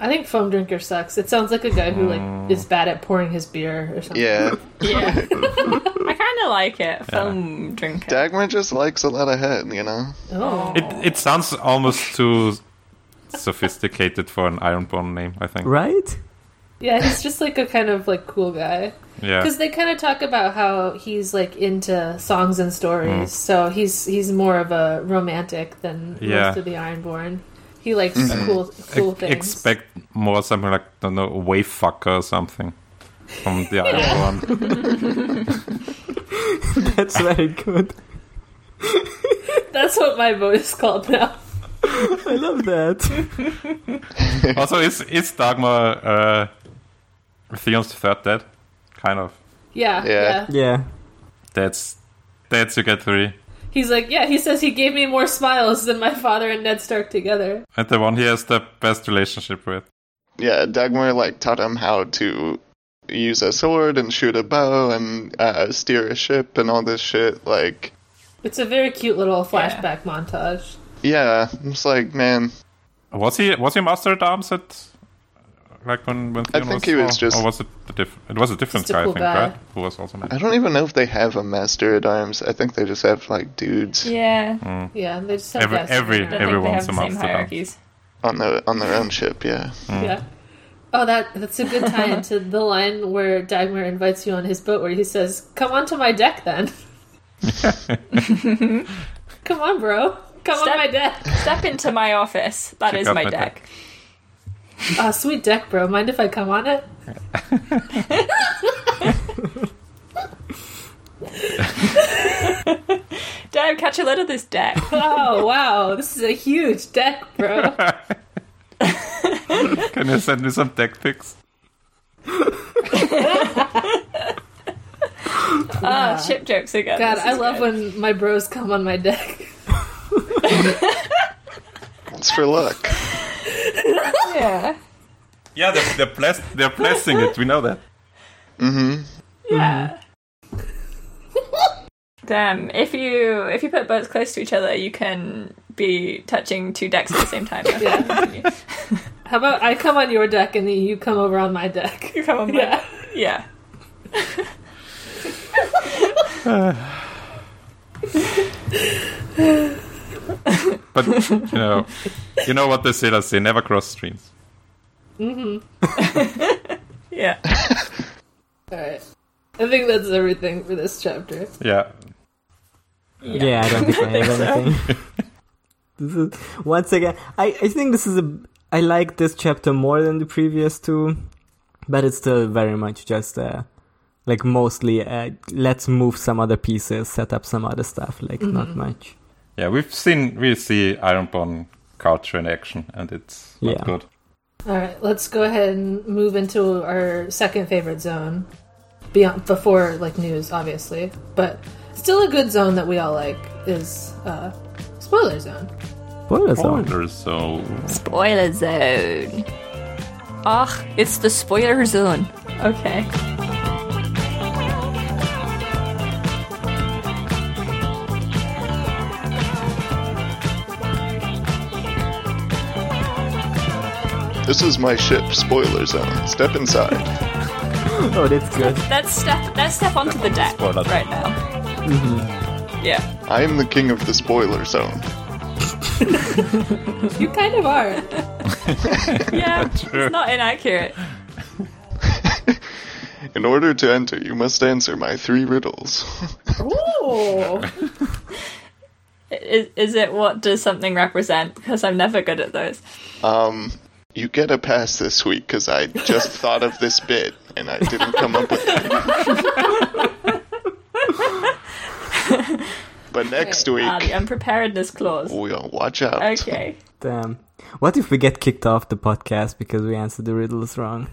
C: I think foam drinker sucks. It sounds like a guy
B: Mm.
C: who like is bad at pouring his beer or something.
F: Yeah.
A: Yeah. I kind of like it. Film drinker.
F: Dagmar just likes a lot of head, you know?
C: Oh.
B: It it sounds almost too sophisticated for an Ironborn name, I think.
D: Right?
C: Yeah, he's just like a kind of like cool guy.
B: Yeah.
C: Because they kind of talk about how he's like into songs and stories,
B: Hmm.
C: so he's he's more of a romantic than
B: Yeah.
C: most of the Ironborn. He likes cool cool
B: E-
C: things.
B: expect more something like I don't know, wave fucker or something from the Ironborn.
D: That's very good.
C: That's what my boat is called now.
D: I love that.
B: also, is is Dagmar uh, Theon's third dad? Kind of.
C: Yeah,
F: Yeah.
C: yeah,
D: Yeah.
B: That's that's you get three.
C: He's like, yeah. He says he gave me more smiles than my father and Ned Stark together.
B: And the one he has the best relationship with.
F: yeah, Dagmar like taught him how to use a sword and shoot a bow and uh, steer a ship and all this shit. Like,
C: It's a very cute little flashback montage.
F: yeah, it's like, man,
B: Was he was he master at arms at like when when Theon was,
F: think he was
B: small?
F: just- Uh,
B: or was it a diff- it was a different
C: Just a
B: guy
C: cool
B: I think
C: guy.
B: right who was also
F: I don't even know if they have a master at arms. I think they just have like dudes
A: Yeah.
B: Mm,
C: Yeah, they just have
B: every
C: guys.
B: every
A: I don't think they have the
B: everyone's a
A: same
B: master at arms.
A: hierarchies.
F: on their on their own ship. Yeah,
B: hmm. mm.
C: Yeah. Oh, that that's a good tie into the line where Dagmar invites you on his boat, where he says, "Come onto my deck, then. Come on, bro. Come
A: Step-
C: on my deck.
A: Step into my office. That
B: Check
A: is
B: out
A: my
B: my
A: deck.
B: deck.
C: Oh, sweet deck, bro. Mind if I come on it?
A: Damn, catch a load of this deck.
C: Oh, wow. This is a huge deck, bro.
B: Can you send me some deck pics?
A: Ah, ship jokes again.
C: God,
A: This
C: I
A: is
C: love
A: good.
C: when my bros come on my deck.
F: it's for luck.
A: Yeah.
B: Yeah, they're they're, bless- they're blessing it. We know that.
F: Mm-hmm.
A: Mm-hmm. Yeah. Damn, if you if you put boats close to each other, you can be touching two decks at the same time. Yeah.
C: How about I come on your deck and then you come over on Oh my deck?
A: you come on, my-
C: Yeah.
A: yeah.
B: But you know, you know what the sailors say: never cross streams.
C: Mm-hmm.
A: Yeah.
C: All right. I think that's everything for this chapter.
B: Yeah,
D: Yeah, I don't think I have anything. this is, once again, I, I think this is a. I like this chapter more than the previous two, but it's still very much just uh, like mostly uh, let's move some other pieces, set up some other stuff. Like not much.
B: yeah. We've seen we see Ironborn culture in action, and it's not
D: Yeah.
B: good.
C: All right, let's go ahead and move into our second favorite zone. Beyond before like news, obviously, but still a good zone that we all like is uh, spoiler zone.
D: Spoiler zone.
B: Spoilers, so
A: Spoiler zone. Ah, it's the spoiler zone. Okay.
F: This is my ship. Spoiler zone. Step inside.
D: Oh, that's good.
A: Let's step let's step onto the deck
B: Spoiler zone. Mm-hmm.
A: right now. Yeah.
F: I am the king of the spoiler zone.
C: You kind of are.
A: Yeah.
B: True.
A: It's not inaccurate.
F: In order to enter, you must answer my three riddles.
C: Ooh.
A: Is, is it what does something represent? Because I'm never good at those.
F: um, you get a pass this week because I just thought of this bit and I didn't come up with it. but next
A: Ah,
F: week,
A: the unpreparedness clause.
F: we'll watch out.
A: Okay.
D: Damn. What if we get kicked off the podcast because we answered the riddles wrong?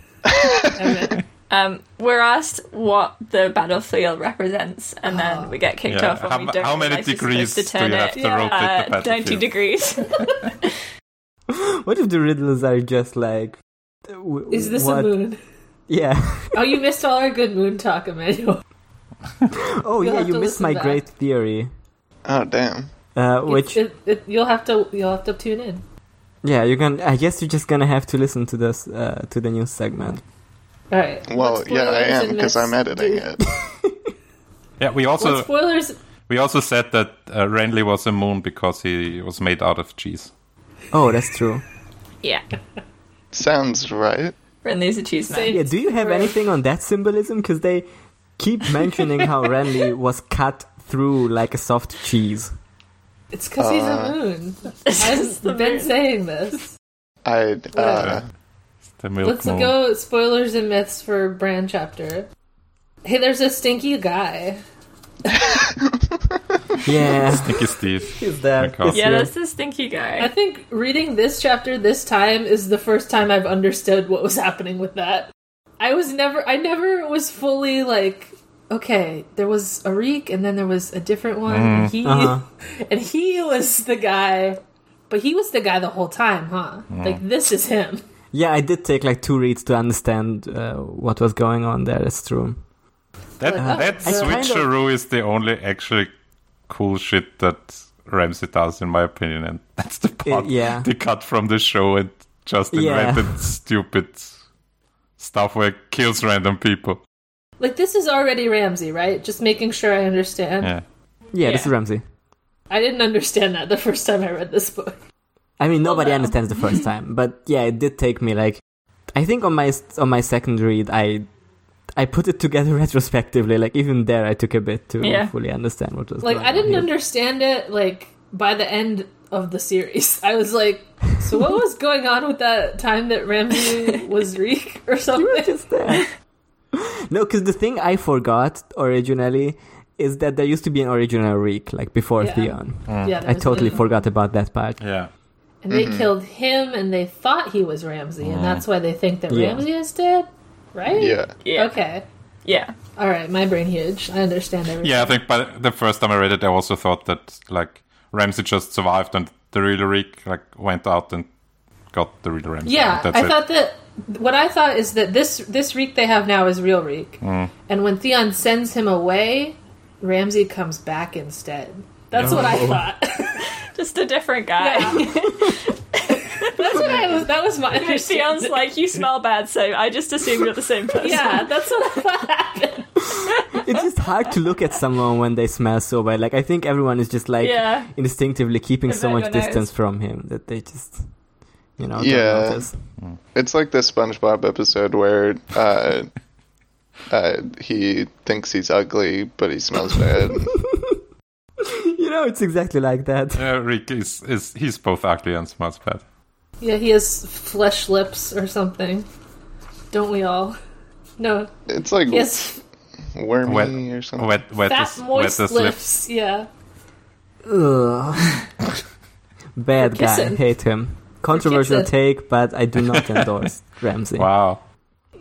A: Um, we're asked what the battlefield represents, and
C: Ah.
A: then we get kicked
B: Yeah.
A: off when
B: How
A: we
B: mu-
A: don't
B: how many
A: realize you're
B: degrees
A: supposed to
B: do
A: turn
B: you
A: it
B: have to rotate the
A: uh, ninety
B: battlefield?
A: degrees.
D: What if the riddles are just like? w-
C: Is this
D: what-
C: a moon?
D: Yeah.
C: Oh, you missed all our good moon talk, Emmanuel.
D: Oh yeah,
C: have
D: you
C: to
D: missed
C: listen
D: my
C: back.
D: great theory,
F: Oh, damn.
D: uh, which
C: It, it, you'll have to you'll have to tune in.
D: Yeah, you're gonna. I guess you're just gonna have to listen to this uh, to the new segment.
C: All right.
F: Well,
C: What
F: yeah, I
C: spoilers
F: am
C: in
F: because
C: this
F: I'm editing
C: do-
F: it.
B: yeah. We also
C: What spoilers?
B: we also said that uh, Renly was a moon because he was made out of cheese.
D: Oh, that's true.
A: yeah,
F: Sounds right.
A: Renly's a cheese man.
D: Yeah, do you have anything on that symbolism? Because they keep mentioning how Renly was cut through like a soft cheese.
C: It's because he's
F: Uh,
C: a moon. I've
A: the
C: been
A: moon.
C: saying this.
F: I uh,
C: Whatever.
B: The milk
C: Let's
B: moon.
C: go spoilers and myths for brand chapter. Hey, there's a stinky guy.
D: Yeah,
B: Nicky Steve.
D: is that?
B: Okay.
D: is
A: Yeah,
D: your-
A: that's the stinky
C: I
A: guy.
C: think reading this chapter this time is the first time I've understood what was happening with that. I was never, I never was fully like, okay, there was a reek and then there was a different one. and he
D: uh-huh.
C: and he was the guy, but he was the guy the whole time, huh? Like this is him.
D: Yeah, I did take like two reads to understand uh, what was going on there. It's true.
B: That
C: Uh,
B: that
C: I
D: kind
B: switcheroo is the only actually cool shit that Ramsey does, in my opinion, and that's the part
D: yeah.
B: they cut from the show and just
D: Yeah.
B: invented stupid stuff where it kills random people.
C: Like this is already Ramsey, right? Just making sure I understand.
B: Yeah,
D: Yeah,
A: Yeah.
D: this is Ramsey.
C: I didn't understand that the first time I read this book.
D: I mean, nobody
A: no.
D: understands the first time, but yeah, it did take me like, I think on my on my second read, I I put it together retrospectively. Like even there, I took a bit to
A: Yeah.
D: fully understand what was
C: Like
D: going
C: I didn't
D: on here.
C: understand it like by the end of the series. I was like, so what was going on with that time that Ramsey was Reek or
D: You were
C: something?
D: just there. no, because the thing I forgot originally is that there used to be an original Reek like before
C: Yeah.
D: Theon.
C: Yeah,
D: Uh, I totally forgot about that part.
B: yeah.
C: And they killed him, and they thought he was Ramsey, and that's why they think that
D: Uh, Yeah.
C: Ramsey is dead, right?
F: Yeah.
A: Yeah.
C: Okay.
A: Yeah.
C: All right. My brain huge. I understand everything.
B: Yeah, I think by the first time I read it, I also thought that like Ramsey just survived and the real Rick like went out and got the real Ramsey.
C: Yeah,
B: that's
C: I
B: it.
C: thought that what I thought is that this this reek they have now is real reek,
D: Uh.
C: and when Theon sends him away, Ramsey comes back instead. That's what I thought.
A: Just a different guy.
C: that's what I was. That was my
A: It sounds
C: understanding.
A: like you smell bad, so I just assume you're the same person.
C: Yeah, that's what I thought happened.
D: it's just hard to look at someone when they smell so bad. Like I think everyone is just like
A: Yeah.
D: instinctively keeping
A: If
D: so much
A: anyone knows.
D: distance from him that they just you know
F: Yeah.
D: don't notice.
F: It's like the SpongeBob episode where uh, uh, he thinks he's ugly, but he smells bad.
D: You know, it's exactly like that.
B: Yeah, Rick is is he's both ugly and smells bad.
C: Yeah, he has flesh lips or something. Don't we all? No,
F: It's like
C: he has
F: wormy
B: Wet,
F: or something.
B: wet, wet,
C: fat,
B: as-
C: moist
B: wet as
C: lips. Yeah,
D: Ugh. Bad guy,
C: Kissing.
D: hate him. Controversial
C: Kissing.
D: take, but I do not endorse Ramsey.
B: Wow.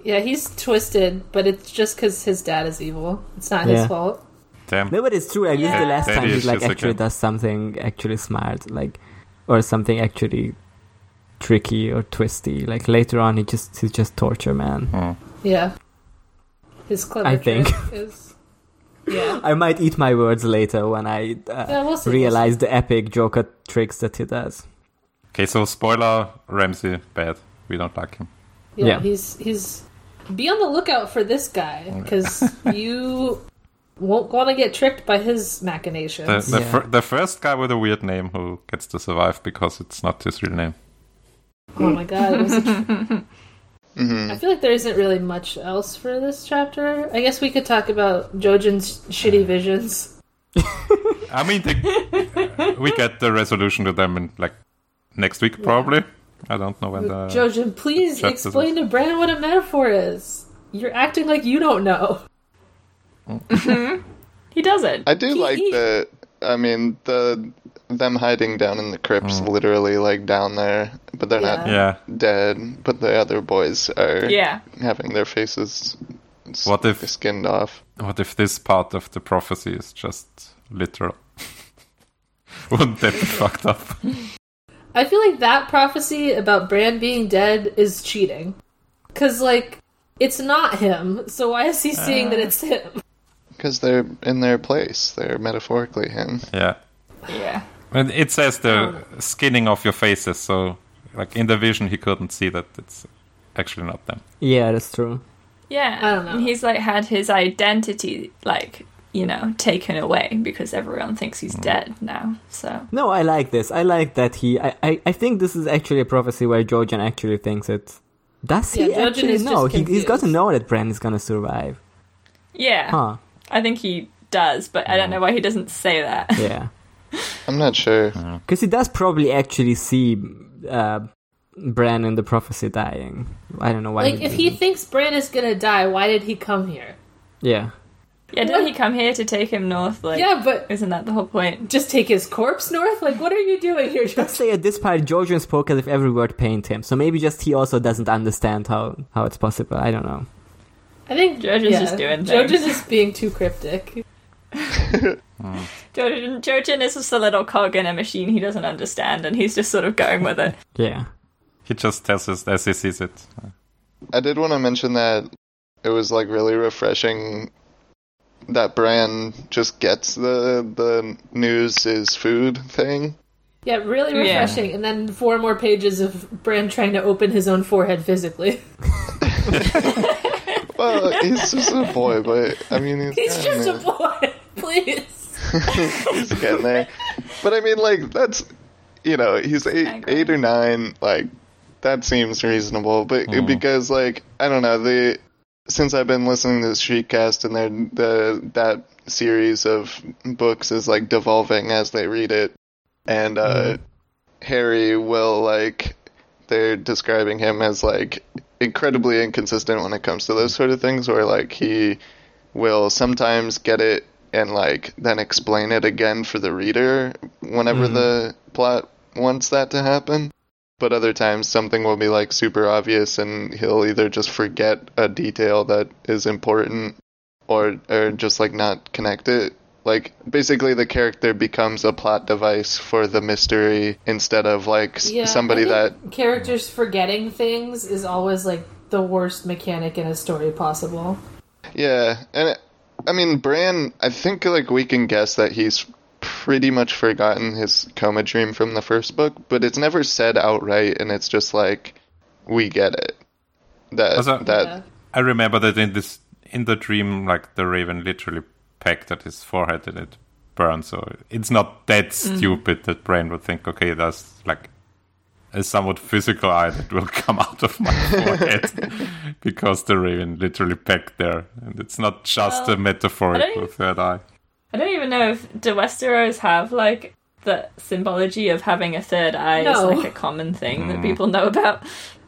C: yeah, he's twisted, but it's just because his dad is evil. It's not
D: Yeah.
C: his fault.
B: Damn.
D: No, but it's true. Like, This is the
A: Yeah.
D: last
B: That
D: time he
B: is
D: like
B: just
D: actually
B: okay.
D: does something actually smart, like, or something actually tricky or twisty. Like later on, he just he's just torture man.
B: Hmm.
C: Yeah. His clever
D: I think.
C: trick is Yeah.
D: I might eat my words later when I uh,
C: Yeah, we'll see,
D: realize the epic Joker tricks that he does.
B: Okay, so spoiler: Ramsey bad. We don't like him.
C: Yeah,
D: Yeah.
C: he's he's be on the lookout for this guy cuz you won't want to get tricked by his
B: The,
C: machinations.
B: the,
D: Yeah.
B: fir- the first guy with a weird name who gets to survive because it's not his real name.
C: oh my god. It was a tr-
F: hmm
C: I feel like there isn't really much else for this chapter. I guess we could talk about Jojen's shitty visions.
B: I mean, they, we get the resolution to them in like next week probably. I don't know when the
C: Jojen, please
B: chapter is-
C: explain to Bran what a metaphor is. You're acting like you don't know.
A: He doesn't.
F: I do like the. I mean the them hiding down in the crypts, literally like down there, but they're not
B: Mm. yeah.
F: dead. But the other boys are
A: Yeah.
F: having their faces s-
B: What if-
F: skinned off.
B: What if this part of the prophecy is just literal? Wouldn't that be fucked up?
C: I feel like that prophecy about Bran being dead is cheating. Because, like, it's not him, so why is he seeing that it's him?
F: Because they're in their place. They're metaphorically him.
B: Yeah.
A: Yeah.
B: And it says the skinning of your faces, so like in the vision he couldn't see that it's actually not them.
D: Yeah, that's true.
A: Yeah.
C: I don't know.
A: And he's like had his identity like, you know, taken away because everyone thinks he's dead now. So
D: No, I like this. I like that he. I, I, I think this is actually a prophecy where Georgian actually thinks it. Does he
C: Yeah, Georgian
D: actually
C: is just
D: know? He, he's got to
C: confused.
D: know that Bran is gonna survive.
A: Yeah.
D: Huh.
A: I think he does, but I don't know why he doesn't say that.
D: Yeah.
F: I'm not sure.
D: Because he does probably actually see uh, Bran in the prophecy dying. I don't know why.
C: Like, if he
D: didn't.
C: thinks Bran is gonna die, why did he come here?
D: yeah,
A: Yeah, didn't he come here to take him north? Like
C: yeah, but
A: isn't that the whole point?
C: just take his corpse north? Like, what are you doing here,
D: let's
C: Justin?
D: say at this part, Georgian spoke as if every word pained him. So maybe just he also doesn't understand how how it's possible. I don't know.
C: I think
A: Jojen's just doing
C: Jojen
A: things.
C: is being too cryptic.
B: Hmm.
A: Jojen Jojen is just a little cog in a machine he doesn't understand and he's just sort of going with it.
D: Yeah.
B: He just tells us as he sees it.
F: I did want to mention that it was like really refreshing that Bran just gets the the news is food thing.
C: Yeah, really
A: Yeah.
C: refreshing. And then four more pages of Bran trying to open his own forehead physically.
F: Well, he's just a boy, but I mean, he's,
C: He's
F: getting
C: just a boy. Please.
F: there. he's getting there. But I mean, like that's you know, he's eight,
A: agree.
F: eight or nine. Like that seems reasonable, but because like I don't know the since I've been listening to Streetcast and their the that series of books is like devolving as they read it, and uh, Harry will like they're describing him as like incredibly inconsistent when it comes to those sort of things where like he will sometimes get it and like then explain it again for the reader whenever the plot wants that to happen but other times something will be like super obvious and he'll either just forget a detail that is important or or just like not connect it like basically the character becomes a plot device for the mystery instead of like s- somebody that
C: characters forgetting things is always like the worst mechanic in a story possible.
F: Yeah, and it, I mean, Bran. I think like we can guess that he's pretty much forgotten his coma dream from the first book, but it's never said outright, and it's just like we get it. That
B: Also-
F: that
B: I remember that in this in the dream, like the raven literally pecked at his forehead and it burned. So it's not that
A: Mm.
B: stupid that brain would think, okay, there's like a somewhat physical eye that will come out of my forehead because the raven literally pecked there, and it's not just a metaphorical
A: even-
B: third eye.
A: I don't even know if do Westeros have like the symbology of having a third eye
C: No.
A: is like a common thing that people know about.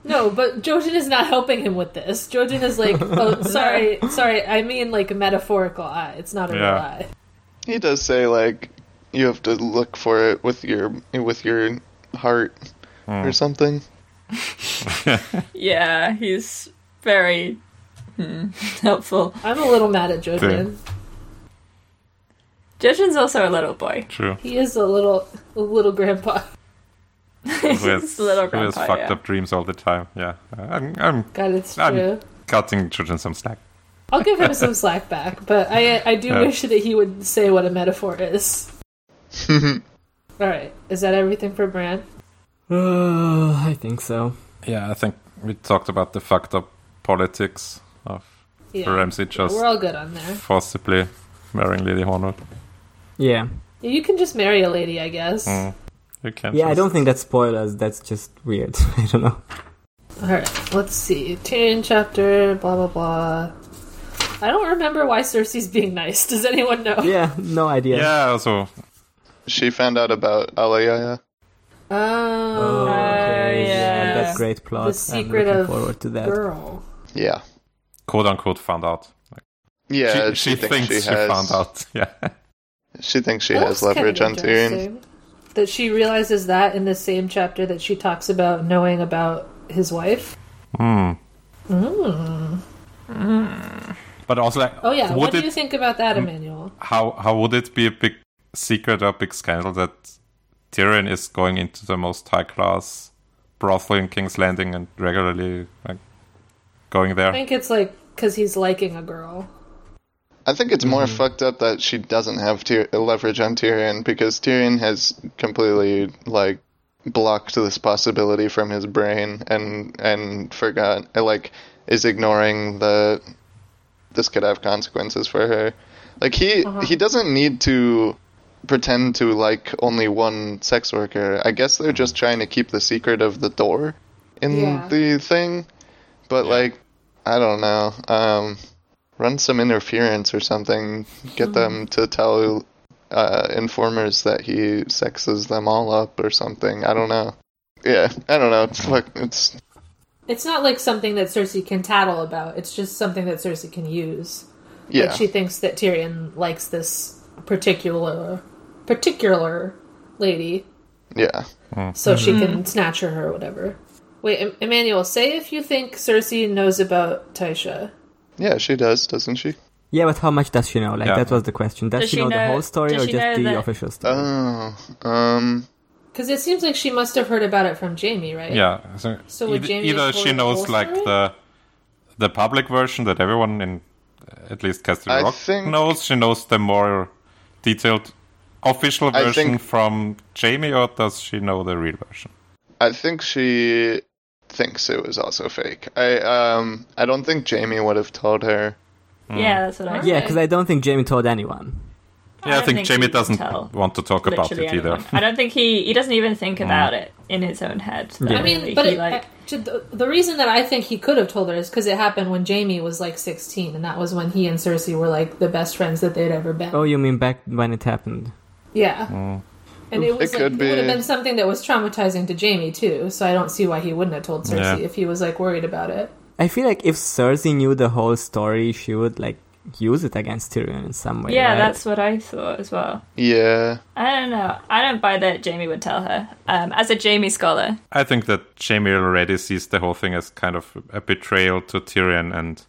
C: No, but Jojen is not helping him with this. Jojen is like, oh, sorry, sorry, I mean like a metaphorical eye. It's not a real
B: Yeah.
C: eye.
F: he does say like you have to look for it with your with your heart
B: Hmm.
F: or something.
A: Yeah, he's very hmm, helpful.
C: I'm a little mad at Jojen.
A: Jojen's also a little boy.
B: True.
C: He is a little, a little grandpa.
A: He's
B: Who has,
A: a little
B: who has
A: grandpa,
B: fucked
A: yeah.
B: up dreams all the time. Yeah, I'm, I'm
C: God, it's
B: I'm-
C: true.
B: cutting children some slack.
C: I'll give him some slack back, but I, I do
B: Yeah.
C: wish that he would say what a metaphor is. All right, is that everything for Bran?
D: Uh, I think so.
B: Yeah, I think we talked about the fucked up politics of
C: Yeah,
B: Ramsey just
C: we're all good on there.
B: forcibly marrying Lady Hornet.
D: Yeah.
C: You can just marry a lady, I guess.
B: Mm. You can
D: Yeah, I
B: just-
D: don't think that's spoilers. That's just weird. I don't know.
C: All right, let's see. Tyrion chapter, blah blah blah. I don't remember why Cersei's being nice. Does anyone know?
D: Yeah, no idea.
B: Yeah, also
F: She found out about Alaya.
D: Oh,
C: Oh,
D: okay,
A: yeah.
D: that great plot.
C: the secret
D: I'm looking
C: of
D: forward to that.
C: girl.
F: Yeah,
B: quote unquote found out. Like,
F: yeah.
B: she, she thinks she,
F: has.
B: found out. Yeah.
F: She thinks she
C: That
F: has
C: was kind
F: leverage
C: of
F: on Tyrion.
C: interesting. That she realizes that in the same chapter that she talks about knowing about his wife. Mm.
B: Hmm.
A: Hmm.
B: But also, like,
C: Oh yeah,
B: would
C: what do
B: it,
C: you think about
B: Mm.
C: that, Emmanuel?
B: how how would it be a big secret or big scandal that Tyrion is going into the most high class brothel in King's Landing and regularly like going there?
C: I think it's like because he's liking a girl.
F: I think it's more fucked up that she doesn't have Tyr- leverage on Tyrion because Tyrion has completely like blocked this possibility from his brain and and forgot uh, like is ignoring the this could have consequences for her. Like he he doesn't need to pretend to like only one sex worker. I guess they're just trying to keep the secret of the door in
C: Yeah.
F: the thing. But like I don't know. Um run some interference or something. Get them to tell uh, informers that he sexes them all up or something. I don't know. Yeah, I don't know. It's fuck. It's
C: It's not like something that Cersei can tattle about. It's just something that Cersei can use.
F: yeah.
C: Like she thinks that Tyrion likes this particular particular lady,
F: yeah.
C: so
B: Mm-hmm.
C: she can snatch her or whatever. Wait, em- Emmanuel, say if you think Cersei knows about Tysha.
F: Yeah, she does, doesn't she?
D: Yeah, but how much does she know? Like
B: Yeah.
D: that was the question. Does, she know, the whole story
A: does
D: or
A: she
B: Uh,
D: just
A: know
D: the
A: that-
D: official story?
F: Oh, um,
C: Because it seems like she must have heard about it from Jamie, right?
B: Yeah. So,
C: So would
B: eith-
C: Jamie
B: either
C: have told
B: she
C: her
B: knows
C: also?
B: like the the public version that everyone in uh, at least Castle
F: I
B: Rock
F: think-
B: knows. She knows the more detailed official
F: I
B: version
F: think-
B: from Jamie, or does she know the real version?
F: I think she thinks it was also fake. I um I don't think Jamie would have told her.
B: Hmm.
A: Yeah, that's what I.
D: Yeah,
A: think.
D: because I don't think Jamie told anyone.
A: I
B: Yeah, I,
A: don't
B: think,
A: think
B: Jamie
A: she can
B: doesn't
A: tell
B: want to talk about it
A: literally
B: either. Hmm.
A: anyone. I don't think he he doesn't even think about it in his own head. though,
D: Yeah.
C: I
A: really.
C: mean, but
A: He,
C: it,
A: like,
C: to the, the reason that I think he could have told her is because it happened when Jamie was like 16, and that was when he and Cersei were like the best friends that they'd ever been.
D: Oh, you mean back when it happened?
C: Yeah. And it was
F: It
C: like,
F: could
C: it would have
F: be.
C: been something that was traumatizing to Jamie too, so I don't see why he wouldn't have told Cersei
B: Yeah.
C: if he was like worried about it.
D: I feel like if Cersei knew the whole story, she would like use it against Tyrion in some way.
A: yeah,
D: right?
A: that's what I thought as well.
F: Yeah.
A: I don't know. I don't buy that Jamie would tell her. Um, as a Jamie scholar,
B: I think that Jamie already sees the whole thing as kind of a betrayal to Tyrion, and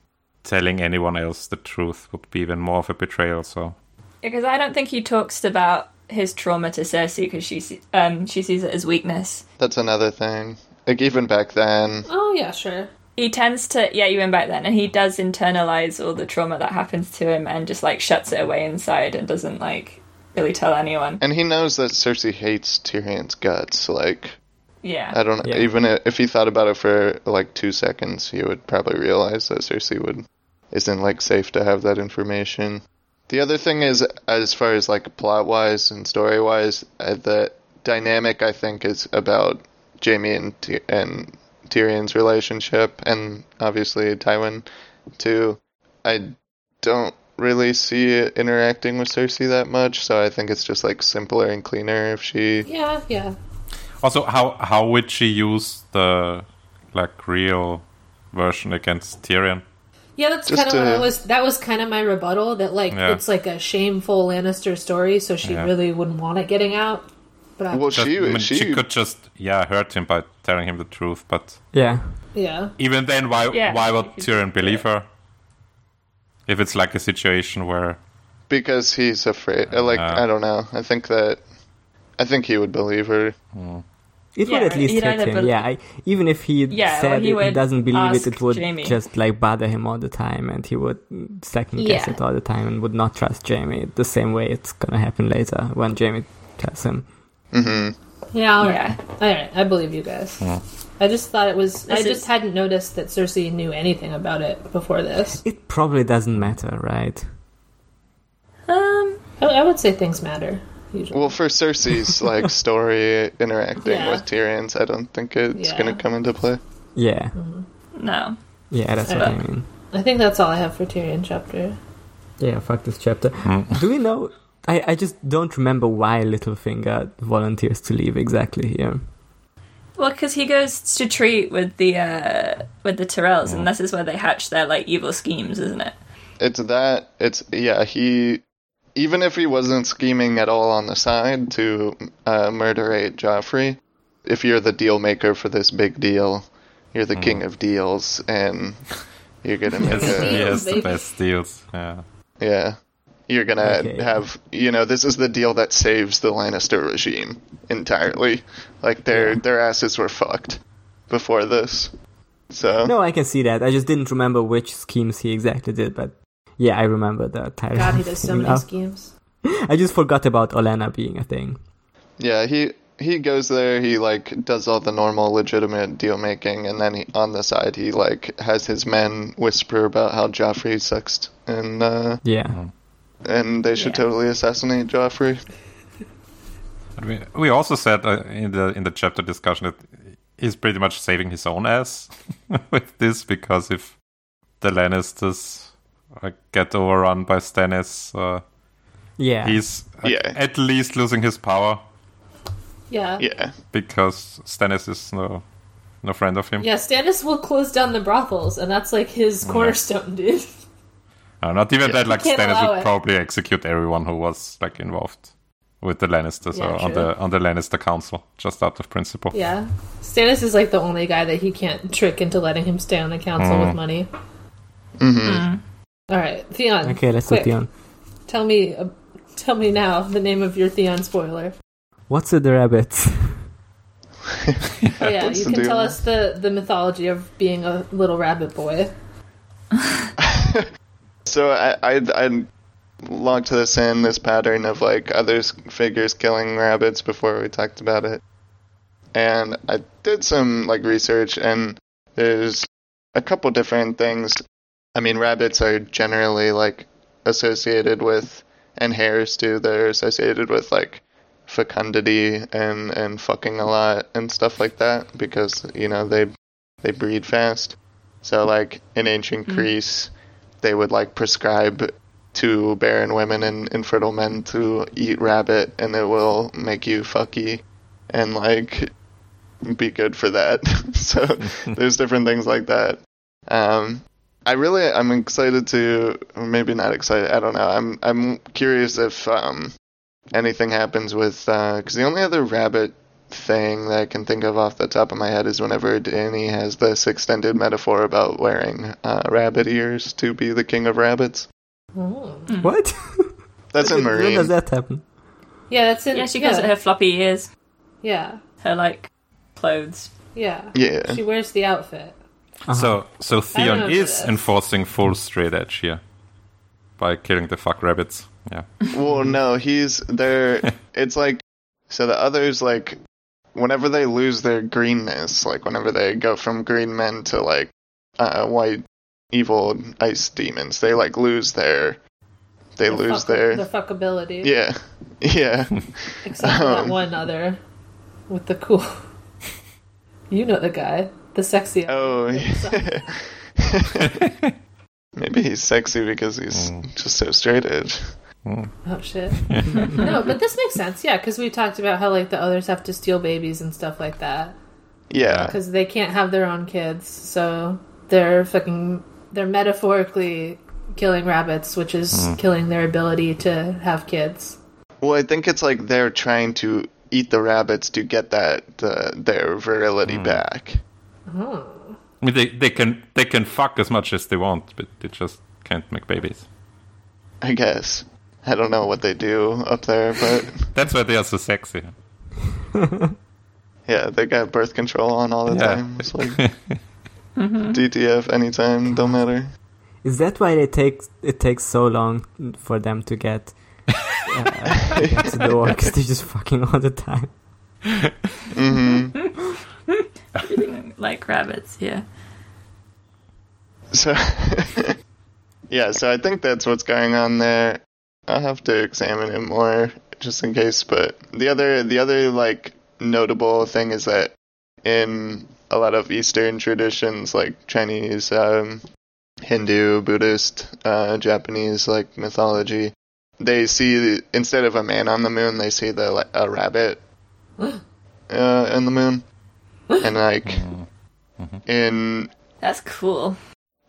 B: telling anyone else the truth would be even more of a betrayal. So
A: because I don't think he talks about his trauma to Cersei because she se- um, she sees it as weakness.
F: That's another thing. Like even back then,
C: Oh yeah, sure.
A: He tends to yeah, even back then, and he does internalize all the trauma that happens to him and just like shuts it away inside and doesn't like really tell anyone.
F: and he knows that Cersei hates Tyrion's guts. Like
A: Yeah,
F: I don't
D: Yeah.
F: even i- if he thought about it for like two seconds, he would probably realize that Cersei would isn't like safe to have that information. The other thing is, as far as like plot wise and story wise, uh, the dynamic I think is about Jamie and Ty- and Tyrion's relationship, and obviously Tywin too. I don't really see it interacting with Cersei that much, so I think it's just like simpler and cleaner if she
C: Yeah, yeah.
B: Also, how how would she use the like real version against Tyrion?
C: Yeah, that's
F: Just
C: kind of what I
F: to-
C: was. That was kind of my rebuttal that like
B: Yeah.
C: it's like a shameful Lannister story, so she
B: Yeah.
C: really wouldn't want it getting out. But I,
F: well
B: Just-
F: she
B: I mean,
F: she,
B: could just yeah hurt him by telling him the truth, but
D: yeah.
C: yeah,
B: even then, why
A: Yeah,
B: why
A: she
B: would
A: could
B: Tyrion
A: do
B: believe
A: it.
B: her? If it's like a situation where
F: Because he's afraid. uh, Like
B: Uh.
F: I don't know. I think that I think he would believe her.
D: It
A: Yeah,
D: would at least
A: he'd
D: hit
A: either
D: him.
A: bel-
D: yeah, I, even if he
A: Yeah, or
D: said
A: he
D: it and
A: would
D: doesn't believe it, it
A: ask
D: would
A: Jamie.
D: just like bother him all the time, and he would second guess
C: Yeah.
D: it all the time, and would not trust Jamie. The same way it's gonna happen later when Jamie tells him.
C: yeah, all right.
A: yeah.
C: All right, I believe you guys. I just thought it was. I
A: This
C: just
A: is-
C: hadn't noticed that Cersei knew anything about it before this.
D: It probably doesn't matter, right?
A: Um,
C: I, I would say things matter usually.
F: Well, for Cersei's like story interacting
C: Yeah.
F: with Tyrion's, I don't think it's
C: Yeah.
F: gonna come into play.
D: Yeah,
A: no.
D: yeah, that's what I mean.
C: Mm-hmm. I think that's all I have for Tyrion chapter.
D: Yeah, fuck this chapter. Do we know? I, I just don't remember why Littlefinger volunteers to leave exactly here.
A: Well, because he goes to treat with the uh, with the Tyrells, and this is where they hatch their like evil schemes, isn't it?
F: It's that. It's yeah. He even if he wasn't scheming at all on the side to uh, murderate Joffrey, if you're the deal maker for this big deal, you're the king of deals, and you're gonna make
B: he
F: a,
C: Deals,
B: has the
C: baby.
B: best deals, yeah.
F: Yeah. You're gonna
D: Okay.
F: have you know, this is the deal that saves the Lannister regime entirely. Like their their asses were fucked before this. So
D: No, I can see that. I just didn't remember which schemes he exactly did, but yeah, I remember the Oh, title.
C: God, he does so many schemes.
D: I just forgot about Olena being a thing.
F: yeah, he he goes there, he like does all the normal legitimate deal making and then he, on the side he like has his men whisper about how Joffrey sucks and uh
B: Oh.
D: Yeah.
F: and they should
A: Yeah.
F: totally assassinate Joffrey.
B: But we we also said uh, in the in the chapter discussion that he's pretty much saving his own ass with this because if the Lannisters uh, get overrun by Stannis. Uh,
D: Yeah.
B: he's a-
F: Yeah.
B: at least losing his power
C: Yeah. yeah.
F: Yeah.
B: because Stannis is no no friend of him.
C: Stannis will close down the brothels, and that's like his cornerstone, dude.
B: No, not even that. Like
C: He can't
B: Stannis
C: allow
B: would
C: it.
B: probably execute everyone who was like involved with the Lannisters
C: Yeah,
B: or on
C: true.
B: the on the Lannister Council, just out of principle.
C: Yeah. Stannis is like the only guy that he can't trick into letting him stay on the council with money.
F: Mm-hmm.
C: All right, Theon.
D: okay, let's
C: quick,
D: do Theon.
C: Tell me, uh, tell me now the name of your Theon spoiler.
D: What's with the rabbits? Hmm.
C: yeah,
F: What's
C: you
F: the
C: can tell
F: deal?
C: us the, the mythology of being a little rabbit boy.
A: Mm.
F: So I, I I logged this in this pattern of like other s- figures killing rabbits before we talked about it, and I did some like research and there's a couple different things. I mean, rabbits are generally like associated with, and hares too. They're associated with like fecundity and and fucking a lot and stuff like that because you know they they breed fast. So like in ancient Greece they would like prescribe to barren women and infertile men to eat rabbit and it will make you fucky and like be good for that. so there's different things like that. Um I really I'm excited to or maybe not excited, I don't know. I'm I'm curious if um anything happens with uh 'cause cuz the only other rabbit thing that I can think of off the top of my head is whenever Danny has this extended metaphor about wearing uh, rabbit ears to be the king of rabbits.
C: Hmm.
A: Mm.
D: What?
F: That's in
D: When does
F: Marine.
D: that happen?
C: Yeah, that's it.
A: Yeah, she calls
C: yeah.
A: it her floppy ears,
C: Yeah,
A: her like clothes.
C: yeah.
F: Yeah.
C: She wears the outfit.
D: Uh-huh.
B: So, so Theon
C: remember
B: is
C: this.
B: enforcing full straight edge here by killing the fuck rabbits. Yeah.
F: Well, no, he's there. It's like so the others like whenever they lose their greenness, like whenever they go from green men to like uh, white evil ice demons, they like lose their they
C: The
F: lose
C: fuck-
F: their
C: the fuckability.
F: yeah yeah.
C: Except for that
F: Um.
C: one other with the cool. you know the guy, the sexy.
F: Oh, yeah.
B: Mm,
F: Maybe he's sexy because he's just so straight edge.
B: mm.
C: Oh shit. no, but this makes sense. Yeah, because we talked about how like the others have to steal babies and stuff like that
F: Yeah.
C: because they can't have their own kids, so they're fucking they're metaphorically killing rabbits, which is killing their ability to have kids.
F: Well, I think it's like they're trying to eat the rabbits to get that uh, their virility back.
B: I mean, they, they can they can fuck as much as they want, but they just can't make babies.
F: I guess. I don't know what they do up there, but
B: That's why they are so sexy.
F: yeah, they got birth control on all the
B: Yeah.
F: time. It's like DTF anytime, don't matter.
D: Is that why it takes it takes so long for them to get, uh, get to the work? 'Cause They're just fucking all the time.
B: Mm,
F: Mm-hmm.
A: Like rabbits, yeah.
F: So, yeah, so I think that's what's going on there. I'll have to examine it more just in case. But the other, the other like notable thing is that in a lot of Eastern traditions, like Chinese, um, Hindu, Buddhist, uh, Japanese, like mythology, they see instead of a man on the moon, they see the like, a rabbit
C: Oh,
F: uh, in the moon, and like
B: mm-hmm.
F: in
A: That's cool.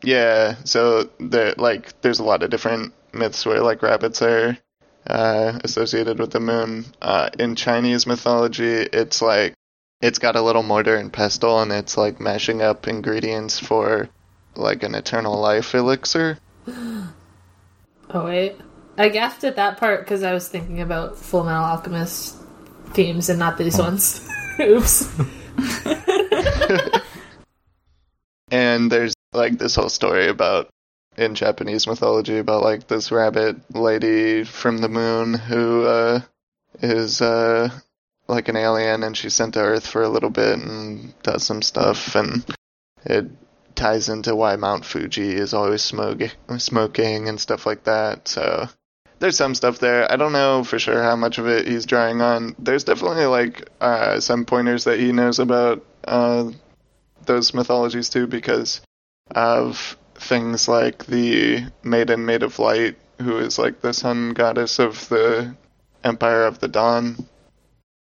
F: yeah, so there like there's a lot of different myths where like rabbits are uh, associated with the moon. Uh, in Chinese mythology, it's like it's got a little mortar and pestle, and it's like mashing up ingredients for like an eternal life elixir.
C: Oh wait, I gasped at that part because I was thinking about Full Metal Alchemist themes and not these ones. Oops. Hmm,
F: And there's like this whole story about in Japanese mythology about like this rabbit lady from the moon who uh is uh like an alien and she's sent to Earth for a little bit and does some stuff and it ties into why Mount Fuji is always smoking smoking and stuff like that. So there's some stuff there. I don't know for sure how much of it he's drawing on. There's definitely like uh some pointers that he knows about uh those mythologies too because of things like the maiden maid of light who is like the sun goddess of the empire of the dawn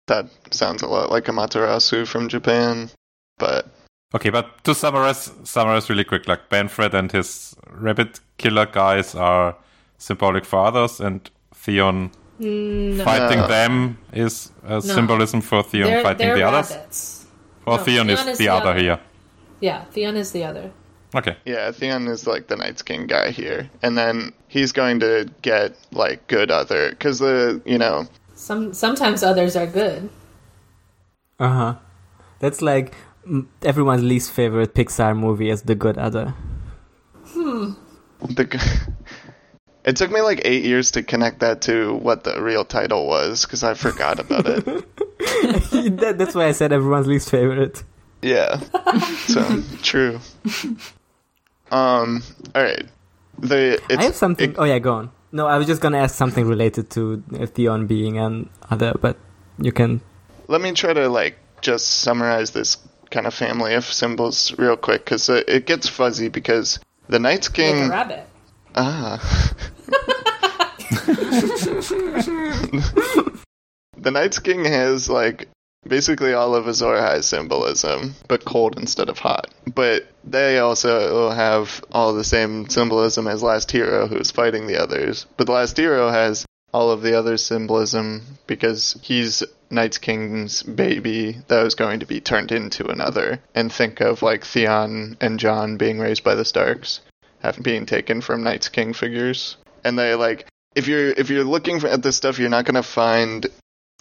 F: that sounds a lot like amaterasu from japan but
B: Okay, but to summarize summarize really quick, like Banfred and his rabbit killer guys are symbolic for others, and Theon fighting
F: No.
B: them is uh, symbolism for Theon
C: They're,
B: fighting
C: they're
B: the others.
C: rabbits.
B: Or
C: No,
B: Theon, is, the, other, here.
C: Yeah, Theon is the other.
B: Okay.
F: yeah theon is like the night's king guy here and then he's going to get like good other because the you know
C: Some sometimes others are good.
D: Uh huh. That's like mm, everyone's least favorite Pixar movie is The Good Other.
C: Hmm,
F: The, g- it took me like eight years to connect that to what the real title was because I forgot about it.
D: that, that's why I said everyone's least favorite.
F: Yeah. So true. Um. All right. The it's,
D: I have something.
F: it-
D: oh yeah, go on. No, I was just gonna ask something related to uh, Theon being an other, but you can.
F: let me try to like just summarize this kind of family of symbols real quick because it, it gets fuzzy because the Knights
C: Like
F: King.
C: a rabbit.
F: Ah. the Night's King has like basically all of Azor High symbolism, but cold instead of hot. But they also have all the same symbolism as Last Hero, who's fighting the others. But Last Hero has all of the other symbolism because he's Night's King's baby that was going to be turned into another. And think of like Theon and John being raised by the Starks have being taken from Knights King figures. And they like if you're if you're looking for, at this stuff, you're not gonna find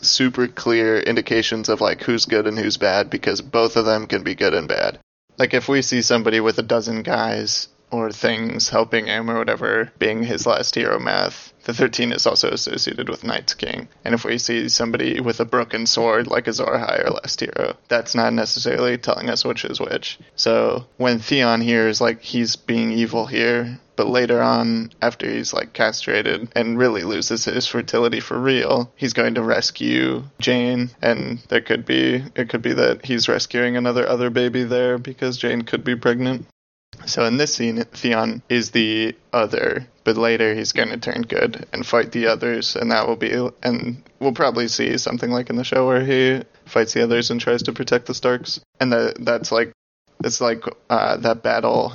F: super clear indications of like who's good and who's bad because both of them can be good and bad. Like if we see somebody with a dozen guys or things helping him or whatever being his last hero math, the 13 is also associated with Knights King. And if we see somebody with a broken sword like Azor High or last hero, that's not necessarily telling us which is which. So when Theon hears like he's being evil here, but later on, after he's like castrated and really loses his fertility for real, he's going to rescue Jane, and there could be it could be that he's rescuing another other baby there because Jane could be pregnant. So in this scene, Theon is the other, but later he's going to turn good and fight the others, and that will be and we'll probably see something like in the show where he fights the others and tries to protect the Starks, and that that's like it's like uh, that battle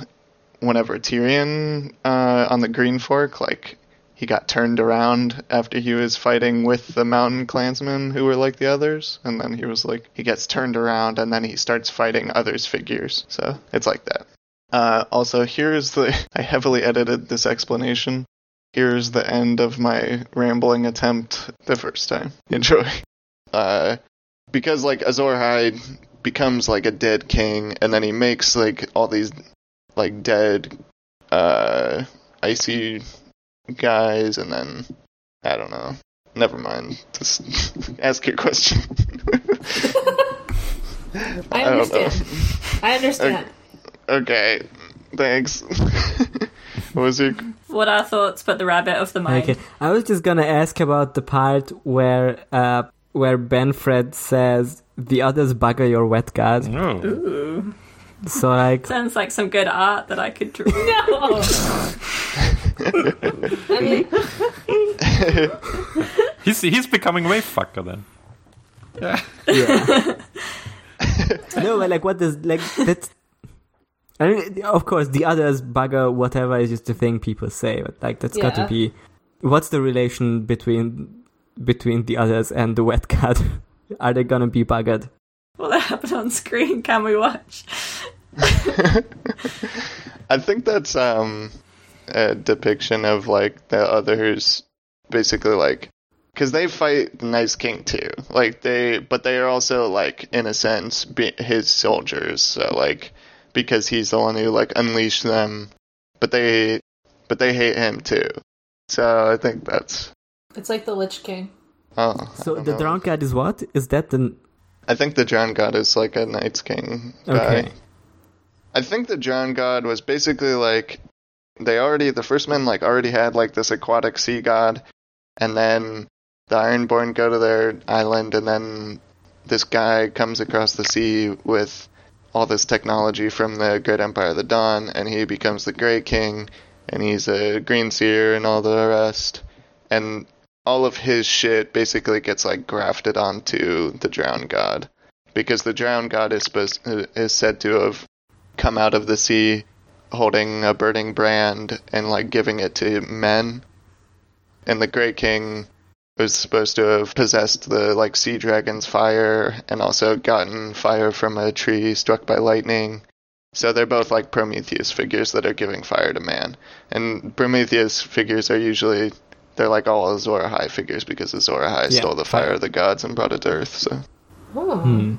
F: whenever Tyrion uh, on the Green Fork, like he got turned around after he was fighting with the mountain clansmen who were like the others and then he was like he gets turned around and then he starts fighting others figures so it's like that uh, also here's the i heavily edited this explanation here's the end of my rambling attempt the first time enjoy uh, because like azor Ahai becomes like a dead king and then he makes like all these like dead uh icy guys and then i don't know never mind just ask your question
C: I
F: don't know.
C: understand. I understand.
F: okay thanks what was your
A: What are thoughts but the rabbit of the mind?
D: Okay, I was just gonna ask about the part where uh, where Benfred says the others bugger your wet guard.
B: Oh,
A: Ooh.
D: So like,
A: Sounds like some good art that I could draw.
C: No. I mean,
B: he's he's becoming wave fucker then.
D: yeah. no, but like, what does like that's. I mean, of course, the others bugger whatever is just a thing people say, but like that's got to
C: Yeah.
D: be. What's the relation between between the others and the wet cat? Are they gonna be buggered?
A: Will that happen on screen? Can we watch?
F: I think that's um a depiction of like the others basically like because they fight the Nice King too. Like they, but they are also like in a sense be, his soldiers. So like because he's the one who like unleashed them, but they but they hate him too. So I think that's
C: it's like the Lich King.
F: oh. I
D: So
F: don't
D: the
F: know.
D: drowned cat is what? Is that the
F: I think the drowned god is like a Night's King guy.
D: okay?
F: I think the drowned god was basically like they already the first men like already had like this aquatic sea god, and then the Ironborn go to their island, and then this guy comes across the sea with all this technology from the Great Empire of the Dawn, and he becomes the Grey King, and he's a Green Seer and all the rest, and all of his shit basically gets like grafted onto the drowned god because the drowned god is supposed is said to have come out of the sea holding a burning brand and like giving it to men. And the Great King was supposed to have possessed the like sea dragon's fire and also gotten fire from a tree struck by lightning. So they're both like Prometheus figures that are giving fire to man. And Prometheus figures are usually they're like all Azor High figures because Azor High
D: Yeah.
F: stole the fire of the gods and brought it to Earth. So
C: Oh.
D: Hmm.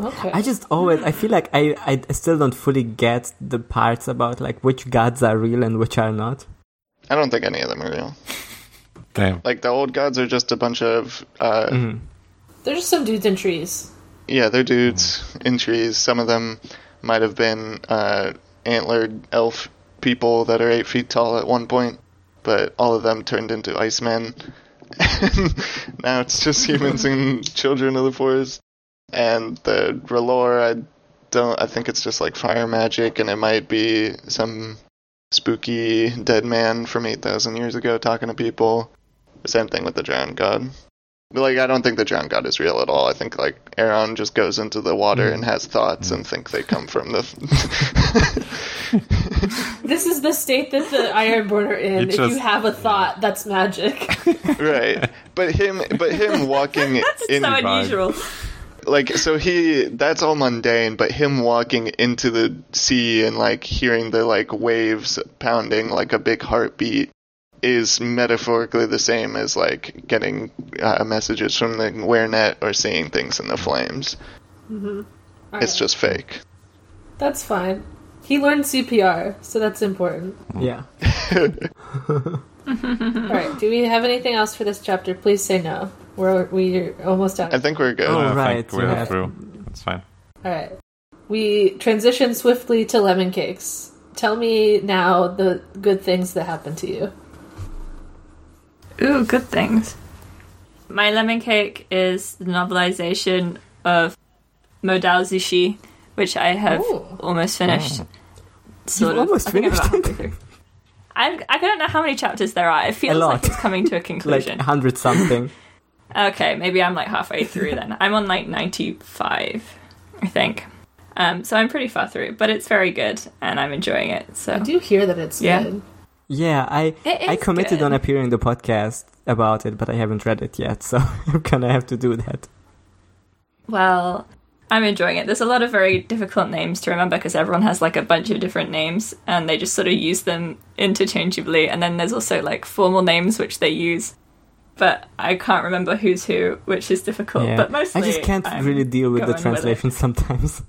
C: Okay.
D: I just always I feel like I, I still don't fully get the parts about like which gods are real and which are not.
F: I don't think any of them are real.
B: Damn.
F: Like the old gods are just a bunch of uh,
D: Mm-hmm.
C: They're just some dudes in trees.
F: yeah, they're dudes in trees. Some of them might have been uh, antlered elf people that are eight feet tall at one point, but all of them turned into icemen. now it's just humans and children of the forest. And the R'hllor, I don't. I think it's just like fire magic, and it might be some spooky dead man from eight thousand years ago talking to people. The same thing with the drowned god. But, like I don't think the drowned god is real at all. I think like Aaron just goes into the
D: Mm.
F: water and has thoughts and think they come from the.
C: This is the state that the Ironborn are in.
B: It
C: if you
B: just-
C: have a thought, that's magic.
F: right, but him, but him walking in
A: so
B: vibe.
A: unusual.
F: like so he that's all mundane but him walking into the sea and like hearing the like waves pounding like a big heartbeat is metaphorically the same as like getting uh, messages from the wearnet or seeing things in the flames it's just fake
C: That's fine. He learned CPR, so that's important.
D: Yeah.
C: All right. Do we have anything else for this chapter? Please say no. We're we're almost out.
F: i think we're good
D: Oh,
B: I
D: right,
B: think we're
D: yeah.
B: through. That's fine.
C: All right. We transition swiftly to lemon cakes. Tell me now the good things that happened to you.
A: Ooh, good things. My Lemon Cake is the novelization of Modal Zushi, which I have
C: Ooh.
A: almost finished. Sort
D: Mm. You've almost
A: I think I'm about
D: finished?
A: halfway through. I, I don't know how many chapters there are. It feels like
D: lot.
A: it's coming to a
D: Like
A: conclusion.
D: hundred something.
A: Okay, maybe I'm like halfway through then. I'm on like 95, I think. Um, so I'm pretty far through, but it's very good and I'm enjoying it. So
C: I do hear that it's
A: Yeah.
C: good.
D: Yeah, I
A: It
D: I
A: is
D: committed
A: good.
D: on appearing in the podcast about it, but I haven't read it yet, so I'm gonna have to do that.
A: Well, I'm enjoying it. There's a lot of very difficult names to remember because everyone has like a bunch of different names and they just sort of use them interchangeably. And then there's also like formal names which they use, but I can't remember who's who, which is difficult.
D: Yeah.
A: But mostly,
D: I just can't
A: I'm
D: really deal with the
A: going it.
D: translation sometimes.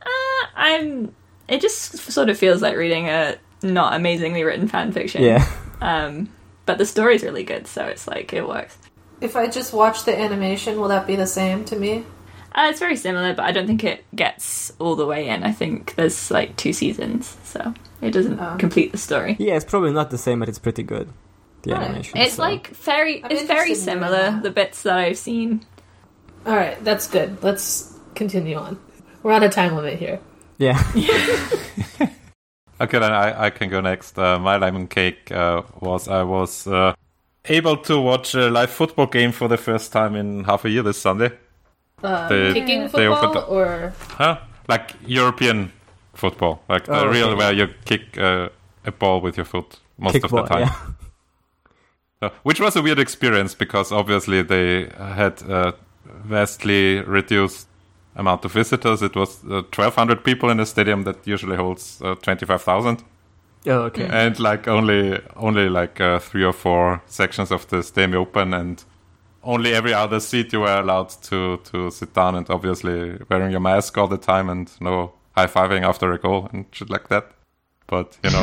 A: Uh, I'm. It just sort of feels like reading a not amazingly written fan fiction.
D: Yeah.
A: Um, but the story's really good, so it's like it works.
C: If I just watch the animation, will that be the same to me?
A: Uh, it's very similar, but I don't think it gets all the way in. I think there's like two seasons, so it doesn't
C: Oh.
A: complete the story.
D: Yeah, it's probably not the same, but it's pretty good. The
C: Right.
D: animation.
A: It's
D: so-
A: like very,
C: I'm
A: it's very
C: interested in doing
A: similar.
C: that.
A: The bits that I've seen.
C: All right, that's good. Let's continue on. We're on a time limit here.
D: yeah.
B: Okay, then I, I can go next. Uh, my lemon cake uh, was I was uh, able to watch a live football game for the first time in half a year this Sunday.
C: Um,
B: They-
C: kicking
B: they
C: football
B: opened up-
C: or
B: Huh? Like European football, like the
D: Oh, okay.
B: real where you kick uh, a ball with your foot most of the
D: Kickball,
B: time.
D: yeah.
B: Uh, which was a weird experience because obviously they uh, had a vastly reduced amount of visitors. It was uh, 1,200 people in a stadium that usually holds uh, 25,000.
D: Oh, okay.
B: and like only only like uh, three or four sections of the stadium open and only every other seat you were allowed to to sit down and obviously wearing your mask all the time and no high-fiving after a goal and shit like that but you know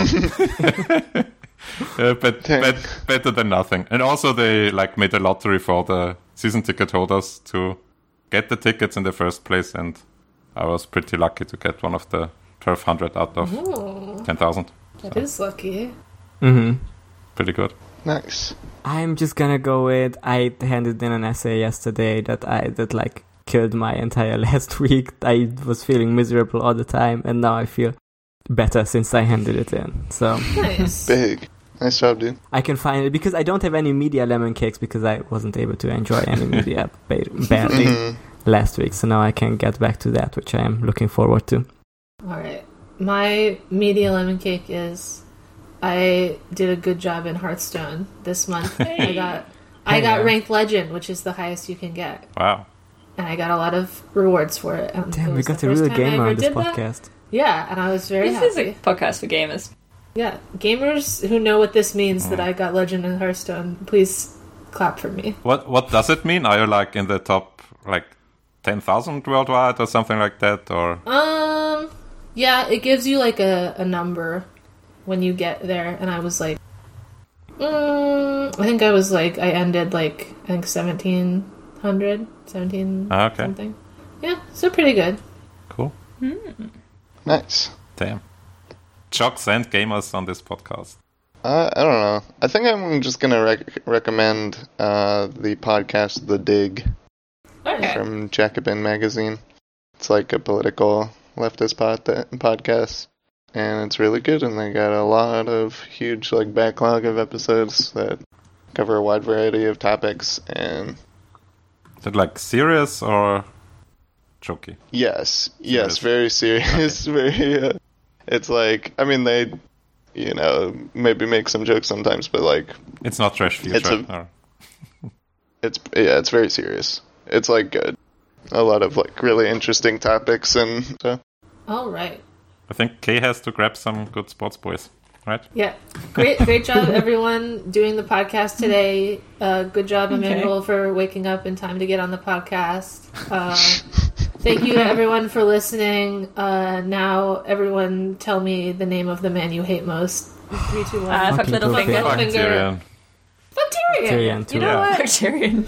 B: uh, but, but better than nothing and also they like made a lottery for the season ticket holders to get the tickets in the first place and i was pretty lucky to get one of the 1200 out of
C: oh,
B: 10000
C: that is lucky.
A: Hmm.
D: Mm-hmm.
B: pretty good
F: nice
D: I'm just gonna go with I handed in an essay yesterday that I that like killed my entire last week. I was feeling miserable all the time, and now I feel better since I handed it in. So
C: Nice.
F: big nice job dude
D: I can find it because I don't have any media lemon cakes because I wasn't able to enjoy any media ba- badly
F: Mhm.
D: last week. So now I can get back to that, which I am looking forward to.
C: All right. My media lemon cake is I did a good job in Hearthstone this month. I
A: Hey.
C: got I
D: Hey,
C: got
D: yeah.
C: ranked legend, which is the highest you can get,
B: Wow.
C: and I got a lot of rewards for it. Um, it
D: Damn, we
C: was
D: got
C: the
D: a
C: first
D: real
C: time I
D: gamer
C: ever
D: on this
C: did that.
D: podcast.
C: Yeah, and I was very
A: This
C: happy.
A: is a podcast for gamers.
C: Yeah, gamers who know what this means
B: Mm.
C: that I got legend in Hearthstone, please clap for me.
B: What what does it mean? Are you like in the top like ten thousand worldwide or something like that, or
C: Um, yeah, it gives you like a, a number when you get there, and I was like, mm, I think I was like, I ended like, I think 1700, 17
B: Ah, okay.
C: something. Yeah, so pretty good.
B: cool.
A: Hmm.
F: Nice.
B: Damn, jocks and gamers on this podcast.
F: Uh, I don't know. I think I'm just gonna rec- recommend uh, the podcast "The Dig"
A: Okay. Uh,
F: from Jacobin Magazine. It's like a political leftist pod- podcast, and it's really good. And they got a lot of huge like backlog of episodes that cover a wide variety of topics. And
B: Is it like serious or jokey?
F: yes,
B: Serious.
F: yes, very serious. Very. Uh, it's like I mean they, you know, maybe make some jokes sometimes, but like
B: It's not trash future.
F: It's a-
B: or-
F: it's yeah, it's very serious. It's like good. A lot of like really interesting topics and so
C: All right.
B: I think Kay has to grab some good sports boys, right?
C: Yeah, great, great job, everyone, doing the podcast today. Uh, good job, Emmanuel, for waking up in time to get on the podcast. Uh, thank you, everyone, for listening. Uh, now, everyone, tell me the name of the man you hate most. Three, two, one.
A: Uh, fuck
D: Fucking
A: little
D: Tokyo.
A: finger.
C: Fuck.
A: Fuck
C: Finger.
B: Bacterium.
C: Fuck Tyrion.
D: Tyrion,
C: You know
B: Tyrion.
C: what?
A: Tyrion.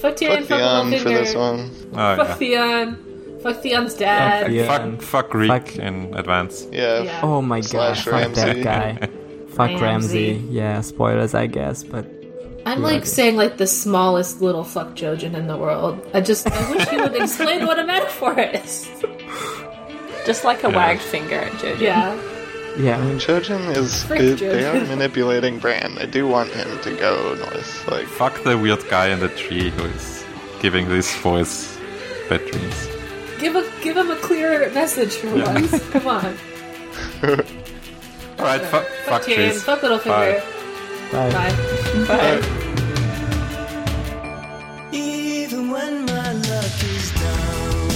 C: Fuck Tyrion. Fuck
F: fuck Theon for
C: Littlefinger.
F: this one.
B: Oh,
C: Fuck
B: yeah.
C: Theon. Fuck Theon's dad.
D: Theon.
B: Fuck, fuck Reek
D: Fuck-
B: in advance.
F: Yeah.
C: Yeah.
D: Oh my god,
F: Slash
D: fuck that
F: Ramsey.
D: guy. fuck
C: Ramsey.
D: Ramsey. Yeah, spoilers, I guess, but
C: I'm like saying like the smallest little fuck Jojen in the world. I just I wish you would explain what a metaphor is.
A: Just like a wagged finger at Jojo.
C: Yeah.
D: yeah,
F: Chojin is
C: Frick
F: it- they are
C: Jojen.
F: manipulating Bran. I do want him to go north. Like
B: Fuck the weird guy in the tree who is giving this voice bad dreams.
C: Give a give him a clear message for once. Come on.
B: Alright, fuck, fuck
C: Fuck Tyrion.
B: trees.
C: Fuck Littlefinger.
D: bye.
C: Bye.
A: But
G: Even when my luck is down,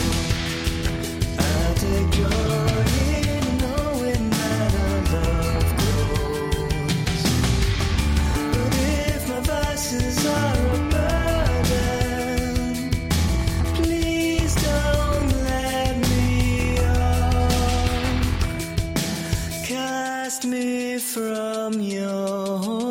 G: I take joy in knowing that our love grows. But if my vices are a burden, please don't let me off. Cast me from your home.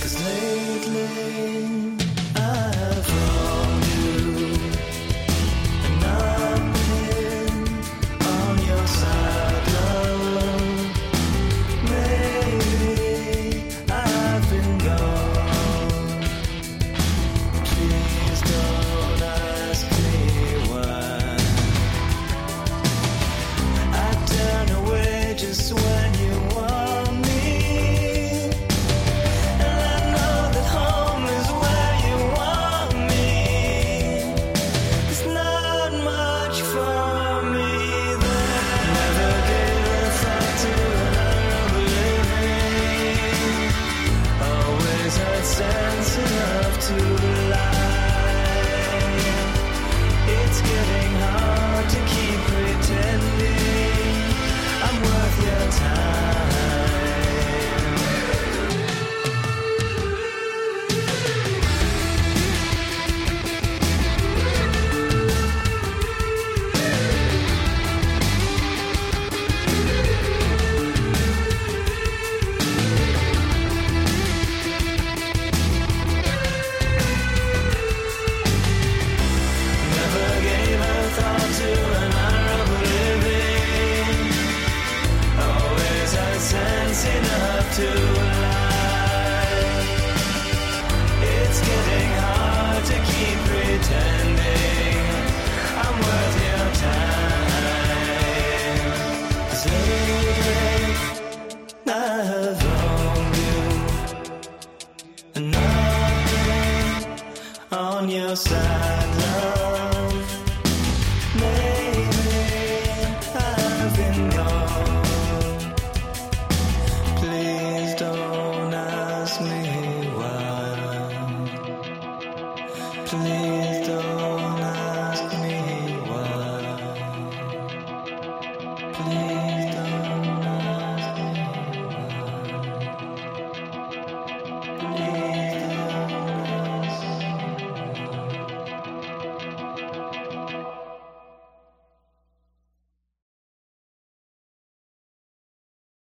G: Cause lately I've wronged you And I've been on your side, love Maybe I've been gone Please don't ask me why I turn away just when you want me that home is where you want me. It's not much for me there. Never gave a thought to another living. Always had sense enough to lie. It's getting hard to keep pretending I'm worth your time. Never gave a thought to an honorable living. Always had sense enough to lie. It's getting hard to keep pretending I'm worth your time. 'Cause lately I've wronged you, and I've on your side, love. Maybe I've been gone. listening